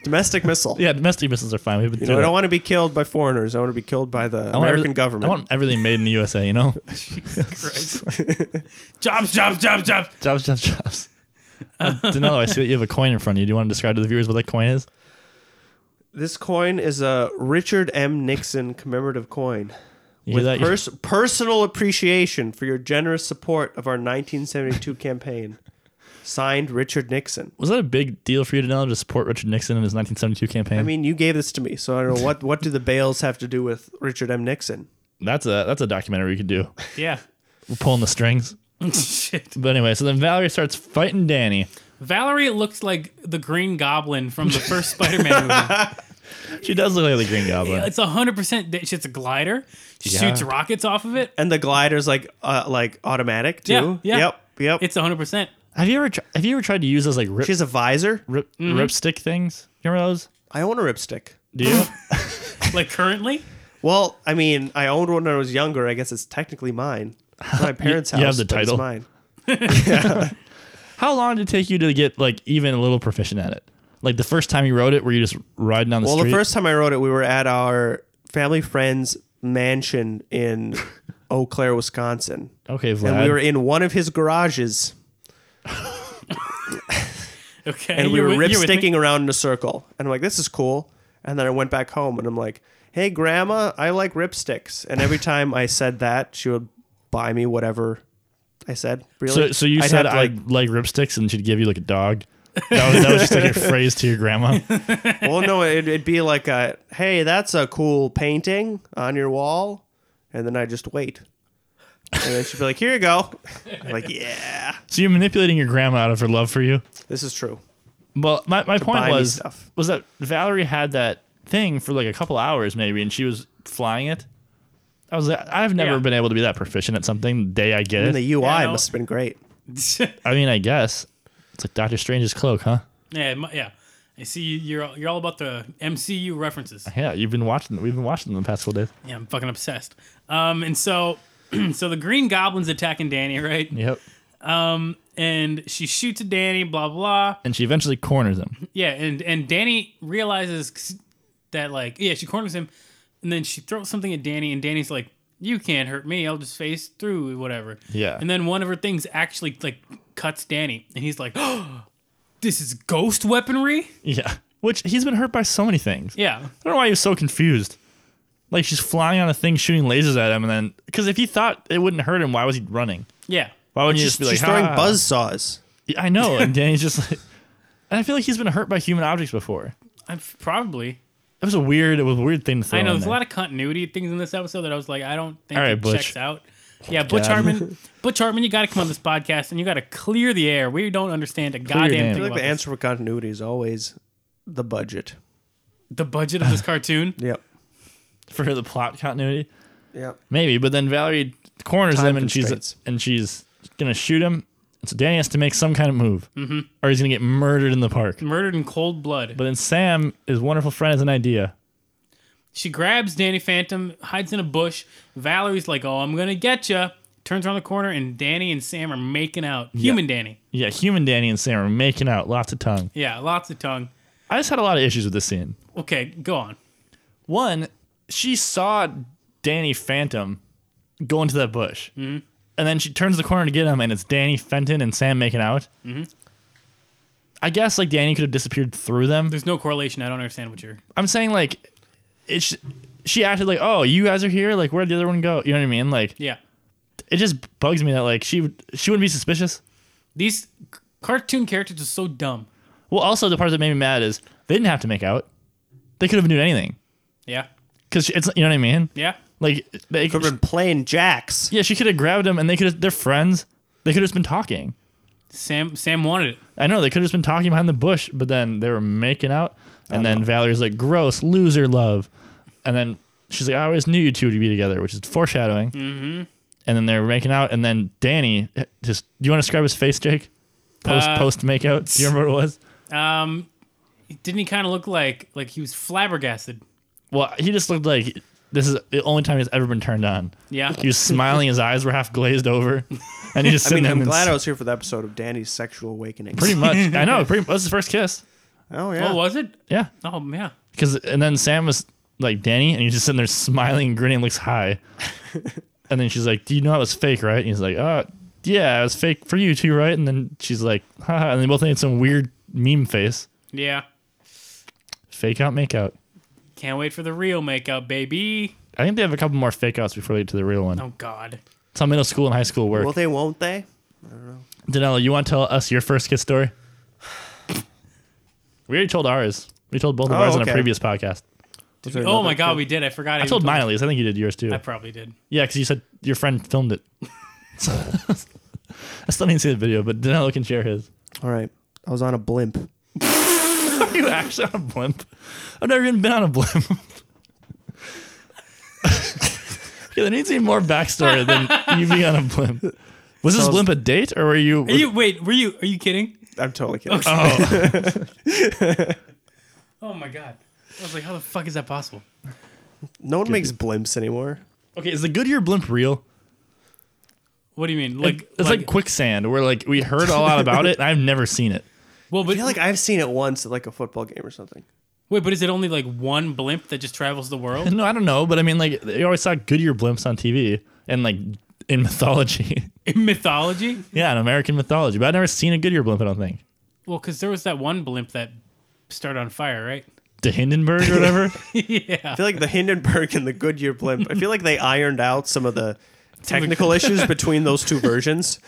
Speaker 4: Domestic missile.
Speaker 3: [LAUGHS] Yeah, domestic missiles are fine. We've been
Speaker 4: You
Speaker 3: through
Speaker 4: know, I
Speaker 3: it.
Speaker 4: don't want to be killed by foreigners. I want to be killed by the
Speaker 3: I want
Speaker 4: American
Speaker 3: every-
Speaker 4: government.
Speaker 3: I want everything made in the USA.
Speaker 2: [LAUGHS]
Speaker 3: You know,
Speaker 4: [LAUGHS]
Speaker 2: Jobs, jobs, jobs, jobs.
Speaker 3: jobs, jobs, jobs. Uh, Danilo, I see that you have a coin in front of you. Do you want to describe to the viewers what that coin is?
Speaker 4: This coin is a Richard M. Nixon commemorative coin
Speaker 3: You
Speaker 4: with
Speaker 3: hear that? You-
Speaker 4: pers- personal appreciation for your generous support of our 1972 campaign. Signed, Richard Nixon.
Speaker 3: was that a big deal for you, Danilo, to support Richard Nixon in his 1972 campaign?
Speaker 4: I mean, you gave this to me, so I don't know what what do the Bales have to do with Richard M. Nixon?
Speaker 3: That's a that's a documentary we could do.
Speaker 2: Yeah.
Speaker 3: We're [LAUGHS] pulling the strings.
Speaker 2: [LAUGHS] Shit.
Speaker 3: But anyway, so then Valerie starts fighting Danny.
Speaker 2: Valerie looks like the Green Goblin from the first Spider-Man
Speaker 4: [LAUGHS]
Speaker 2: movie.
Speaker 3: She does look like the Green Goblin.
Speaker 2: It's hundred percent. that Shit's a glider. She
Speaker 3: Yeah.
Speaker 2: shoots rockets off of it.
Speaker 4: And the glider's like uh, like automatic
Speaker 2: Yeah,
Speaker 4: too.
Speaker 2: yeah.
Speaker 4: Yep. Yep.
Speaker 2: It's hundred percent.
Speaker 3: Have you ever tr- have you ever tried to use those like rip,
Speaker 4: she has a visor.
Speaker 3: rip ripstick things? You remember those?
Speaker 4: I own a ripstick.
Speaker 3: Do
Speaker 4: [LAUGHS]
Speaker 3: you?
Speaker 2: Like currently,
Speaker 4: Well, I mean, I owned one when I was younger. I guess it's technically mine. It's my parents'
Speaker 3: [LAUGHS]
Speaker 4: house.
Speaker 3: you have the
Speaker 4: but it's
Speaker 3: title.
Speaker 4: mine.
Speaker 3: How long did it take you to get like even a little proficient at it? Like the first time you rode it, were you just riding down the
Speaker 4: Well,
Speaker 3: street?
Speaker 4: the first time I wrote it, we were at our family friend's mansion
Speaker 3: [LAUGHS]
Speaker 4: in Eau Claire, Wisconsin,
Speaker 3: okay, Vlad.
Speaker 4: and we were in one of his garages,
Speaker 2: okay.
Speaker 4: and we
Speaker 2: you're
Speaker 4: were
Speaker 2: with- you're with me.
Speaker 4: ripsticking around in a circle. And I'm like, "This is cool." And then I went back home, and I'm like, "Hey, Grandma, I like ripsticks."
Speaker 3: [LAUGHS]
Speaker 4: And every time I said that, she would buy me whatever I said. Really?
Speaker 3: so so you
Speaker 4: I'd
Speaker 3: said
Speaker 4: have to,
Speaker 3: I like, ripsticks, and she'd give you like a
Speaker 4: [LAUGHS]
Speaker 3: dog. That was, that was just like your phrase to your grandma.
Speaker 4: well, no, it'd, it'd be like, a, "Hey, that's a cool painting on your wall," and then I just wait. And then she'd be like, "Here you go." I'm like, yeah,
Speaker 3: So you're manipulating your grandma out of her love for you.
Speaker 4: this is true.
Speaker 3: Well, my, my
Speaker 4: buy
Speaker 3: point
Speaker 4: me
Speaker 3: was
Speaker 4: stuff.
Speaker 3: was that Valerie had that thing for like a couple hours maybe, and she was flying it. I was like, I've never
Speaker 2: Yeah.
Speaker 3: been able to be that proficient at something. The day I get
Speaker 4: And
Speaker 3: it,
Speaker 4: the UI
Speaker 2: Yeah, I know.
Speaker 4: must have been great.
Speaker 3: I mean, I guess it's like Doctor Strange's cloak, huh?
Speaker 2: [LAUGHS] yeah, it mu- yeah. I see you, you're all- you're all about the MCU references.
Speaker 3: Yeah, you've been watching. We've been watching them the past couple days.
Speaker 2: Yeah, I'm fucking obsessed. Um, and so, [CLEARS THROAT] so the Green Goblin's attacking Danny, right?
Speaker 3: Yep.
Speaker 2: And she shoots at Danny, blah blah.
Speaker 3: And she eventually corners
Speaker 4: [LAUGHS]
Speaker 3: him.
Speaker 2: Yeah, and and Danny realizes that like yeah, she corners him, and then she throws something at Danny, and Danny's like, "You can't hurt me. I'll just face through whatever."
Speaker 3: Yeah.
Speaker 2: And then one of her things actually like cuts Danny, and he's like, "Oh, this is ghost weaponry."
Speaker 3: Yeah. Which he's been hurt by so many things.
Speaker 2: Yeah.
Speaker 3: I don't know why he was so confused. Like she's flying on a thing, shooting lasers at him, and then because if he thought it wouldn't hurt him, why was he running?
Speaker 2: Yeah.
Speaker 3: Why wouldn't you
Speaker 4: She's,
Speaker 3: just be like "Ah."
Speaker 4: she's throwing
Speaker 3: "Ha."
Speaker 4: buzz saws.
Speaker 3: Yeah, I know,
Speaker 2: [LAUGHS]
Speaker 3: and Danny's just like, and I feel like he's been hurt by human objects before.
Speaker 2: I'm probably.
Speaker 3: It was a weird, it was a weird thing to throw.
Speaker 2: I know
Speaker 3: in
Speaker 2: there's a
Speaker 3: there.
Speaker 2: lot of continuity things in this episode that I was like, I don't think
Speaker 3: All right,
Speaker 2: it
Speaker 3: Butch.
Speaker 2: checks out. Yeah, Butch
Speaker 3: God. [LAUGHS]
Speaker 2: Hartman, Butch Hartman, you got to come on this podcast and you got to clear the air. We don't understand a
Speaker 3: name.
Speaker 2: goddamn
Speaker 4: I
Speaker 2: thing
Speaker 4: feel like
Speaker 2: about
Speaker 4: the
Speaker 2: this.
Speaker 4: answer for continuity is always the budget.
Speaker 2: the budget
Speaker 3: [LAUGHS]
Speaker 2: of this cartoon.
Speaker 4: Yep.
Speaker 3: for the plot continuity,
Speaker 4: Yep.
Speaker 3: maybe. But then Valerie corners
Speaker 4: Time
Speaker 3: him, and she's
Speaker 4: constraints.
Speaker 3: and she's gonna shoot him. And so Danny has to make some kind of move, mm-hmm. or he's gonna get murdered in the park.
Speaker 2: Murdered in cold blood.
Speaker 3: But then Sam, his wonderful friend, has an idea.
Speaker 2: She grabs Danny Phantom, hides in a bush. Valerie's like, "Oh, I'm gonna get you." Turns around the corner, and Danny and Sam are making out. Human Danny.
Speaker 3: Yeah, human Danny and Sam are making out, lots of tongue.
Speaker 2: Yeah, lots of tongue.
Speaker 3: I just had a lot of issues with this scene.
Speaker 2: Okay, go on.
Speaker 3: One, she saw Danny Phantom go into that bush. Mm-hmm. And then she turns the corner to get him, and it's Danny Fenton and Sam making out. Mm-hmm. I guess, like, Danny could have disappeared through them.
Speaker 2: There's no correlation. I don't understand what you're.
Speaker 3: I'm saying, like, it's, she acted like, oh, you guys are here? Like, where'd the other one go? You know what I mean? Like,
Speaker 2: Yeah,
Speaker 3: it just bugs me that, like, she, would- she wouldn't be suspicious.
Speaker 2: these c- cartoon characters are so dumb.
Speaker 3: Well, also, the part that made me mad is they didn't have to make out. They could have been doing anything.
Speaker 2: Yeah,
Speaker 3: Because it's, you know what I mean?
Speaker 2: yeah.
Speaker 3: Like, they
Speaker 4: Could have been playing jacks.
Speaker 3: Yeah, she could have grabbed him, and they could have. They're friends. They could have just been talking.
Speaker 2: Sam Sam wanted it.
Speaker 3: I know they could have just been talking behind the bush, but then they were making out, and then Valerie's like, "Gross, loser love," and then she's like, "I always knew you two would be together," which is foreshadowing. Mm-hmm. And then they were making out, and then Danny eh, just. Do you want to describe his face, Jake? Post
Speaker 2: Uh,
Speaker 3: post makeout. Do you remember what it was?
Speaker 2: Um, didn't he kind of look like like he was flabbergasted?
Speaker 3: Well, he just looked like this is the only time he's ever been turned on.
Speaker 2: Yeah.
Speaker 3: He was smiling. his eyes were half glazed [LAUGHS] over, and he just.
Speaker 4: I
Speaker 3: sitting
Speaker 4: mean, I'm
Speaker 3: there and
Speaker 4: glad I
Speaker 3: s-
Speaker 4: was here for the episode of Danny's sexual awakening.
Speaker 3: Pretty much, I know. Pretty. That was his first kiss.
Speaker 4: oh
Speaker 2: Oh,
Speaker 4: yeah.
Speaker 2: was it?
Speaker 3: Yeah.
Speaker 2: Oh, yeah.
Speaker 3: Because and then Sam was like Danny, and he's just sitting there smiling and grinning, looks high. and then she's like, "Do you know I was fake, right?" And he's like, "Uh, yeah, it was fake for you too, right?" And then she's like, "Haha!" And they both made some weird meme face,
Speaker 2: Yeah.
Speaker 3: fake out, make out.
Speaker 2: Can't wait for the real makeout, baby.
Speaker 3: I think they have a couple more fake outs before they get to the real one.
Speaker 2: Oh God.
Speaker 3: It's how middle school and high school work.
Speaker 4: Will they? Won't they?
Speaker 3: Danella, you want to tell us your first kiss story? we already told ours. We told both of
Speaker 4: Oh,
Speaker 3: ours on a
Speaker 4: okay.
Speaker 3: previous podcast.
Speaker 4: Was there
Speaker 2: Oh
Speaker 4: another
Speaker 2: my God,
Speaker 4: kid?
Speaker 2: we did. I forgot.
Speaker 3: I
Speaker 2: even
Speaker 3: told mine at least. I think you did yours too.
Speaker 2: I probably did.
Speaker 3: Yeah, because you said your friend filmed it. I still didn't see the video, but Danilo can share his.
Speaker 4: All right. I was on a blimp.
Speaker 3: Are you actually on a blimp? I've never even been on a blimp. yeah, there needs to be more backstory than you being on a blimp. Was this
Speaker 4: Sounds-
Speaker 3: blimp a date, or were you?
Speaker 2: Are you wait? Were you? Are you kidding?
Speaker 4: I'm totally kidding.
Speaker 3: Oh,
Speaker 2: Oh my God. I was like, how the fuck is that possible?
Speaker 4: No one makes blimps anymore.
Speaker 3: okay. Is the Goodyear blimp real?
Speaker 2: What do you mean? Like
Speaker 3: it's like, quicksand. Where like we heard a lot about it, and I've never seen it.
Speaker 2: well, but
Speaker 4: I feel like I've seen it once at like a football game or something.
Speaker 2: wait, but is it only like one blimp that just travels the
Speaker 3: [LAUGHS]
Speaker 2: world?
Speaker 3: No, I don't know, but I mean, like you always saw Goodyear blimps on TV and like in mythology. [LAUGHS]
Speaker 2: In mythology?
Speaker 3: yeah, in American mythology, but I've never seen a Goodyear blimp. I don't think.
Speaker 2: Well, because there was that one blimp that started on fire, right? [LAUGHS]
Speaker 3: to Hindenburg or [LAUGHS] whatever.
Speaker 4: I feel like the Hindenburg and the Goodyear blimp. I feel like they ironed out some of the technical issues between those two versions.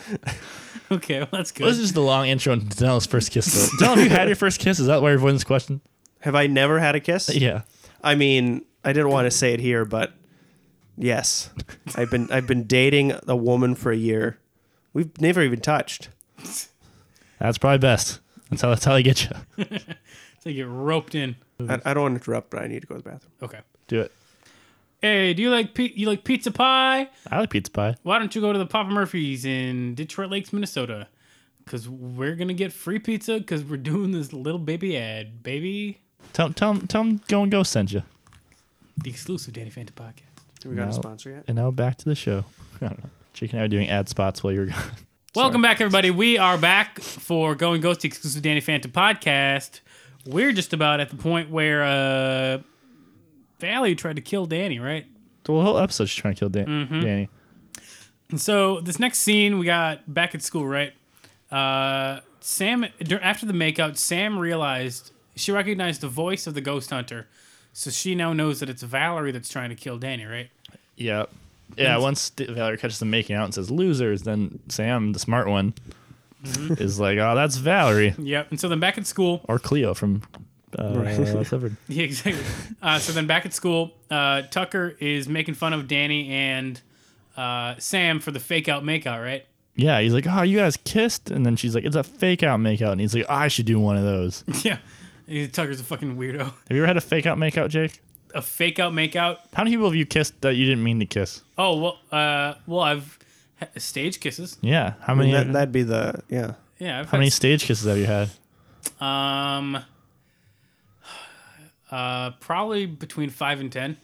Speaker 2: Okay, well, that's
Speaker 3: this
Speaker 2: good.
Speaker 3: is just a long intro into Danelle's first kiss. [LAUGHS] Though. Danelle, have you had your first kiss? Is that why you're avoiding this question?
Speaker 4: Have I never had a kiss?
Speaker 3: Yeah.
Speaker 4: I mean, I didn't want to say it here, but
Speaker 3: [LAUGHS]
Speaker 4: Yes, I've been I've been dating a woman for a year. We've never even touched.
Speaker 3: That's probably best. That's how that's how they get you.
Speaker 2: So you get roped in.
Speaker 4: I, I don't want to interrupt, but I need to go to the bathroom.
Speaker 2: Okay.
Speaker 3: Do it.
Speaker 2: Hey, do you like pi- you like pizza pie?
Speaker 3: I like pizza pie.
Speaker 2: Why don't you go to the Papa Murphy's in Detroit Lakes, Minnesota? Because we're gonna get free pizza because we're [LAUGHS] doing this little baby ad, baby.
Speaker 3: Tell tell 'em- tell 'em go and go send you.
Speaker 2: The exclusive Danny Phantom podcast.
Speaker 4: Do we got
Speaker 3: No.
Speaker 4: a sponsor yet?
Speaker 3: And now back to the show. [LAUGHS] I don't know. Jake and I were doing ad spots while you were gone. [LAUGHS]
Speaker 2: Welcome back, everybody. We are back for Going Ghost the exclusive Danny Phantom podcast. We're just about at the point where uh, Valley tried to kill Danny, right?
Speaker 3: The whole episode's trying to kill Dan- Danny.
Speaker 2: And so this next scene, we got back at school, right? Uh, Sam, dur- after the makeout, Sam realized she recognized the voice of the ghost hunter, so she now knows that it's Valerie that's trying to kill Danny, right?
Speaker 3: Yeah. Yeah, once D- Valerie catches them making out and says losers, then Sam, the smart one, is like, oh, that's Valerie
Speaker 2: Yep. And so then back at school,
Speaker 3: or Cleo from uh, Severed.
Speaker 2: [LAUGHS] Yeah, exactly. Uh, so then back at school, uh, Tucker is making fun of Danny and uh, Sam for the fake out make out, right?
Speaker 3: Yeah, he's like, oh, you guys kissed? And then she's like, it's a fake out make out. And he's like, I should do one of those. Have
Speaker 2: Yeah. And Tucker's a fucking weirdo.
Speaker 3: you ever had a fake out make out, Jake?
Speaker 2: A fake out make out.
Speaker 3: How many people have you kissed that you didn't mean to kiss?
Speaker 2: Oh, well, uh, well I've ha- stage kisses.
Speaker 3: Yeah. How many
Speaker 4: That, that'd be the yeah.
Speaker 2: Yeah. I've
Speaker 3: How many stage kisses have you had?
Speaker 2: Um, [SIGHS] uh, probably between five and ten.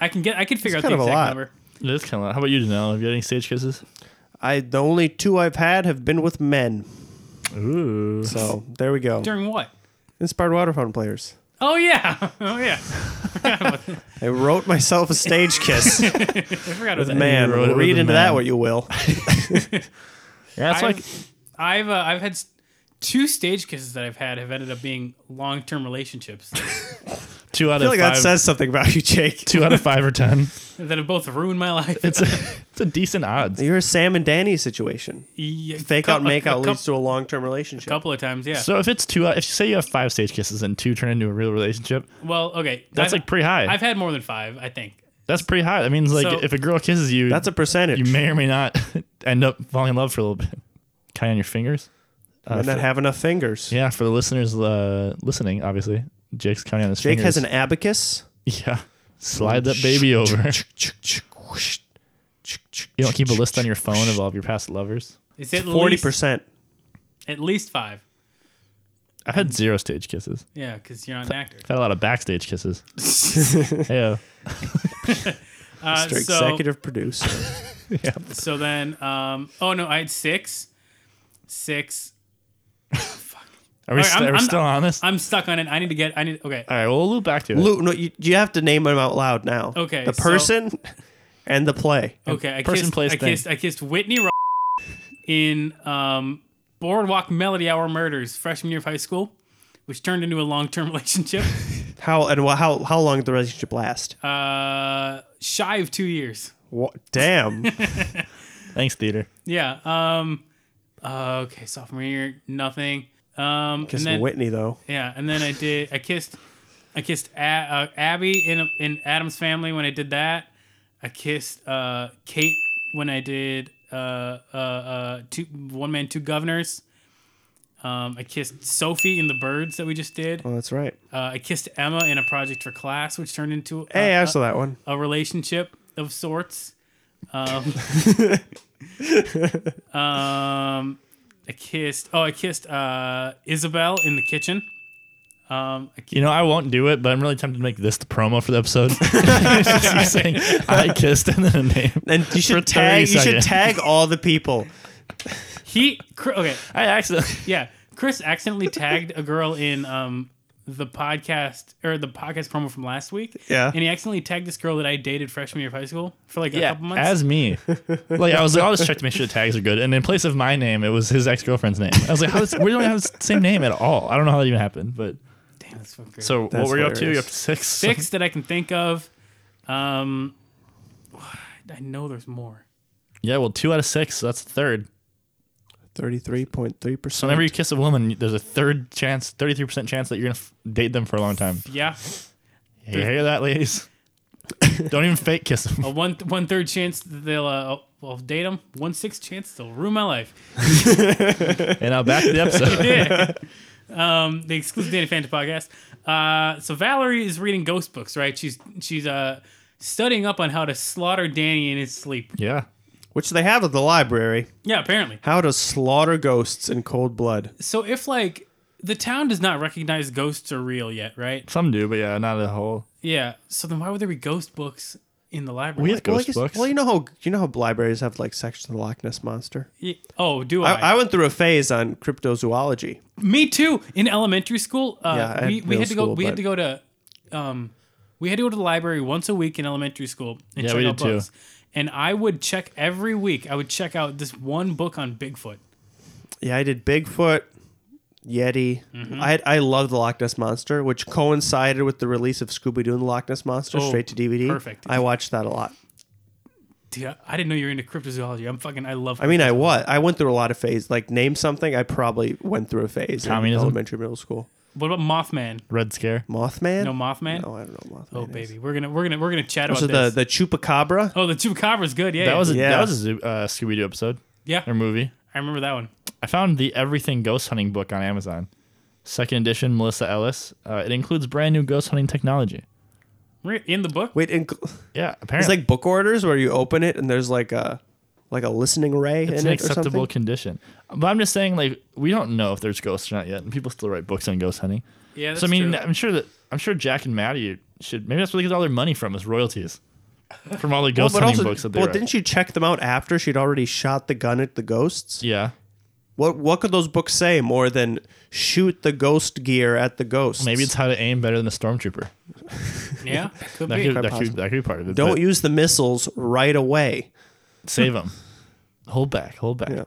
Speaker 2: I can get. I can figure
Speaker 4: It's
Speaker 2: out
Speaker 4: kind
Speaker 2: the
Speaker 4: of a
Speaker 2: exact
Speaker 4: lot.
Speaker 2: number.
Speaker 3: It is kind of. How about you, Danelle? Have you had any stage kisses?
Speaker 4: I the only two I've had have been with men.
Speaker 3: Ooh.
Speaker 4: So there we go.
Speaker 2: During what?
Speaker 4: Inspired waterphone players.
Speaker 2: Oh yeah. [LAUGHS] Oh yeah.
Speaker 4: I wrote myself
Speaker 3: [LAUGHS]
Speaker 4: a stage kiss.
Speaker 2: I forgot about that.
Speaker 4: man,
Speaker 3: wrote it with
Speaker 4: read
Speaker 3: a
Speaker 4: into that
Speaker 3: man.
Speaker 4: what you will.
Speaker 3: Yeah, it's
Speaker 2: I've-
Speaker 3: like
Speaker 2: I've uh, I've had s- two stage kisses that I've had have ended up being long term relationships [LAUGHS]
Speaker 3: two out
Speaker 4: I feel
Speaker 3: of
Speaker 4: like
Speaker 3: five.
Speaker 4: that says something about you, Jake.
Speaker 3: two out of five or
Speaker 4: [LAUGHS]
Speaker 3: ten.
Speaker 2: that have both ruined my life.
Speaker 3: It's a, it's a decent odds.
Speaker 4: You're a Sam and Danny situation.
Speaker 2: Yeah,
Speaker 4: Fake
Speaker 2: cou-
Speaker 4: out, make
Speaker 2: a,
Speaker 4: out
Speaker 2: a
Speaker 4: leads
Speaker 2: couple,
Speaker 4: to a long term relationship.
Speaker 2: couple of times. Yeah.
Speaker 3: So if it's two, out- if you say you have five stage kisses and two turn into a real relationship,
Speaker 2: well, okay.
Speaker 3: that's
Speaker 2: I've-
Speaker 3: like pretty high.
Speaker 2: I've had more than five. I think.
Speaker 3: that's pretty high. That means like
Speaker 2: So-
Speaker 3: if a girl kisses you,
Speaker 4: That's a percentage.
Speaker 3: you may or may not [LAUGHS] end up falling in love for a little bit. Kind on your fingers. Uh,
Speaker 4: and not
Speaker 3: for-
Speaker 4: have enough fingers.
Speaker 3: yeah, for the listeners uh, listening, obviously, Jake's counting on his
Speaker 4: Jake
Speaker 3: fingers.
Speaker 4: has an abacus.
Speaker 3: [LAUGHS] yeah. Slide that baby over. You don't keep a list on your phone of all of your past lovers.
Speaker 2: It's at
Speaker 4: Forty
Speaker 2: least
Speaker 4: percent.
Speaker 2: at least five.
Speaker 3: I've had zero stage kisses.
Speaker 2: Yeah, because you're not an
Speaker 4: [LAUGHS]
Speaker 2: actor.
Speaker 3: I've had a lot of backstage kisses. yeah.
Speaker 2: Uh,
Speaker 4: Mr.
Speaker 2: so, [LAUGHS]
Speaker 4: executive producer.
Speaker 2: So then, um, oh no, I had six, six.
Speaker 3: Are we,
Speaker 2: Alright,
Speaker 3: st-
Speaker 2: I'm-
Speaker 3: are we
Speaker 2: I'm-
Speaker 3: still on this?
Speaker 2: I'm stuck on it. I need to get. I need. Okay.
Speaker 3: all right, well, we'll loop back to it.
Speaker 4: Lou, no, you, you have to name them out loud now.
Speaker 2: Okay,
Speaker 4: The
Speaker 2: so-
Speaker 4: person [LAUGHS] and the play.
Speaker 2: Okay, I
Speaker 3: Person,
Speaker 2: kissed,
Speaker 3: place,
Speaker 2: I
Speaker 3: thing.
Speaker 2: kissed, I kissed Whitney Ro- in um, Boardwalk Melody Hour Murders freshman year of high school, which turned into a long-term [LAUGHS] relationship,
Speaker 4: How and wha- how how long did the relationship last?
Speaker 2: uh, shy of two years.
Speaker 4: Wha-
Speaker 2: [LAUGHS]
Speaker 4: Damn.
Speaker 3: Thanks, theater.
Speaker 2: Yeah. Um, uh, okay, sophomore year, nothing. Um, and
Speaker 4: Kissing
Speaker 2: then
Speaker 4: Whitney though.
Speaker 2: yeah, and then I did. I kissed, I kissed a- uh, Abby in in Adam's Family when I did that. I kissed uh, Kate when I did uh, uh, uh, two one man two governors. Um, I kissed Sophie in the Birds that we just did. Uh,
Speaker 4: Oh, that's right.
Speaker 2: I kissed Emma in a project for class, which turned into a,
Speaker 4: Hey, I
Speaker 2: a,
Speaker 4: saw
Speaker 2: [LAUGHS]
Speaker 4: that one.
Speaker 2: a relationship of sorts. Um, um, I kissed. Oh, I kissed uh, Isabel in the kitchen. Um, I
Speaker 3: You know, I won't do it, but I'm really tempted to make this the promo for the episode. [LAUGHS] You saying, I kissed and then a name.
Speaker 4: And you should
Speaker 3: 30
Speaker 4: tag. You should
Speaker 3: seconds.
Speaker 4: tag all
Speaker 2: [LAUGHS]
Speaker 4: the people.
Speaker 2: He Cr- okay,
Speaker 3: I accidentally.
Speaker 2: yeah. Chris accidentally tagged a girl in um the podcast or the podcast promo from last week.
Speaker 4: Yeah.
Speaker 2: and he accidentally tagged this girl that I dated freshman year of high school for like a
Speaker 3: Yeah,
Speaker 2: couple months.
Speaker 3: as me. [LAUGHS] Like I was, like, I'll just check to make sure the tags are good. And in place of my name, it was his ex girlfriend's name. I was like, how does, we don't have the same name at all. I don't know how that even happened. But
Speaker 2: Damn, that's fucking great.
Speaker 3: so what
Speaker 4: That's
Speaker 3: were you up to?
Speaker 4: hilarious.
Speaker 3: You up to six?
Speaker 2: six that I can think of. Um, [SIGHS] I know there's more.
Speaker 3: Yeah, well, two out of six. So that's the third.
Speaker 4: Thirty-three point three
Speaker 3: So whenever
Speaker 4: percent.
Speaker 3: you kiss a woman, there's a third chance, 33% chance that you're going to f- date them for a long time.
Speaker 2: Yeah.
Speaker 3: [LAUGHS] You hear that, ladies? Don't even fake kiss him.
Speaker 2: A one one third chance that they'll uh, I'll date him. One sixth chance they'll ruin my life.
Speaker 3: and now back to the
Speaker 2: [LAUGHS]
Speaker 3: episode.
Speaker 2: um, the exclusive Danny Phantom podcast. Uh, so Valerie is reading ghost books, right? She's she's uh studying up on how to slaughter Danny in his sleep.
Speaker 3: [LAUGHS] yeah.
Speaker 4: Which they have at the library.
Speaker 2: Yeah, apparently.
Speaker 4: How to slaughter ghosts in cold blood.
Speaker 2: So if like the town does not recognize ghosts are real yet, right?
Speaker 3: Some do, but yeah, not a whole.
Speaker 2: Yeah. So then why would there be ghost books in the library?
Speaker 3: We have
Speaker 4: Well, I
Speaker 3: ghost
Speaker 4: guess-
Speaker 3: books.
Speaker 4: well, you know how you know how libraries have like sections of the Loch Ness monster.
Speaker 2: Yeah. Oh, do I?
Speaker 4: I, I went through a phase on cryptozoology.
Speaker 2: Me too. In elementary school, uh,
Speaker 4: Yeah, I
Speaker 2: we,
Speaker 4: had
Speaker 2: we
Speaker 4: middle
Speaker 2: had to go.
Speaker 4: school,
Speaker 2: we had
Speaker 4: but-
Speaker 2: to go to, um, we had to go to the library once a week in elementary school and
Speaker 3: Yeah,
Speaker 2: check
Speaker 3: we
Speaker 2: out
Speaker 3: did too.
Speaker 2: books. And I would check every week. I would check out this one book on Bigfoot.
Speaker 4: Yeah, I did Bigfoot, Yeti.
Speaker 2: Mm-hmm.
Speaker 4: I I loved the Loch Ness monster, which coincided with the release of Scooby Doo and the Loch Ness monster
Speaker 2: Oh,
Speaker 4: straight to DVD.
Speaker 2: perfect.
Speaker 4: I watched that a lot.
Speaker 2: Dude, I- I didn't know you were into cryptozoology. I'm fucking. I love.
Speaker 4: I mean, I was I went through a lot of phases. Like name something, I probably went through a phase.
Speaker 3: Communism?
Speaker 4: in elementary, middle school.
Speaker 2: what about Mothman?
Speaker 3: Red Scare.
Speaker 4: Mothman.
Speaker 2: No Mothman.
Speaker 4: No, I don't know Mothman.
Speaker 2: oh
Speaker 4: is.
Speaker 2: baby, we're gonna we're gonna we're gonna chat
Speaker 4: So
Speaker 2: about
Speaker 4: the
Speaker 2: this.
Speaker 4: the chupacabra.
Speaker 2: oh, the chupacabra's good. Yeah,
Speaker 3: That was a,
Speaker 4: Yeah.
Speaker 3: that was a Zoo- uh, Scooby Doo episode
Speaker 2: yeah.
Speaker 3: or movie.
Speaker 2: I remember that one.
Speaker 3: I found the Everything Ghost Hunting book on Amazon, second edition, Melissa Ellis. Uh, it includes brand new ghost hunting technology.
Speaker 2: Re- In the
Speaker 4: [LAUGHS]
Speaker 2: book.
Speaker 4: Wait, and,
Speaker 3: Yeah,
Speaker 4: it's
Speaker 3: apparently
Speaker 4: like book orders where you open it and there's like a like a listening ray
Speaker 3: it's an
Speaker 4: in it or
Speaker 3: acceptable
Speaker 4: something.
Speaker 3: condition. But I'm just saying, like, we don't know if there's ghosts or not yet, and people still write books on ghost hunting.
Speaker 2: Yeah. That's
Speaker 3: so I mean,
Speaker 2: true.
Speaker 3: I'm sure that I'm sure Jack and Maddie should maybe that's where they get all their money from is royalties from
Speaker 4: [LAUGHS]
Speaker 3: all the
Speaker 4: Well,
Speaker 3: ghost
Speaker 4: but
Speaker 3: hunting
Speaker 4: also,
Speaker 3: books that they
Speaker 4: well,
Speaker 3: write.
Speaker 4: didn't you check them out after she'd already shot the gun at the ghosts?
Speaker 3: yeah,
Speaker 4: What what could those books say more than shoot the ghost gear at the ghosts?
Speaker 3: maybe it's how to aim better than a stormtrooper.
Speaker 2: yeah. Could
Speaker 3: That
Speaker 2: be.
Speaker 3: could, that, could,
Speaker 4: possible.
Speaker 3: that could be part of it.
Speaker 4: don't
Speaker 3: but
Speaker 4: use the missiles right away.
Speaker 3: save them. Hold back. Hold back.
Speaker 4: Yeah.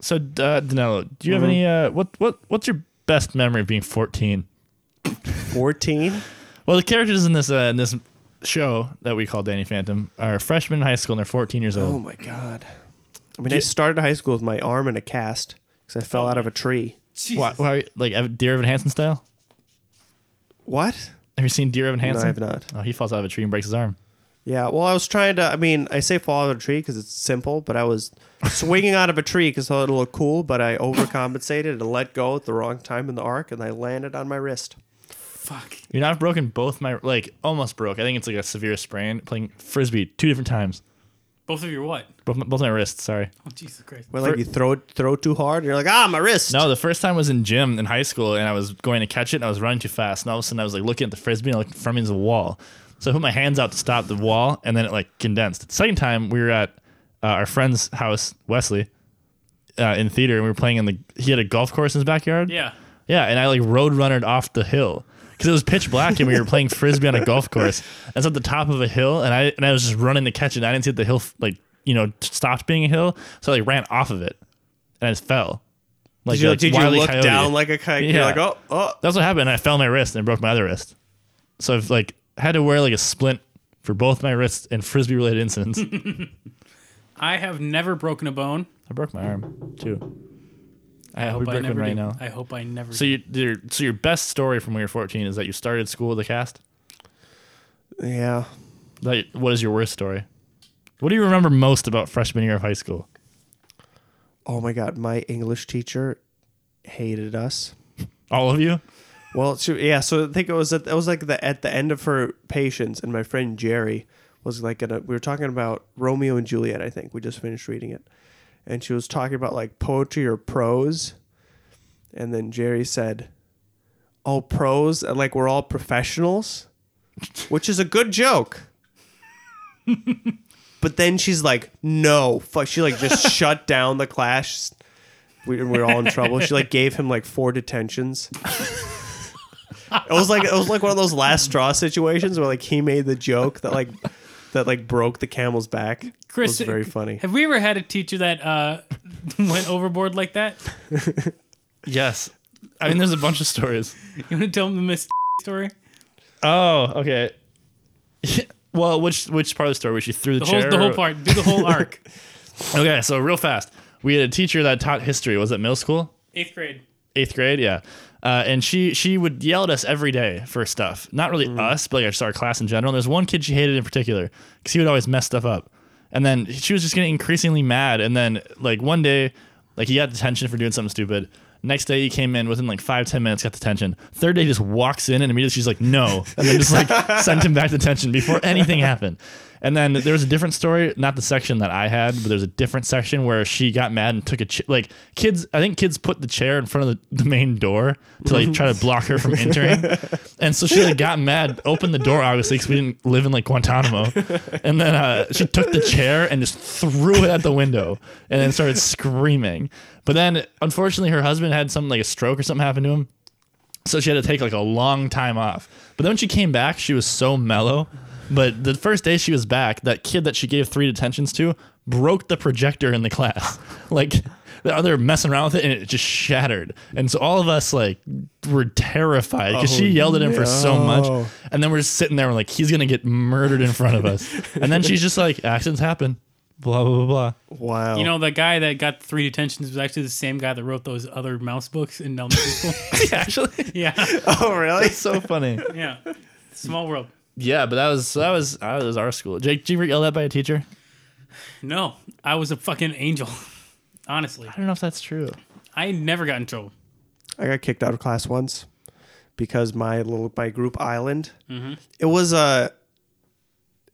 Speaker 3: So uh, Danilo, do you have any? Uh,
Speaker 4: Mm-hmm.
Speaker 3: what what what's your best memory of being 14?
Speaker 4: Fourteen.
Speaker 3: Well, the characters in this uh, in this show that we call Danny Phantom are freshmen in high school and they're 14 years
Speaker 4: Oh
Speaker 3: old.
Speaker 4: my god. I mean, I started high school with my arm in a cast because I
Speaker 3: Oh.
Speaker 4: fell out of a tree.
Speaker 2: Jesus.
Speaker 3: Why, why, like Ev- Dear Evan Hansen style?
Speaker 4: What?
Speaker 3: Have you seen Dear Evan
Speaker 4: No,
Speaker 3: Hansen?
Speaker 4: I have not.
Speaker 3: Oh, he falls out of a tree and breaks his arm.
Speaker 4: Yeah, well, I was trying to. I mean, I say fall out of a tree because it's simple, but I was swinging out of a tree because I thought it looked cool, but I overcompensated and let go at the wrong time in the arc, and I landed on my wrist.
Speaker 2: Fuck.
Speaker 3: You know, I've broken both my like almost broke. I think it's like a severe sprain playing frisbee two different times.
Speaker 2: Both of your what?
Speaker 3: Both my, both my wrists. Sorry.
Speaker 2: Oh Jesus Christ.
Speaker 4: Where like
Speaker 3: For-
Speaker 4: you throw throw too hard, and you're like, ah, my wrist.
Speaker 3: No, the first time was in gym in high school, and I was going to catch it, and I was running too fast, and all of a sudden I was like looking at the frisbee, and I looked in front of me as a wall. So I put my hands out to stop the wall, and then it like condensed. The second time we were at uh, our friend's house, Wesley, uh, in theater, and we were playing in the. He had a golf course in his backyard.
Speaker 2: Yeah.
Speaker 3: Yeah, and I like road runnered off the hill because it was pitch black and we were playing frisbee on a golf course. That's at the top of a hill, and I and I was just running to catch it. And I didn't see that the hill like you know stopped being a hill, so I like ran off of it and I just fell. Like,
Speaker 4: did you,
Speaker 3: like
Speaker 4: did you
Speaker 3: Wile E.
Speaker 4: look
Speaker 3: Coyote.
Speaker 4: down like a kite? You're
Speaker 3: Yeah.
Speaker 4: like, oh, oh.
Speaker 3: That's what happened. and I fell on my wrist and broke my other wrist. So I've like had to wear like a splint for both my wrists and frisbee related
Speaker 4: [LAUGHS]
Speaker 3: incidents. I
Speaker 2: I have never broken a bone.
Speaker 3: broke my arm too. I, hope,
Speaker 2: But
Speaker 3: I
Speaker 2: I
Speaker 3: break one
Speaker 2: never
Speaker 3: right
Speaker 2: do.
Speaker 3: now.
Speaker 2: I hope I never.
Speaker 3: So
Speaker 2: do.
Speaker 3: you, your so your best story from when you were 14 is that you started school with a cast.
Speaker 4: Yeah.
Speaker 3: Like, what is your worst story? What do you remember most about freshman year of high school?
Speaker 4: Oh my god, my English teacher hated us.
Speaker 3: All of you?
Speaker 4: Well, she, yeah. So I think it was at, it was like the at the end of her patience, and my friend Jerry was like, at a, we were talking about Romeo and Juliet. I think we just finished reading it, and she was talking about like poetry or prose, and then Jerry said, "Oh, prose," and like we're all professionals, which is a
Speaker 2: [LAUGHS]
Speaker 4: good joke. but then she's like, "No, fuck!" She
Speaker 2: [LAUGHS]
Speaker 4: like just shut down the class. We, we we're all in trouble. She like gave him like four detentions. It was like it was like one of those last straw situations where like he made the joke that like that like broke the camel's back.
Speaker 2: Chris,
Speaker 4: it was very funny.
Speaker 2: Have we ever had a teacher that uh, [LAUGHS] went overboard like that?
Speaker 3: Yes. I mean, there's a bunch of stories.
Speaker 2: You want to tell them the Miss [LAUGHS] story?
Speaker 3: Oh, okay. [LAUGHS] well, which which part of the story? Was she threw the,
Speaker 2: The whole,
Speaker 3: chair?
Speaker 2: the whole part. Do the
Speaker 3: [LAUGHS]
Speaker 2: whole arc.
Speaker 3: Okay, so real fast. We had a teacher that taught history. Was it middle school?
Speaker 2: Eighth grade.
Speaker 3: Eighth grade, yeah. Uh, and she she would yell at us every day for stuff. Not really us, but like our class in general. And there's one kid she hated in particular because he would always mess stuff up. And then she was just getting increasingly mad. And then like one day, like he got detention for doing something stupid. Next day he came in within like five ten minutes, got detention. Third day he just walks in and immediately she's like no, and then just like sent him back to detention before anything happened. And then there was a different story, not the section that I had, but there's a different section where she got mad and took a ch- like kids. I think kids put the chair in front of the, the main door to like try to block her from entering. And so she like got mad, opened the door obviously because we didn't live in like Guantanamo. And then uh, she took the chair and just threw it at the window and then started screaming. But then unfortunately her husband had something like a stroke or something happened to him. So she had to take like a long time off. But then when she came back, she was so mellow. But the first day she was back, that kid that she gave three detentions to broke the projector in the class. [LAUGHS] like the other messing around with it and it just shattered. And so all of us like were terrified because she yelled at him for so much. And then we're just sitting there we're like he's gonna get murdered in front of [LAUGHS] us. and then she's just like, accidents happen. Blah blah blah [LAUGHS] blah.
Speaker 4: Wow.
Speaker 2: You know, the guy that got three detentions was actually the same guy that wrote those other mouse books in
Speaker 3: [LAUGHS]
Speaker 2: elementary school.
Speaker 3: Actually,
Speaker 2: yeah,
Speaker 4: [LAUGHS] oh really?
Speaker 3: it's [LAUGHS] so funny.
Speaker 2: yeah. Small world.
Speaker 3: Yeah, but that was so that was that was our school. Jake, did you ever get yelled at by a teacher?
Speaker 2: No, I was a fucking angel. [LAUGHS] Honestly,
Speaker 3: I don't know if that's true.
Speaker 2: I never got in trouble.
Speaker 4: I got kicked out of class once because my little my group island.
Speaker 3: Mm-hmm.
Speaker 4: It was a.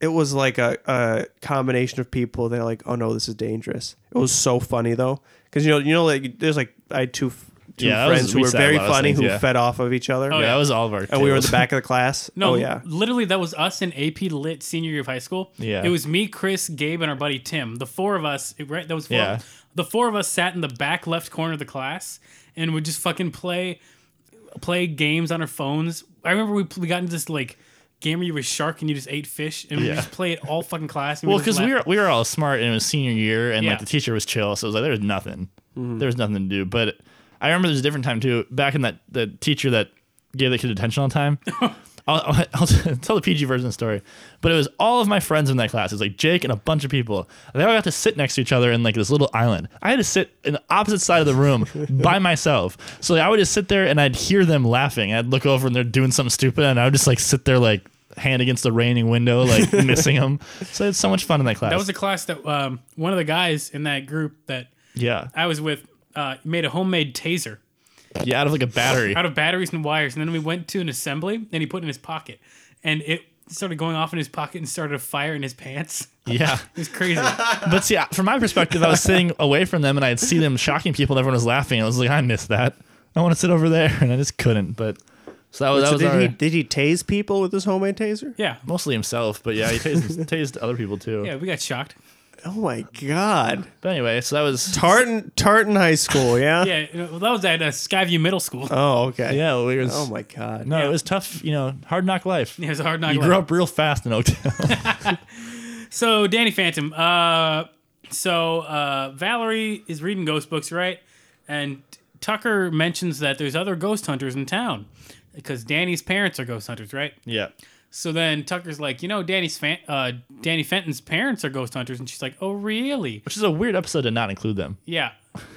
Speaker 4: It was like a, a combination of people. They're like, "Oh no, this is dangerous." It was so funny though, because you know, you know, like there's like I had two f- two
Speaker 3: Yeah, that was-
Speaker 4: friends who
Speaker 3: we
Speaker 4: were
Speaker 3: said
Speaker 4: very
Speaker 3: a lot of
Speaker 4: funny
Speaker 3: things,
Speaker 4: who
Speaker 3: yeah.
Speaker 4: fed off of each other.
Speaker 2: Oh,
Speaker 3: yeah,
Speaker 2: yeah.
Speaker 3: that was all of our.
Speaker 4: and we were in
Speaker 3: tables. [LAUGHS]
Speaker 4: the back of the class.
Speaker 2: No,
Speaker 4: oh yeah,
Speaker 2: literally that was us in AP Lit senior year of high school.
Speaker 3: Yeah.
Speaker 2: It was me, Chris, Gabe, and our buddy Tim. The four of us, it, right? That was four.
Speaker 3: Yeah.
Speaker 2: The four of us sat in the back left corner of the class and would just fucking play play games on our phones. I remember we, we got into this like game where you were a shark and you just ate fish and we
Speaker 3: Yeah.
Speaker 2: just play it all fucking class. and
Speaker 3: Well,
Speaker 2: just
Speaker 3: because we
Speaker 2: laugh.
Speaker 3: were we were all smart and it was senior year and
Speaker 2: Yeah.
Speaker 3: like the teacher was chill, so it was like there was nothing,
Speaker 2: Mm-hmm.
Speaker 3: there was nothing to do. But I remember there's a different time too. Back in that the teacher that gave the kid detention all
Speaker 2: [LAUGHS]
Speaker 3: the time. I'll, I'll, I'll [LAUGHS] tell the PG version of the story, but it was all of my friends in that class. It was like Jake and a bunch of people. They all got to sit next to each other in like this little island. I had to sit in the opposite side of
Speaker 2: [LAUGHS]
Speaker 3: the room by myself. So I would just sit there and I'd hear them laughing. I'd look over and they're doing something stupid, and I would just like sit there like hand against the raining
Speaker 2: [LAUGHS]
Speaker 3: window, like missing them. So it's so much fun in that class.
Speaker 2: That was a class that um, one of the guys in that group that
Speaker 3: yeah,
Speaker 2: I was with uh, made a homemade taser.
Speaker 3: yeah, out of like a battery.
Speaker 2: out of batteries and wires. And then we went to an assembly and he put it in his pocket. And it started going off in his pocket and started a fire in his pants.
Speaker 3: Yeah,
Speaker 2: It was
Speaker 3: [LAUGHS]
Speaker 2: crazy.
Speaker 3: but see, I- from my perspective,
Speaker 4: [LAUGHS]
Speaker 3: I was sitting away from them, and I'd see them shocking people, and everyone was laughing. I was like, I miss that. I want to sit over there, [LAUGHS] and I just couldn't. But so that was that
Speaker 4: So
Speaker 3: was
Speaker 4: did
Speaker 3: our,
Speaker 4: he did he tase people with his homemade taser?
Speaker 2: yeah.
Speaker 3: mostly himself. But yeah, he [LAUGHS] tased, tased other people too.
Speaker 2: Yeah, we got shocked.
Speaker 4: Oh my god,
Speaker 3: But anyway, so that was
Speaker 4: Tartan Tartan High
Speaker 3: [LAUGHS]
Speaker 4: School, yeah.
Speaker 2: Yeah, you know, well, that was at uh, Skyview Middle School. [LAUGHS]
Speaker 4: Oh okay.
Speaker 3: yeah, we were.
Speaker 4: Oh my god.
Speaker 3: No, it was tough. You know, hard knock life.
Speaker 2: it was a hard knock.
Speaker 3: You
Speaker 2: life.
Speaker 3: grew up real fast in [LAUGHS] Oakdale.
Speaker 2: So, Danny Phantom. Uh, so, uh, Valerie is reading ghost books, right? And Tucker mentions that there's other ghost hunters in town because Danny's parents are ghost hunters, right?
Speaker 3: yeah.
Speaker 2: So then Tucker's like, you know, Danny's fan- uh, Danny Fenton's parents are ghost hunters, and she's like, oh, really?
Speaker 3: Which is a weird episode to not include them.
Speaker 2: Yeah.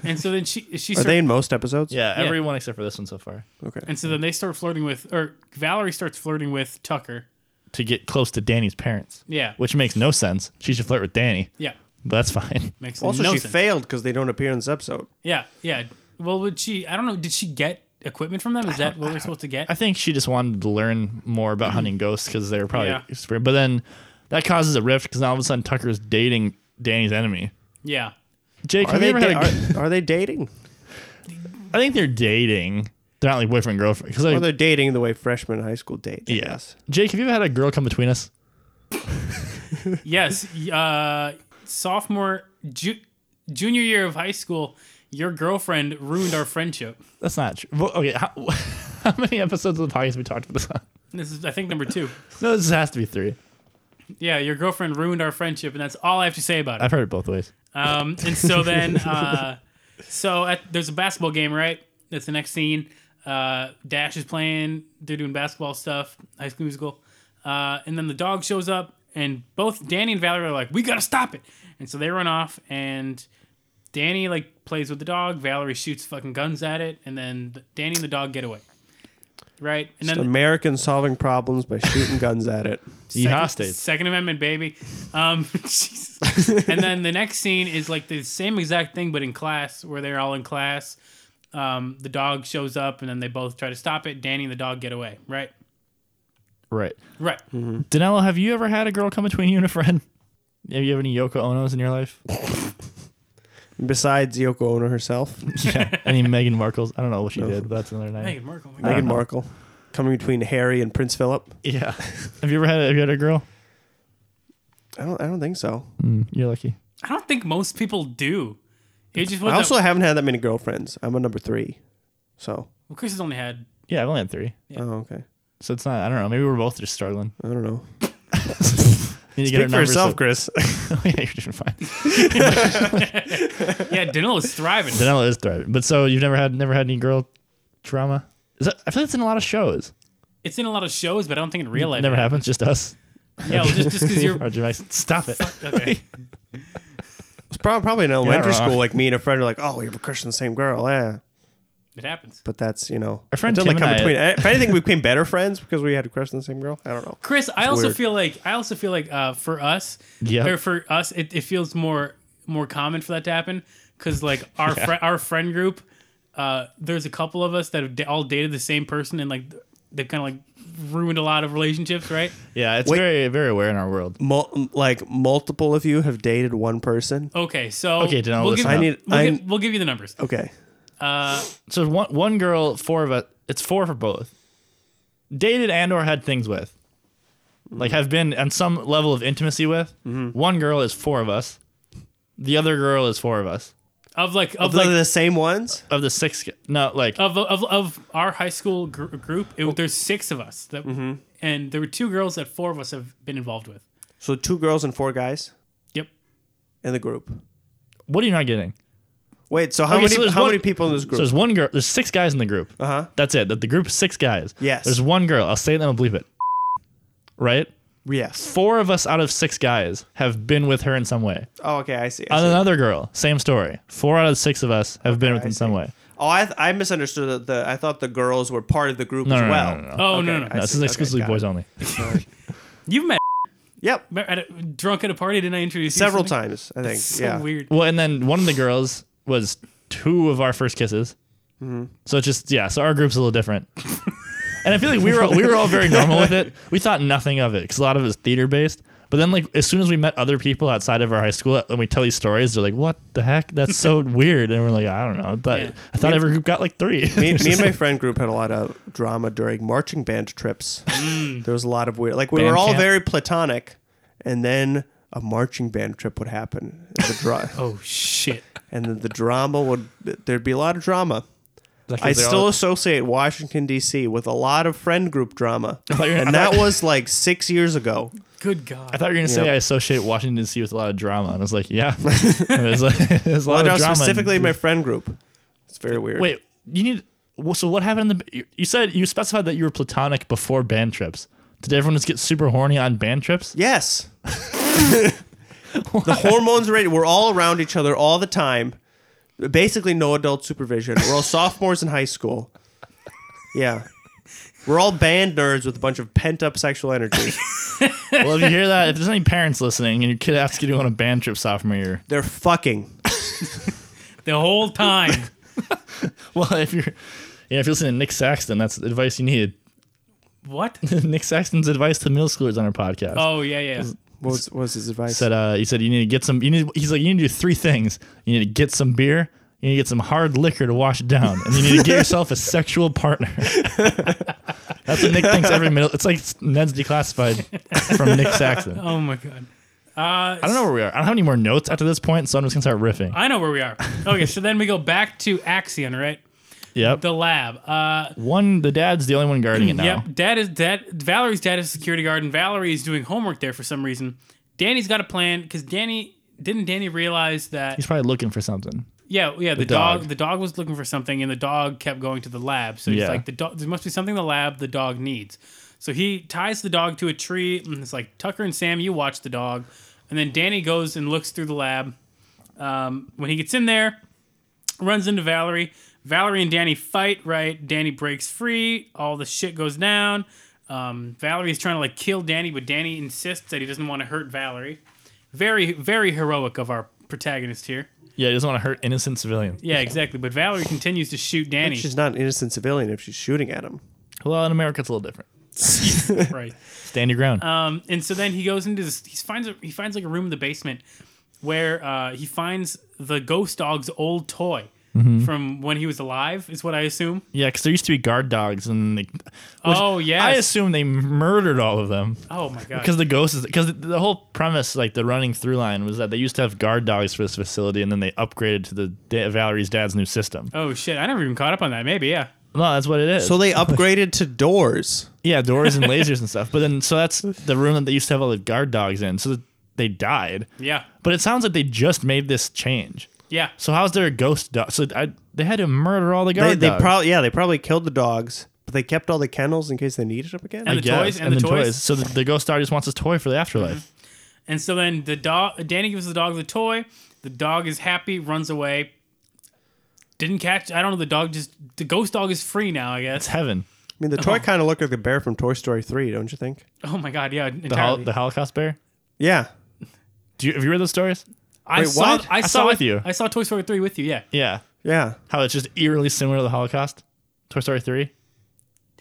Speaker 2: And so then she [LAUGHS] she
Speaker 4: Are
Speaker 2: start,
Speaker 4: they in most episodes?
Speaker 3: Yeah, everyone except for this one so far.
Speaker 4: Okay.
Speaker 2: and so then they start flirting with or Valerie starts flirting with Tucker.
Speaker 3: To get close to Danny's parents.
Speaker 2: Yeah.
Speaker 3: Which makes no sense. She should flirt with Danny.
Speaker 2: Yeah.
Speaker 3: But that's fine.
Speaker 2: Makes
Speaker 4: Also,
Speaker 2: no
Speaker 4: she
Speaker 2: sense.
Speaker 4: failed because they don't appear in this episode.
Speaker 2: yeah, yeah. Well, would she I don't know, did she get equipment from them? Is that what we're supposed to get?
Speaker 3: I think she just wanted to learn more about hunting ghosts because they were probably
Speaker 2: Yeah.
Speaker 3: experienced. But then that causes a rift because all of a sudden Tucker's dating Danny's enemy.
Speaker 2: yeah.
Speaker 3: Jake,
Speaker 4: Are
Speaker 3: have you
Speaker 4: they,
Speaker 3: ever had
Speaker 4: da-
Speaker 3: a-
Speaker 4: are, are
Speaker 3: [LAUGHS]
Speaker 4: they dating?
Speaker 3: I think they're dating. They're not like boyfriend girlfriend. Because
Speaker 4: Or
Speaker 3: like,
Speaker 4: they're dating the way freshmen in high school date. I
Speaker 3: yes,
Speaker 4: guess.
Speaker 3: Jake, have you ever had a girl come between us?
Speaker 2: Yes, uh sophomore ju- junior year of high school, your girlfriend ruined our friendship.
Speaker 3: That's not true. Well, okay, how, [LAUGHS] how many episodes of the podcast have we talked about this? On?
Speaker 2: This is I think number 2.
Speaker 3: [LAUGHS] No, this has to be three.
Speaker 2: Yeah, your girlfriend ruined our friendship and that's all I have to say about it.
Speaker 3: I've heard it both ways.
Speaker 2: Um, and so then, uh, so at, there's a basketball game, right? That's the next scene. Uh, Dash is playing. They're doing basketball stuff, High School Musical. Uh, and then the dog shows up, and both Danny and Valerie are like, "We gotta stop it!" And so they run off, and Danny like plays with the dog. Valerie shoots fucking guns at it, and then th- Danny and the dog get away. Right, and
Speaker 4: Just
Speaker 2: then
Speaker 4: American solving problems by shooting guns at it.
Speaker 3: Yeehaw
Speaker 2: Second,
Speaker 3: states.
Speaker 2: Second Amendment, baby. Um, [LAUGHS] Jesus.
Speaker 3: [LAUGHS]
Speaker 2: and then the next scene is like the same exact thing, but in class, where they're all in class. Um, the dog shows up, and then they both try to stop it. Danny and the dog get away. Right.
Speaker 3: Right.
Speaker 2: Right.
Speaker 3: Danilo, have you ever had a girl come between you and a friend? [LAUGHS] Have you have any Yoko Onos in your life?
Speaker 4: Besides Yoko Ono
Speaker 3: [LAUGHS]
Speaker 4: herself,
Speaker 3: [LAUGHS] yeah. Any Meghan Markles? I don't know what she did, but that's another night.
Speaker 2: Hey, Merkel. my God.
Speaker 3: Uh-huh.
Speaker 4: Meghan Markle coming between Harry and Prince Philip.
Speaker 3: Yeah. [LAUGHS] have you ever had have you had a girl?
Speaker 4: I don't. I don't think so.
Speaker 3: Mm, you're lucky.
Speaker 2: I don't think most people do. It just was
Speaker 4: I also haven't had that many girlfriends. I'm a number three, so
Speaker 2: well, Chris has only had.
Speaker 3: Yeah, I've only had three.
Speaker 4: oh okay.
Speaker 3: So it's not I don't know. Maybe we're both just struggling.
Speaker 4: I don't know.
Speaker 3: Need to
Speaker 4: Speak for
Speaker 3: numbers
Speaker 4: yourself,
Speaker 3: up.
Speaker 4: Chris.
Speaker 3: oh, [LAUGHS] yeah, you're doing [LAUGHS] fine.
Speaker 2: Yeah, Danilo is thriving.
Speaker 3: Danilo is thriving. But so you've never had never had any girl trauma? Is that, I feel that's in a lot of shows.
Speaker 2: It's in a lot of shows, but I don't think in real life.
Speaker 3: Never happens, just us.
Speaker 2: Yeah, well, just just because
Speaker 3: [LAUGHS]
Speaker 2: you're.
Speaker 3: Or Jamaican- Stop it.
Speaker 2: Okay.
Speaker 4: It's prob- probably in elementary
Speaker 3: not wrong.
Speaker 4: school. Like me and a friend are like, "Oh, we have a crush on the same girl." Yeah,
Speaker 2: It happens.
Speaker 4: but that's you know,
Speaker 3: Our friend
Speaker 4: it doesn't
Speaker 3: Tim
Speaker 4: come
Speaker 3: and I- [LAUGHS]
Speaker 4: between. If anything, we became better friends because we had a crush on the same girl. I don't know.
Speaker 2: Chris, I also
Speaker 4: weird.
Speaker 2: feel like I also feel like uh, for us,
Speaker 3: Yep.
Speaker 2: or for us, it, it feels more more common for that to happen because like our fri our friend group, uh, there's a couple of us that have d- all dated the same person and like they've kind of like ruined a lot of relationships, right?
Speaker 3: Yeah, it's
Speaker 4: Wait.
Speaker 3: very very rare in our world.
Speaker 4: Mul- like multiple of you have dated one person.
Speaker 2: Okay, so
Speaker 3: Okay, Danilo,
Speaker 2: we'll give,
Speaker 3: listen
Speaker 4: up. I need-
Speaker 2: we'll,
Speaker 4: I-
Speaker 2: give, we'll give you the numbers.
Speaker 4: Okay,
Speaker 2: Uh,
Speaker 3: So one one girl, four of us. It's four for both. Dated and or had things with, like have been on some level of intimacy with. One girl is four of us. The other girl is four of us.
Speaker 2: of like of
Speaker 4: the,
Speaker 2: like
Speaker 4: the same ones.
Speaker 3: Of the six, no, like
Speaker 2: of of, of our high school gr- group, it, there's six of us that,
Speaker 4: Mm-hmm.
Speaker 2: and there were two girls that four of us have been involved with.
Speaker 4: So two girls and four guys
Speaker 2: Yep.
Speaker 4: in the group.
Speaker 3: what are you not getting?
Speaker 4: Wait, so how
Speaker 3: Okay,
Speaker 4: many
Speaker 3: so there's
Speaker 4: how
Speaker 3: one-
Speaker 4: many people in this
Speaker 3: So
Speaker 4: group?
Speaker 3: there's one girl. There's six guys in the group.
Speaker 4: uh huh.
Speaker 3: That's it. The, the group is six guys.
Speaker 4: Yes.
Speaker 3: There's one girl. I'll say it and I'll believe it. Right.
Speaker 4: Yes.
Speaker 3: Four of us out of six guys have been with her in some way.
Speaker 4: Oh, okay. I see. I
Speaker 3: On
Speaker 4: see.
Speaker 3: another girl, same story. Four out of six of us have been with
Speaker 4: I
Speaker 3: in some
Speaker 4: see.
Speaker 3: way.
Speaker 4: Oh, I, th- I misunderstood. That the I thought the girls were part of the group
Speaker 3: No,
Speaker 4: as
Speaker 3: no, no,
Speaker 4: well.
Speaker 3: no, no, no.
Speaker 2: Oh no
Speaker 4: Uh, Okay,
Speaker 2: no,
Speaker 4: I
Speaker 2: no.
Speaker 3: No, this is
Speaker 4: see. Okay,
Speaker 3: exclusive
Speaker 4: got
Speaker 3: boys
Speaker 4: it.
Speaker 3: only.
Speaker 2: you've met
Speaker 4: Yep.
Speaker 2: at a, drunk at a party didn't I introduce you to
Speaker 4: Several
Speaker 2: something?
Speaker 4: times, I think.
Speaker 2: So
Speaker 4: yeah.
Speaker 2: weird.
Speaker 3: Well, and then one of the girls was two of our first kisses.
Speaker 4: Mm-hmm.
Speaker 3: So it's just yeah. So our group's a little different. [LAUGHS] and I feel like we were we were all very normal with it. We thought nothing of it because a lot of it was theater based. But then like as soon as we met other people outside of our high school and we tell these stories, they're like, "What the heck? That's
Speaker 4: [LAUGHS]
Speaker 3: so weird." And we're like, "I don't know." But
Speaker 2: Yeah.
Speaker 3: I thought every group got like three.
Speaker 4: Me, me and my friend group had a lot of drama during marching band trips. there was a lot of weird, like we
Speaker 3: Mm. Band
Speaker 4: were all
Speaker 3: camp.
Speaker 4: very platonic, and then a marching band trip would happen. And the
Speaker 3: [LAUGHS]
Speaker 4: dra-
Speaker 2: Oh shit.
Speaker 4: and then the drama would there'd be a lot of drama.
Speaker 3: Like,
Speaker 4: I
Speaker 3: they're
Speaker 4: still
Speaker 3: all-
Speaker 4: associate Washington D.C. with a lot of friend group drama,
Speaker 3: thought you were- [LAUGHS] I
Speaker 4: and that was like six years ago.
Speaker 2: Good
Speaker 3: [LAUGHS] I
Speaker 2: God.
Speaker 3: thought you were gonna say
Speaker 4: Yep.
Speaker 3: I associate Washington D.C. with a lot of drama, and I was like,
Speaker 4: [LAUGHS]
Speaker 3: "Yeah." there's like, [LAUGHS] there's a lot
Speaker 4: But
Speaker 3: of drama. in-
Speaker 4: specifically my friend group. It's very weird.
Speaker 3: Wait, you need. well, So what happened in the? you- You said you specified that you were platonic before band trips. Did everyone just get super horny on band
Speaker 4: [LAUGHS]
Speaker 3: trips?
Speaker 4: Yes. the hormones are ready. We're all around each other all the time. Basically, no adult supervision. We're all sophomores in high school. Yeah. We're all band nerds with a bunch of pent up sexual energy.
Speaker 3: well, if you hear that, if there's any parents listening and your kid asks you to go on a band trip sophomore year, [LAUGHS]
Speaker 4: They're fucking.
Speaker 2: the whole time.
Speaker 3: well, if you're, you know, if you're listening to Nick Saxton, that's the advice you needed.
Speaker 2: what?
Speaker 3: [LAUGHS] Nick Saxton's advice to middle schoolers on our podcast.
Speaker 2: Oh yeah yeah.
Speaker 4: What was, what was his advice?
Speaker 3: said uh, he said you need to get some you need he's like you need to do three things you need to get some beer you need to get some hard liquor to wash it down and you need to get yourself a sexual partner [LAUGHS] that's what nick thinks every middle it's like ned's declassified from nick saxon
Speaker 2: [LAUGHS] Oh my God.
Speaker 3: i don't know where we are i don't have any more notes after this point so i'm just gonna start riffing
Speaker 2: I know where we are. Okay, so then we go back to Axion, right?
Speaker 3: yep
Speaker 2: The lab. Uh,
Speaker 3: one the dad's the only one guarding
Speaker 2: [CLEARS THROAT]
Speaker 3: it now
Speaker 2: Yep. Dad is dad. Valerie's dad is a security guard, and Valerie is doing homework there for some reason. Danny's got a plan because Danny didn't. Danny realize that
Speaker 3: he's probably looking for something
Speaker 2: Yeah, yeah. The, dog.
Speaker 3: dog.
Speaker 2: The dog was looking for something, and the dog kept going to the lab. So he's
Speaker 3: Yeah.
Speaker 2: like, the dog. There must be something in the lab the dog needs. So he ties the dog to a tree, and it's like Tucker and Sam, you watch the dog, and then Danny goes and looks through the lab. Um, when he gets in there, runs into Valerie. Valerie and Danny fight, right? Danny breaks free. All the shit goes down. Um, Valerie is trying to like kill Danny, but Danny insists that he doesn't want to hurt Valerie. Very, very heroic of our protagonist here.
Speaker 3: Yeah, he doesn't want to hurt innocent civilians.
Speaker 2: Yeah, exactly. But Valerie continues to shoot Danny.
Speaker 4: She's not an innocent civilian if she's shooting at him.
Speaker 3: Well, in America, it's a little different.
Speaker 2: right.
Speaker 3: Stand your ground.
Speaker 2: Um, and so then he goes into this. He finds a, he finds like a room in the basement where uh, he finds the ghost dog's old toy
Speaker 3: Mm-hmm.
Speaker 2: from when he was alive. Is what I assume.
Speaker 3: yeah, because there used to be guard dogs, and they,
Speaker 2: Oh yes.
Speaker 3: I assume they murdered all of them.
Speaker 2: oh my god.
Speaker 3: Because the ghost is because the whole premise, like the running through line, was that they used to have guard dogs for this facility, and then they upgraded to the da- Valerie's dad's new system.
Speaker 2: oh shit! I never even caught up on that. Maybe yeah.
Speaker 3: No, that's what it is.
Speaker 5: So they upgraded to doors.
Speaker 3: yeah, doors and lasers and stuff. But then, so that's the room that they used to have all the guard dogs in. So they died.
Speaker 2: Yeah.
Speaker 3: But it sounds like they just made this change.
Speaker 2: Yeah.
Speaker 3: So how's there a ghost dog? So I, they had to murder all the
Speaker 4: They,
Speaker 3: guard
Speaker 4: they
Speaker 3: dogs.
Speaker 4: probably yeah they probably killed the dogs, but they kept all the kennels in case they needed them again.
Speaker 2: And
Speaker 3: I
Speaker 2: the toys, and the
Speaker 3: then
Speaker 2: toys.
Speaker 3: So the, the ghost dog just wants his toy for the afterlife.
Speaker 2: And so then the dog, Danny gives the dog the toy. The dog is happy, runs away. Didn't catch. I don't know. The dog just the ghost dog is free now. I guess.
Speaker 3: It's heaven.
Speaker 4: I mean the toy kind of looked like the bear from Toy Story three, don't you think?
Speaker 2: Oh my god. Yeah.
Speaker 3: The, hol-
Speaker 2: Entirely.
Speaker 3: the Holocaust bear.
Speaker 4: Yeah,
Speaker 3: Do you, have you read those stories?
Speaker 2: I
Speaker 4: Wait,
Speaker 2: saw.
Speaker 4: what?
Speaker 2: I,
Speaker 3: I
Speaker 2: saw,
Speaker 3: saw with you.
Speaker 2: I saw Toy Story three with you. Yeah.
Speaker 3: Yeah.
Speaker 4: yeah.
Speaker 3: How it's just eerily similar to the Holocaust. Toy Story three.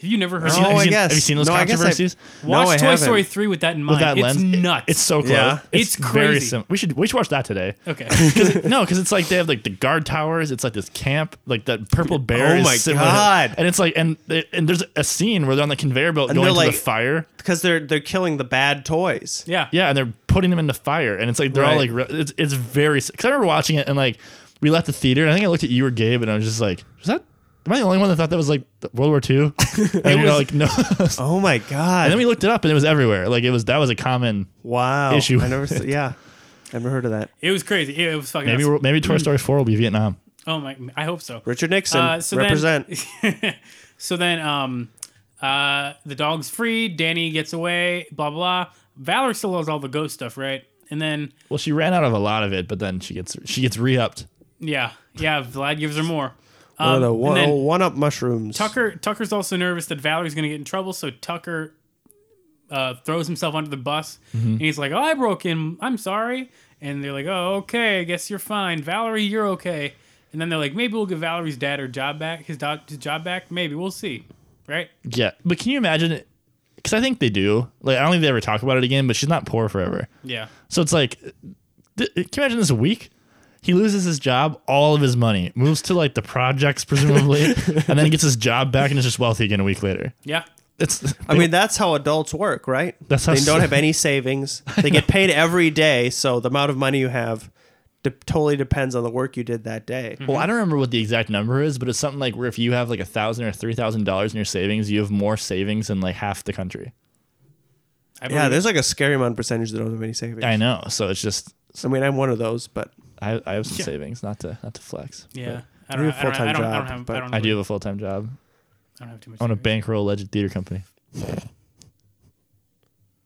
Speaker 2: Have you never heard?
Speaker 3: Have you seen-
Speaker 2: of
Speaker 3: have
Speaker 4: I
Speaker 3: you seen,
Speaker 4: guess.
Speaker 3: Have you seen those
Speaker 4: No, I guess I-
Speaker 3: controversies?
Speaker 2: Watch
Speaker 4: no, I
Speaker 2: Toy
Speaker 4: haven't.
Speaker 2: Story three with that in mind.
Speaker 3: With that
Speaker 2: it's
Speaker 3: lens, it-
Speaker 2: nuts.
Speaker 3: It's so close.
Speaker 4: Yeah.
Speaker 2: It's
Speaker 3: very
Speaker 2: crazy.
Speaker 3: sim- We should we should watch that today.
Speaker 2: [LAUGHS] okay.
Speaker 3: [LAUGHS] Cause, no, because it's like they have like the guard towers. It's like this camp, like that purple bear.
Speaker 5: Oh
Speaker 3: is
Speaker 5: my
Speaker 3: similar.
Speaker 5: God.
Speaker 3: And it's like, and and there's a scene where they're on the conveyor belt
Speaker 5: And
Speaker 3: going to
Speaker 5: they're
Speaker 3: the
Speaker 5: like-
Speaker 3: fire.
Speaker 5: Because they're they're killing the bad toys.
Speaker 2: Yeah.
Speaker 3: Yeah, and they're putting them in the fire, and it's like they're all like,
Speaker 5: Right.
Speaker 3: re- it's it's very. Because I remember watching it, and like we left the theater, and I think I looked at you or Gabe, and I was just like, is that? Am I the only one that thought that was like the- World War [LAUGHS] II? And we were like, no. and
Speaker 4: Oh my god!
Speaker 3: then we looked it up, [LAUGHS] and it was everywhere. Like it was that was a common.
Speaker 4: wow.
Speaker 3: Issue.
Speaker 4: I
Speaker 2: [LAUGHS]
Speaker 4: never. s- yeah, never heard of that.
Speaker 2: It was crazy. It was fucking.
Speaker 3: Maybe
Speaker 2: nuts.
Speaker 3: we're- maybe Toy Story Four will be Vietnam.
Speaker 2: Oh my! I hope so.
Speaker 4: Richard Nixon
Speaker 2: Uh, so then- [LAUGHS]
Speaker 4: represent.
Speaker 2: So then, um, uh, the dog's free. Danny gets away. Blah blah. Valor still has all the ghost stuff, right? And then,
Speaker 3: Well, she ran out of a lot of it, but then she gets she gets re upped.
Speaker 2: yeah, yeah. Vlad gives her more.
Speaker 4: One of
Speaker 2: Um,
Speaker 4: the
Speaker 2: and
Speaker 4: one,
Speaker 2: then
Speaker 4: up mushrooms.
Speaker 2: Tucker Tucker's also nervous that Valerie's gonna get in trouble, so Tucker uh, throws himself under the bus, and he's like, "Oh, I broke in. I'm sorry." And they're like, "Oh, okay. I guess you're fine, Valerie. You're okay." And then they're like, "Maybe we'll give Valerie's dad her job back. His, do- his job back. Maybe we'll see." Right?
Speaker 3: Yeah, but can you imagine? Because I think they do. Like I don't think they ever talk about it again. But she's not poor forever.
Speaker 2: Yeah.
Speaker 3: So it's like, th- can you imagine this week? He loses his job, all of his money, moves to like the projects
Speaker 4: [LAUGHS]
Speaker 3: presumably, and then he gets his job back and is just wealthy again a week later.
Speaker 2: Yeah.
Speaker 3: It's [LAUGHS]
Speaker 4: I mean, that's how adults work, right?
Speaker 3: That's how
Speaker 4: they don't
Speaker 3: s-
Speaker 4: have
Speaker 2: [LAUGHS]
Speaker 4: any savings. They get paid every day, so the amount of money you have de- totally depends on the work you did that day.
Speaker 2: Mm-hmm.
Speaker 3: well, I don't remember what the exact number is, but it's something like where if you have like a thousand or three thousand dollars in your savings, you have more savings than like half the country.
Speaker 2: I
Speaker 4: Yeah,
Speaker 2: believe it.
Speaker 4: there's like a scary amount of percentage that don't have any savings.
Speaker 3: I know, so it's just
Speaker 4: I mean, I'm one of those, but
Speaker 3: I, I have some savings, not to not to flex.
Speaker 2: Yeah. I
Speaker 4: you
Speaker 2: don't, I, don't,
Speaker 4: have a
Speaker 2: I, don't, I
Speaker 4: full-time
Speaker 2: don't have.
Speaker 4: job,
Speaker 2: I don't,
Speaker 3: but I do have a full time job.
Speaker 2: I don't have too much.
Speaker 3: I own a
Speaker 2: savings.
Speaker 3: bankroll alleged theater company.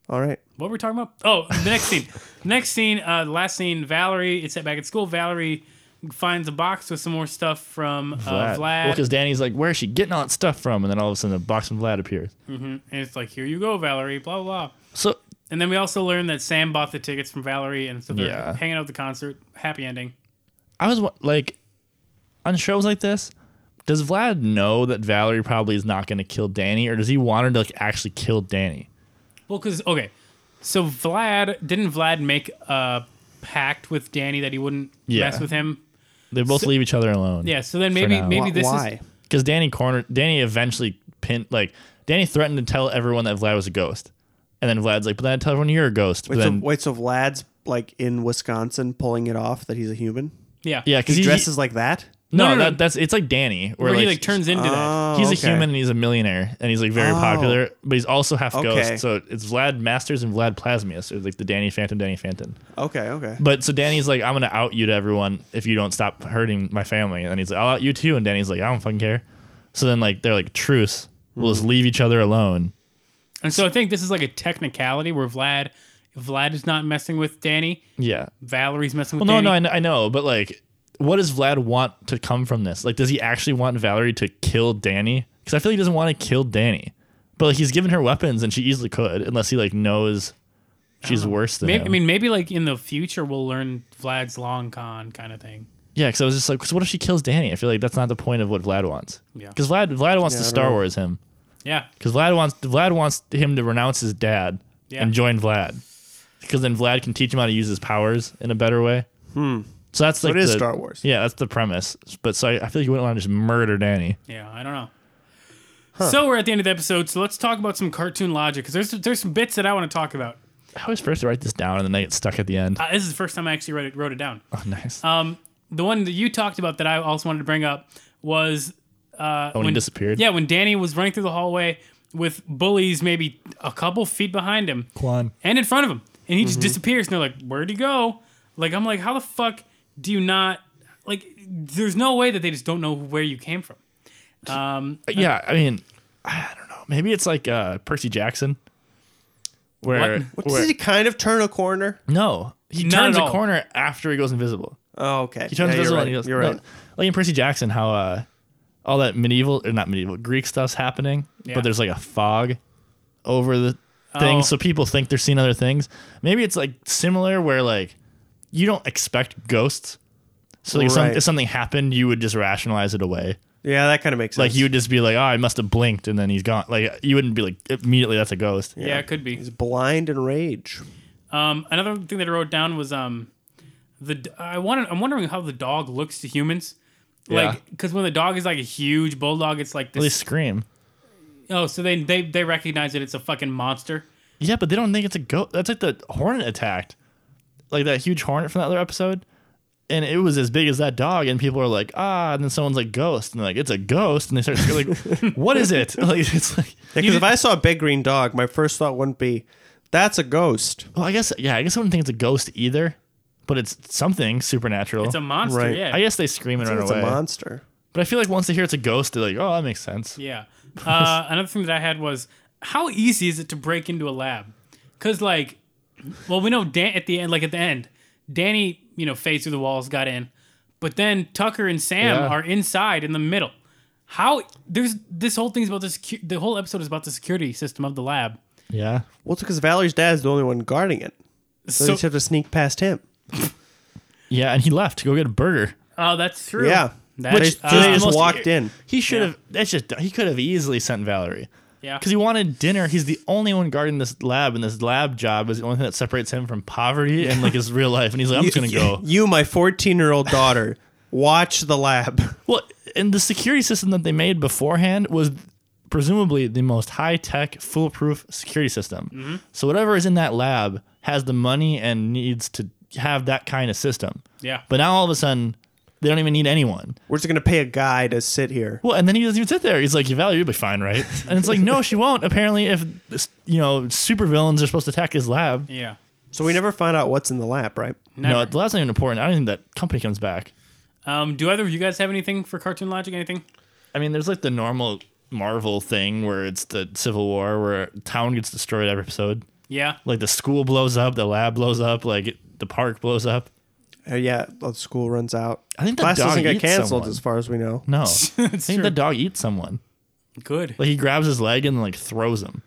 Speaker 4: all right.
Speaker 2: What were we talking about? Oh, the next scene. next scene, uh, the last scene, Valerie, it's at back at school. Valerie finds a box with some more stuff from uh, Vlad.
Speaker 3: because Danny's like, where is she getting all that stuff from? And then all of a sudden, the box from Vlad appears.
Speaker 2: and it's like, here you go, Valerie, blah, blah, blah.
Speaker 3: So
Speaker 2: And then we also learned that Sam bought the tickets from Valerie, and so they're
Speaker 3: Yeah.
Speaker 2: hanging out at the concert. Happy ending.
Speaker 3: I was wa- like, on shows like this, does Vlad know that Valerie probably is not going to kill Danny, or does he want her to like actually kill Danny?
Speaker 2: Well, because, okay, so Vlad, didn't Vlad make a pact with Danny that he wouldn't
Speaker 3: Yeah.
Speaker 2: mess with him?
Speaker 3: They both leave each other alone.
Speaker 2: Yeah, so then maybe
Speaker 3: now.
Speaker 2: maybe
Speaker 4: Wh-
Speaker 2: this
Speaker 4: Why?
Speaker 2: is.
Speaker 3: because Danny cornered Danny eventually pinned like Danny threatened to tell everyone that Vlad was a ghost, and then Vlad's like, but then I tell everyone you're a ghost. But
Speaker 4: wait,
Speaker 3: then
Speaker 4: so, wait, so Vlad's like in Wisconsin pulling it off that he's a human?
Speaker 2: Yeah.
Speaker 3: yeah, because
Speaker 4: He dresses like that?
Speaker 3: no,
Speaker 2: No, no, no.
Speaker 3: That, that's it's like Danny where,
Speaker 2: Where
Speaker 3: like,
Speaker 2: he like turns into that.
Speaker 4: Oh,
Speaker 3: He's
Speaker 4: okay.
Speaker 3: a human and he's a millionaire and he's like very
Speaker 4: Oh.
Speaker 3: popular, but he's also half
Speaker 4: Okay.
Speaker 3: ghost. So it's Vlad Masters and Vlad Plasmius, or like the Danny Phantom, Danny Phantom.
Speaker 4: Okay, okay.
Speaker 3: But so Danny's like, I'm gonna out you to everyone if you don't stop hurting my family. And then he's like, I'll out you too. And Danny's like, I don't fucking care. So then like they're like, truce. We'll just leave each other alone.
Speaker 2: And so I think this is like a technicality where Vlad Vlad is not messing with Danny.
Speaker 3: Yeah.
Speaker 2: Valerie's messing with
Speaker 3: Well, no,
Speaker 2: Danny.
Speaker 3: no, I know, I know, but like, what does Vlad want to come from this? Like, does he actually want Valerie to kill Danny? Because I feel he doesn't want to kill Danny, but like, he's given her weapons, and she easily could, unless he like knows she's worse than
Speaker 2: Maybe,
Speaker 3: him.
Speaker 2: I mean, maybe like in the future we'll learn Vlad's long con kind of thing.
Speaker 3: yeah. Because I was just like, 'cause what if she kills Danny? I feel like that's not the point of what Vlad wants.
Speaker 2: Yeah.
Speaker 3: Because Vlad, Vlad wants to
Speaker 4: Yeah, I don't
Speaker 3: Star
Speaker 4: know.
Speaker 3: Wars him.
Speaker 2: Yeah.
Speaker 3: Because Vlad wants Vlad wants him to renounce his dad
Speaker 2: Yeah.
Speaker 3: and join Vlad. Because then Vlad can teach him how to use his powers in a better way. Hmm. So that's like
Speaker 4: it is
Speaker 3: the-
Speaker 4: Star Wars.
Speaker 3: Yeah, that's the premise. But so I, I feel like you wouldn't want to just murder Danny.
Speaker 2: Yeah, I don't know. So we're at the end of the episode, so let's talk about some cartoon logic because there's there's some bits that I want to talk about.
Speaker 3: I always first write this down and then I get stuck at the end.
Speaker 2: Uh, this is the first time I actually wrote it wrote it down.
Speaker 3: [LAUGHS] oh, nice.
Speaker 2: Um, the one that you talked about that I also wanted to bring up was uh,
Speaker 3: Oh, when he disappeared?
Speaker 2: Yeah, when Danny was running through the hallway with bullies, maybe a couple feet behind him
Speaker 3: Quan.
Speaker 2: and in front of him, and he
Speaker 3: Mm-hmm.
Speaker 2: just disappears. And they're like, "Where'd he go?" Like I'm like, "How the fuck do you not like?" There's no way that they just don't know where you came from. Um,
Speaker 3: Yeah, I mean, I don't know. Maybe it's like uh, Percy Jackson, where,
Speaker 4: What
Speaker 3: where
Speaker 4: does he kind of turn a corner?
Speaker 3: no, he
Speaker 2: Not
Speaker 3: turns
Speaker 2: at
Speaker 3: a
Speaker 2: all.
Speaker 3: corner after he goes invisible.
Speaker 4: Oh, okay.
Speaker 3: He turns
Speaker 4: yeah,
Speaker 3: invisible
Speaker 4: You're right.
Speaker 3: and he goes,
Speaker 4: you're
Speaker 3: no.
Speaker 4: right.
Speaker 3: Like in Percy Jackson, how uh, all that medieval, or not medieval, Greek stuff's happening,
Speaker 2: Yeah.
Speaker 3: but there's like a fog over the thing.
Speaker 2: Oh.
Speaker 3: So people think they're seeing other things. Maybe it's like similar where like you don't expect ghosts. So like if some,
Speaker 4: Right.
Speaker 3: if something happened, you would just rationalize it away.
Speaker 4: Yeah, that kind of makes sense.
Speaker 3: Like you would just be like, oh, I must have blinked and then he's gone. Like you wouldn't be like, immediately, that's a ghost.
Speaker 2: yeah. it could be.
Speaker 4: He's blind and rage.
Speaker 2: Um, another thing that I wrote down was um, the d- I wanted I'm wondering how the dog looks to humans,
Speaker 3: Yeah.
Speaker 2: like because when the dog is like a huge bulldog, it's like
Speaker 3: Or They
Speaker 2: this.
Speaker 3: scream.
Speaker 2: Oh, so they they they recognize that it's a fucking monster.
Speaker 3: Yeah, but they don't think it's a goat. That's like the hornet attacked, like that huge hornet from that other episode, and it was as big as that dog. And people are like, ah, and then someone's like, ghost, and they're like, it's a ghost, and they start they're
Speaker 2: [LAUGHS]
Speaker 3: like, what is it? [LAUGHS] Like it's like,
Speaker 4: Because if I saw a big green dog, my first thought wouldn't be, "That's a ghost."
Speaker 3: well, I guess yeah, I guess I wouldn't think it's a ghost either, but it's something supernatural.
Speaker 2: It's a monster.
Speaker 4: Right.
Speaker 2: Yeah.
Speaker 3: I guess they scream and run
Speaker 4: It's
Speaker 3: away.
Speaker 4: a monster.
Speaker 3: but I feel like once they hear it's a ghost, they're like, oh, that makes sense.
Speaker 2: Yeah. Uh, another thing that I had was how easy is it to break into a lab? Because like, well, we know Dan at the end, like at the end, Danny, you know, phased through the walls, got in, but then Tucker and Sam
Speaker 3: Yeah.
Speaker 2: are inside in the middle. How there's this whole thing's about the secu- the whole episode is about the security system of the lab.
Speaker 3: Yeah,
Speaker 4: Well, it's because Valerie's dad's the only one guarding it, so, they
Speaker 2: So,
Speaker 4: just have to sneak past him.
Speaker 3: yeah, and he left to go get a burger.
Speaker 2: oh, that's true.
Speaker 4: Yeah.
Speaker 2: That,
Speaker 3: Which
Speaker 2: uh,
Speaker 3: is the
Speaker 4: just
Speaker 3: most-
Speaker 4: walked in.
Speaker 3: He should have. That's just. He could have easily sent Valerie.
Speaker 2: Yeah.
Speaker 3: Because he wanted dinner. He's the only one guarding this lab, and this lab job is the only thing that separates him from poverty and like his real life. And he's like, I'm
Speaker 4: [LAUGHS]
Speaker 3: just gonna go.
Speaker 4: You, my 14 year old daughter, watch the lab. [LAUGHS]
Speaker 3: Well, and the security system that they made beforehand was presumably the most high tech, foolproof security system.
Speaker 2: Mm-hmm.
Speaker 3: So whatever is in that lab has the money and needs to have that kind of system.
Speaker 2: Yeah.
Speaker 3: But now all of a sudden, they don't even need anyone.
Speaker 4: We're just gonna pay a guy to sit here.
Speaker 3: Well, and then he doesn't even sit there. He's like, Valerie, you'll be fine, right? And it's like, no, she won't. Apparently, if you know, supervillains are supposed to attack his lab.
Speaker 2: yeah.
Speaker 4: So we never find out what's in the lab, right?
Speaker 2: Never.
Speaker 3: No, the lab's not even important. I don't think that company comes back.
Speaker 2: Um, do either of you guys have anything for cartoon logic? Anything?
Speaker 3: I mean, there's like the normal Marvel thing where it's the Civil War where town gets destroyed every episode.
Speaker 2: Yeah.
Speaker 3: Like the school blows up, the lab blows up, like the park blows up.
Speaker 4: Uh, yeah, the school runs out.
Speaker 3: I think the
Speaker 4: Class
Speaker 3: dog
Speaker 4: doesn't get
Speaker 3: eats
Speaker 4: canceled,
Speaker 3: someone. Mm,
Speaker 4: as far as we know.
Speaker 2: [LAUGHS]
Speaker 3: No, I think
Speaker 2: true.
Speaker 3: the dog eats someone.
Speaker 2: Good.
Speaker 3: Like he grabs his leg and like throws him.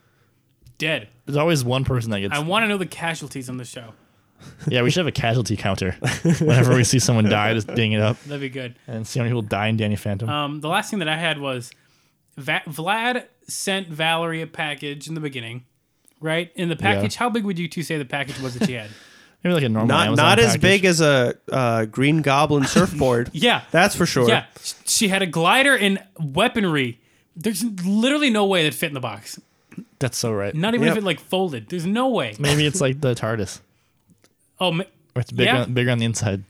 Speaker 2: Dead.
Speaker 3: There's always one person that gets.
Speaker 2: I want to know the casualties on the show.
Speaker 3: yeah, we should have a casualty counter. Whenever we see someone die, just ding it up
Speaker 2: That'd be good.
Speaker 3: and see how many people die in Danny Phantom.
Speaker 2: Um, the last thing that I had was Va- Vlad sent Valerie a package in the beginning, right? In the package, how big would you two say the package was that she had?
Speaker 3: Maybe like a normal.
Speaker 4: Not
Speaker 3: Amazon
Speaker 4: not as
Speaker 3: package.
Speaker 4: big as a uh,
Speaker 3: [LAUGHS]
Speaker 4: green goblin surfboard.
Speaker 2: Yeah.
Speaker 4: that's for [LAUGHS] sure.
Speaker 2: yeah, sh- she had a glider and weaponry. There's literally no way that fit in the box.
Speaker 3: That's so right.
Speaker 2: Not even if
Speaker 4: Yep.
Speaker 2: it like folded. There's no way.
Speaker 3: Maybe it's like the TARDIS.
Speaker 2: Oh, ma-
Speaker 3: Or it's bigger,
Speaker 2: Yeah.
Speaker 3: bigger on the inside.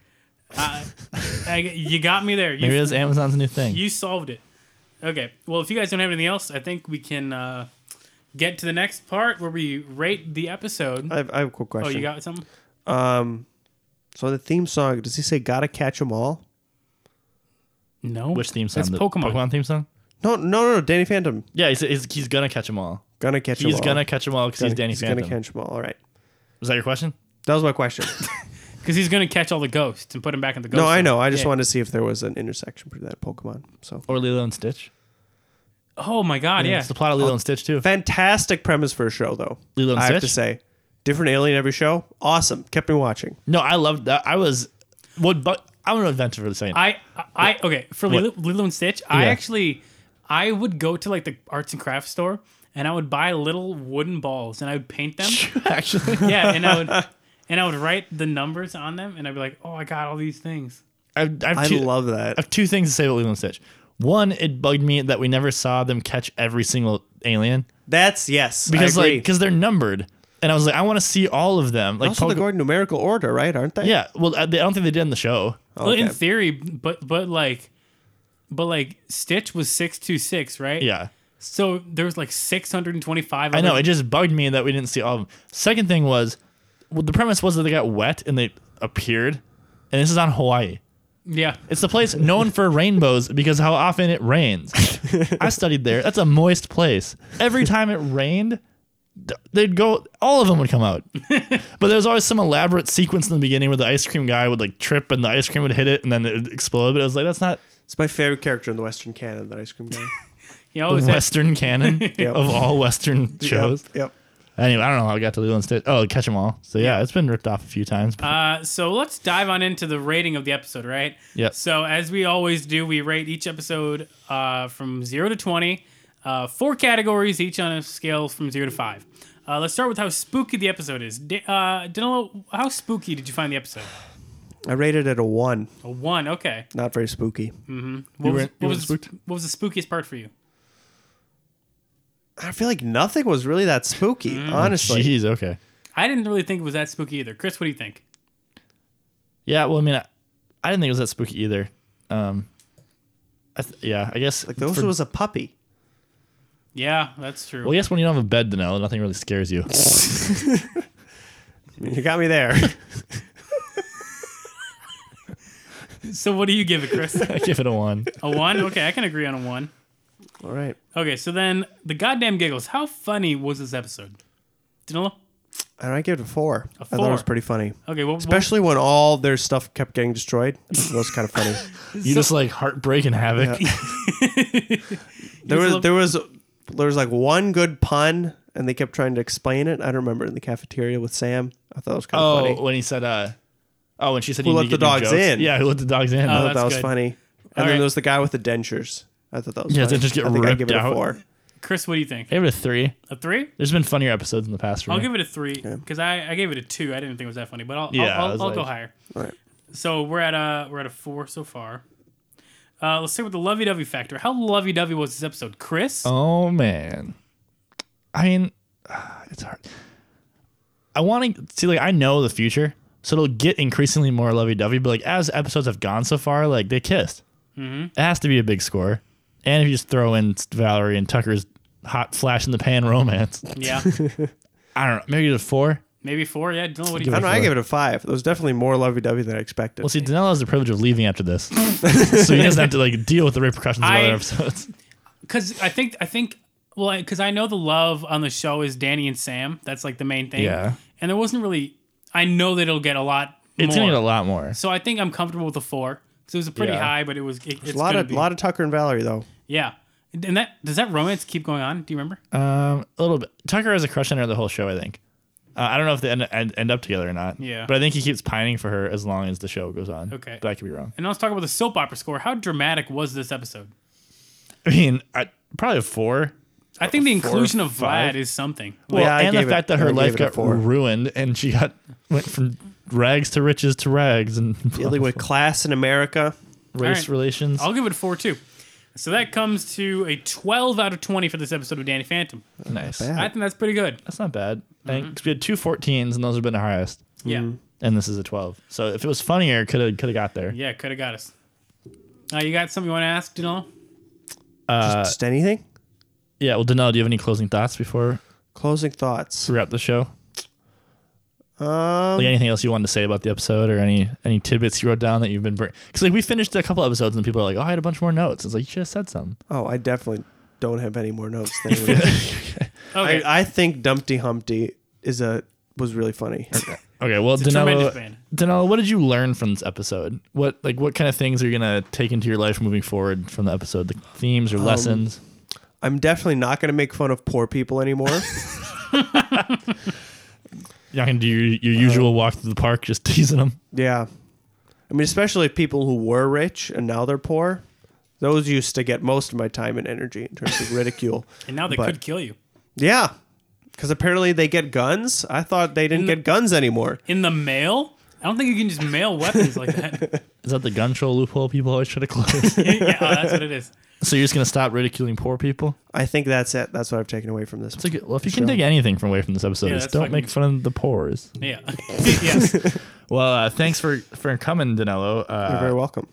Speaker 2: I, you got me there.
Speaker 3: Maybe
Speaker 2: You,
Speaker 3: that's Amazon's new thing.
Speaker 2: you solved it. Okay. Well, if you guys don't have anything else, I think we can uh, get to the next part where we rate the episode.
Speaker 4: I have, I have a quick
Speaker 2: oh,
Speaker 4: question. Um,
Speaker 2: you got something?
Speaker 4: so the theme song does he say "Gotta catch 'em all"?
Speaker 2: No.
Speaker 3: Which theme song?
Speaker 2: That's
Speaker 3: The
Speaker 2: Pokemon.
Speaker 3: Pokemon theme song?
Speaker 4: No, no, no, no. Danny Phantom,
Speaker 3: Yeah, he's, he's, he's gonna catch them all.
Speaker 4: gonna catch 'em
Speaker 3: He's
Speaker 4: all.
Speaker 3: gonna catch them all because he's
Speaker 4: Gonna-
Speaker 3: Danny
Speaker 4: he's
Speaker 3: Phantom.
Speaker 4: gonna catch 'em all. All right.
Speaker 3: Was that your question?
Speaker 4: That was
Speaker 3: [LAUGHS]
Speaker 4: my question.
Speaker 2: because he's gonna catch all the ghosts and put them back in the ghost.
Speaker 4: no, I
Speaker 2: zone.
Speaker 4: know. I just
Speaker 2: Yeah.
Speaker 4: wanted to see if there was an intersection for that Pokemon. So
Speaker 3: Or Lilo and Stitch?
Speaker 2: Oh my god, yeah.
Speaker 3: It's the plot of Lilo and Stitch too.
Speaker 4: fantastic premise for a show, though.
Speaker 3: Lilo and
Speaker 4: I have to
Speaker 3: Stitch?
Speaker 4: say, different alien every show. Awesome. Kept me watching.
Speaker 3: No, I loved that. I was what but I'm an adventure for the same.
Speaker 2: I, I I- okay for Lilo, Lilo and Stitch. I
Speaker 3: Yeah.
Speaker 2: actually I would go to like the arts and crafts store and I would buy little wooden balls and I would paint
Speaker 3: [LAUGHS]
Speaker 2: them. [LAUGHS]
Speaker 3: actually.
Speaker 2: yeah, and I
Speaker 3: [LAUGHS]
Speaker 2: would and I would write the numbers on them and I'd be like, oh, I got all these things.
Speaker 3: I've, I've
Speaker 4: I
Speaker 3: two,
Speaker 4: love that.
Speaker 3: I've two things to say about Lilo and Stitch. One, it bugged me that we never saw them catch every single alien
Speaker 4: That's yes.
Speaker 3: because
Speaker 4: I
Speaker 3: like
Speaker 4: agree.
Speaker 3: because they're numbered, and I was like, I want to see all of them. Like,
Speaker 4: also they're
Speaker 3: Poke-
Speaker 4: going numerical order, right? Aren't they?
Speaker 3: yeah. Well, I, they- I don't think they did in the show.
Speaker 2: Well, in
Speaker 4: Okay.
Speaker 2: theory, but but like, but like Stitch was six two six, right?
Speaker 3: Yeah,
Speaker 2: So there was like six hundred and twenty five.
Speaker 3: I know. It just bugged me that we didn't see all of them. Second thing was, well, the premise was that they got wet and they appeared, and this is on Hawaii.
Speaker 2: yeah,
Speaker 3: It's the place known for rainbows because how often it rains. I studied there. That's a moist place. Every time it rained, th- they'd go. All of them would come out. But there was always some elaborate sequence in the beginning where the ice cream guy would like trip and the ice cream would hit it and then it would explode. But I was like, that's not
Speaker 4: It's my favorite character in the Western canon, that ice cream guy.
Speaker 2: you know, it was that-
Speaker 3: Western canon of all Western [LAUGHS] shows.
Speaker 4: Yep. yep.
Speaker 3: Anyway, I don't know how I got to Lilo and Stitch. Oh, catch them all. So yeah, it's been ripped off a few times. but-
Speaker 2: Uh, so let's dive on into the rating of the episode, right?
Speaker 3: Yep.
Speaker 2: So as we always do, we rate each episode uh, from zero to twenty. Uh, four categories each on a scale from zero to five. Uh, let's start with how spooky the episode is. Da- uh, Danilo, how spooky did you find the episode?
Speaker 4: I rated it a one.
Speaker 2: A one. Okay.
Speaker 4: Not very spooky.
Speaker 2: What, was,
Speaker 3: weren't- you
Speaker 2: what,
Speaker 3: weren't
Speaker 2: was,
Speaker 3: spooked?
Speaker 2: what was the spookiest part for you?
Speaker 4: I feel like nothing was really that spooky,
Speaker 3: Mm.
Speaker 4: honestly.
Speaker 3: Jeez. Okay.
Speaker 2: I didn't really think it was that spooky either. Chris, what do you think?
Speaker 3: Yeah, well, I mean, I, I didn't think it was that spooky either. Um, I th- yeah, I guess.
Speaker 4: Like those
Speaker 3: for-
Speaker 4: was a puppy.
Speaker 2: Yeah, that's true.
Speaker 3: well, I guess when you don't have a bed, Danilo, nothing really scares
Speaker 4: [LAUGHS]
Speaker 3: you. [LAUGHS]
Speaker 4: You got me there.
Speaker 2: So what do you give it, Chris?
Speaker 3: [LAUGHS] I give it a one.
Speaker 2: a one? Okay, I can agree on a one.
Speaker 4: All right.
Speaker 2: Okay, so then the goddamn giggles. How funny was this episode? Danilo?
Speaker 4: And I give it a four. I thought it was
Speaker 2: four.
Speaker 4: pretty funny.
Speaker 2: Okay, well,
Speaker 4: Especially when all their stuff kept getting destroyed. That was kind of funny.
Speaker 3: [LAUGHS] You just like heartbreak and havoc.
Speaker 4: There was
Speaker 2: love-
Speaker 4: there was there was like one good pun and they kept trying to explain it. I don't remember in the cafeteria with Sam. I thought it was kind of
Speaker 3: Oh,
Speaker 4: funny.
Speaker 3: when he said, uh, oh, when she said,
Speaker 4: Who
Speaker 3: you
Speaker 4: let
Speaker 3: need
Speaker 4: the
Speaker 3: to get new
Speaker 4: dogs
Speaker 3: jokes.
Speaker 4: in?
Speaker 3: Yeah, who let the dogs in?
Speaker 4: I
Speaker 2: Oh,
Speaker 4: thought
Speaker 2: that's
Speaker 4: that was
Speaker 2: good.
Speaker 4: funny. And
Speaker 2: All
Speaker 4: then
Speaker 2: right.
Speaker 4: there was the guy with the dentures. I thought that was
Speaker 3: Yeah,
Speaker 4: funny.
Speaker 3: they just get
Speaker 4: I think I
Speaker 3: ripped
Speaker 4: give it
Speaker 3: out.
Speaker 4: a four.
Speaker 2: Chris, what do you think?
Speaker 3: I give it a three.
Speaker 2: A three?
Speaker 3: There's been funnier episodes in the past for
Speaker 2: I'll
Speaker 3: me.
Speaker 2: give it a three because I, I gave it a two. I didn't think it was that funny, but I'll
Speaker 3: Yeah,
Speaker 2: I'll,
Speaker 3: I was
Speaker 2: I'll, I'll go
Speaker 3: like-
Speaker 2: higher.
Speaker 4: All right.
Speaker 2: So we're at a we're at a four so far. Uh, let's start with the lovey-dovey factor. How lovey-dovey was this episode, Chris?
Speaker 3: Oh man, I mean, [SIGHS] it's hard. I want to see like I know the future, so it'll get increasingly more lovey-dovey. But like as episodes have gone so far, like they kissed. It has to be a big score, and if you just throw in Valerie and Tucker's hot flash in the pan romance, [LAUGHS]
Speaker 2: Yeah,
Speaker 3: I don't know. Maybe it's a four.
Speaker 2: maybe four. Yeah, Dylan, what do you
Speaker 3: Give
Speaker 4: I
Speaker 2: think?
Speaker 4: don't know. I
Speaker 3: Four.
Speaker 4: give it a five. It was definitely more lovey dovey than I expected.
Speaker 3: Well, see, Danilo has the privilege of leaving after this, so he doesn't have to like deal with the repercussions of
Speaker 2: I-
Speaker 3: other episodes.
Speaker 2: because I think I think well because I know the love on the show is Danny and Sam. That's like the main thing.
Speaker 3: Yeah.
Speaker 2: And there wasn't really. I know that it'll get a lot.
Speaker 3: It's
Speaker 2: more.
Speaker 3: gonna get a lot more.
Speaker 2: So I think I'm comfortable with a four because it was a pretty
Speaker 3: Yeah.
Speaker 2: high, but it was it, it's
Speaker 4: a lot
Speaker 2: gonna
Speaker 4: of
Speaker 2: be,
Speaker 4: lot of Tucker and Valerie though.
Speaker 2: yeah. And that does that romance keep going on? Do you remember?
Speaker 3: Um, a little bit. Tucker has a crush on her the whole show. I think. Uh, I don't know if they end, end, end up together or not.
Speaker 2: Yeah.
Speaker 3: But I think he keeps pining for her as long as the show goes on.
Speaker 2: Okay.
Speaker 3: But I could be wrong.
Speaker 2: and let's talk about the soap opera score. How dramatic was this episode?
Speaker 3: I mean, I, probably a four.
Speaker 2: I think the
Speaker 3: four,
Speaker 2: inclusion of
Speaker 3: five?
Speaker 2: Vlad is something.
Speaker 3: Well,
Speaker 4: Yeah, I
Speaker 3: and the
Speaker 4: gave it-
Speaker 3: fact that her
Speaker 4: I
Speaker 3: life
Speaker 4: gave it a
Speaker 3: got
Speaker 4: four.
Speaker 3: ruined and she got went from rags to riches to rags
Speaker 4: [LAUGHS]
Speaker 3: and [LAUGHS]
Speaker 4: Dealing with class in America.
Speaker 3: race
Speaker 2: Alright.
Speaker 3: relations.
Speaker 2: I'll give it a four too. So that comes to a 12 out of 20 for this episode of Danny Phantom.
Speaker 3: nice.
Speaker 4: bad.
Speaker 2: I Mm-hmm. think that's pretty good.
Speaker 3: That's not bad. I think 'cause we had two 14s and those have been the highest.
Speaker 2: Yeah.
Speaker 3: And this is a 12. So if it was funnier, could have could have got there.
Speaker 2: Yeah, could have got us. Uh, you got something you want to ask, Danilo?
Speaker 3: Uh,
Speaker 4: Just anything?
Speaker 3: Yeah. Well, Danelle, do you have any closing thoughts before
Speaker 4: Closing thoughts.
Speaker 3: we wrap the show?
Speaker 4: Um,
Speaker 3: Like anything else you wanted to say about the episode, or any any tidbits you wrote down that you've been because like we finished a couple episodes and people are like, oh, I had a bunch more notes. It's like you should have said something.
Speaker 4: oh, I definitely
Speaker 3: [LAUGHS]
Speaker 4: don't have any more notes. Than anyone else.
Speaker 2: Okay.
Speaker 4: I, I think Dumpty Humpty is a was
Speaker 3: [LAUGHS]
Speaker 4: really funny.
Speaker 3: Okay, well,
Speaker 2: It's a tremendous
Speaker 3: Danilo,
Speaker 2: band.
Speaker 3: Danilo, what did you learn from this episode? What like what kind of things are you gonna take into your life moving forward from the episode? The themes or lessons?
Speaker 4: I'm definitely not going to make fun of poor
Speaker 3: [LAUGHS]
Speaker 4: people anymore.
Speaker 3: You're not gonna do your, your usual walk through the park, just [LAUGHS] teasing them.
Speaker 4: yeah. I mean, especially people who were rich and now they're poor. Those used to get most of my time and energy in terms
Speaker 3: [LAUGHS]
Speaker 4: of ridicule.
Speaker 2: And now they
Speaker 4: But-
Speaker 2: could kill you.
Speaker 4: yeah. Because apparently they get guns. I thought they
Speaker 3: Mm.
Speaker 4: didn't get guns anymore.
Speaker 2: In the mail? I don't think you can just mail weapons like that. [LAUGHS]
Speaker 3: Is that the gun troll loophole people always try to [LAUGHS] close?
Speaker 2: yeah, oh, that's what it is.
Speaker 3: so you're just gonna stop ridiculing poor people?
Speaker 4: I think that's it. That's what I've taken away from this.
Speaker 3: It's like, well, if you can take anything from away from this episode,
Speaker 2: Yeah,
Speaker 3: it's
Speaker 2: that's
Speaker 3: don't
Speaker 2: fucking-
Speaker 3: make fun of the poor's.
Speaker 2: Yeah. [LAUGHS] yes.
Speaker 3: Well, uh, thanks for for coming, Danilo,
Speaker 4: You're
Speaker 3: uh,
Speaker 4: very welcome.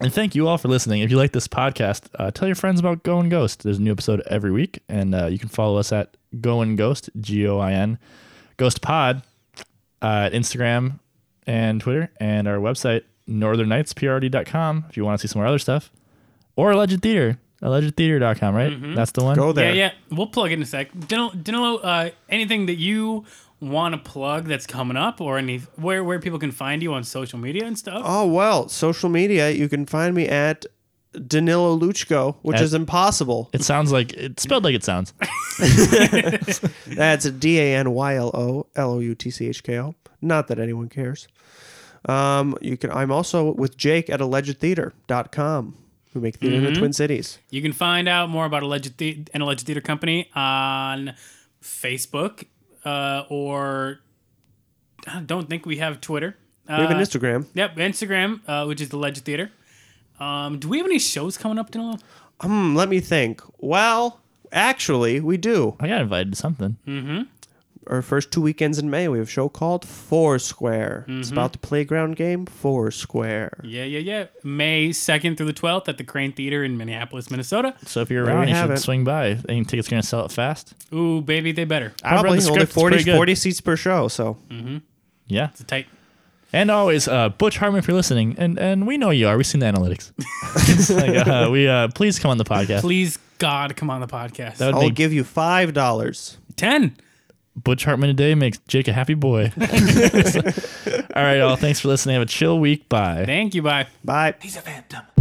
Speaker 3: and thank you all for listening. If you like this podcast, uh, tell your friends about Go and Ghost. There's a new episode every week, and uh, you can follow us at Go and Ghost G O I N Ghost Pod uh, at Instagram and Twitter, and our website northernightsprd.com if you want to see some more other stuff, or Alleged Theater, allegedtheater.com. Right, that's the one.
Speaker 4: Mm-hmm. Go there.
Speaker 2: Yeah, yeah. We'll plug in a sec. Danilo, Danilo uh, anything that you want to plug that's coming up or any where where people can find you on social media and stuff?
Speaker 4: Oh well, social media. You can find me at Danilo Luchko, which
Speaker 3: At-
Speaker 4: is impossible.
Speaker 3: It sounds like it's spelled like it sounds.
Speaker 4: That's D A N Y L O L O U T C H K O. Not that anyone cares. Um, you can. I'm also with Jake at allegedtheater.com. We make theater
Speaker 3: Mm-hmm.
Speaker 4: in the Twin Cities.
Speaker 2: You can find out more about Alleged the- an Alleged Theater Company on Facebook uh, or I don't think we have Twitter. Uh,
Speaker 4: We have an Instagram.
Speaker 2: Yep, Instagram, uh, which is the Legend Theater. Um, do we have any shows coming up, Danilo?
Speaker 4: Hmm, let me think. Well, actually, we do.
Speaker 3: I got invited to something.
Speaker 4: Mm-hmm. Our first two weekends in May, we have a show called Foursquare. It's
Speaker 3: Mm-hmm.
Speaker 4: about the playground game Foursquare.
Speaker 2: Yeah, yeah, yeah. May 2nd through the 12th at the Crane Theater in Minneapolis, Minnesota.
Speaker 3: So if you're
Speaker 4: There
Speaker 3: around,
Speaker 4: we
Speaker 3: you
Speaker 4: have
Speaker 3: should
Speaker 4: it.
Speaker 3: swing by. I think tickets gonna sell it fast.
Speaker 2: Ooh, baby, they better.
Speaker 3: I read
Speaker 4: Probably
Speaker 3: the
Speaker 4: only
Speaker 3: script, it's
Speaker 4: 40,
Speaker 3: pretty good.
Speaker 4: 40 seats per show. So
Speaker 3: Yeah.
Speaker 2: It's a tight.
Speaker 3: And always, uh, Butch Harmon, if you're listening, and, and we know you are. We've seen the analytics. [LAUGHS] Like, uh, we uh, please come on the podcast.
Speaker 2: Please, God, come on the podcast.
Speaker 3: That would
Speaker 4: I'll
Speaker 3: make
Speaker 4: give you five dollars.
Speaker 2: 10.
Speaker 3: Butch Hartman today makes Jake a happy boy. [LAUGHS] all right, all. Thanks for listening. Have a chill week. Bye.
Speaker 2: Thank you. Bye.
Speaker 4: Bye.
Speaker 1: He's a phantom.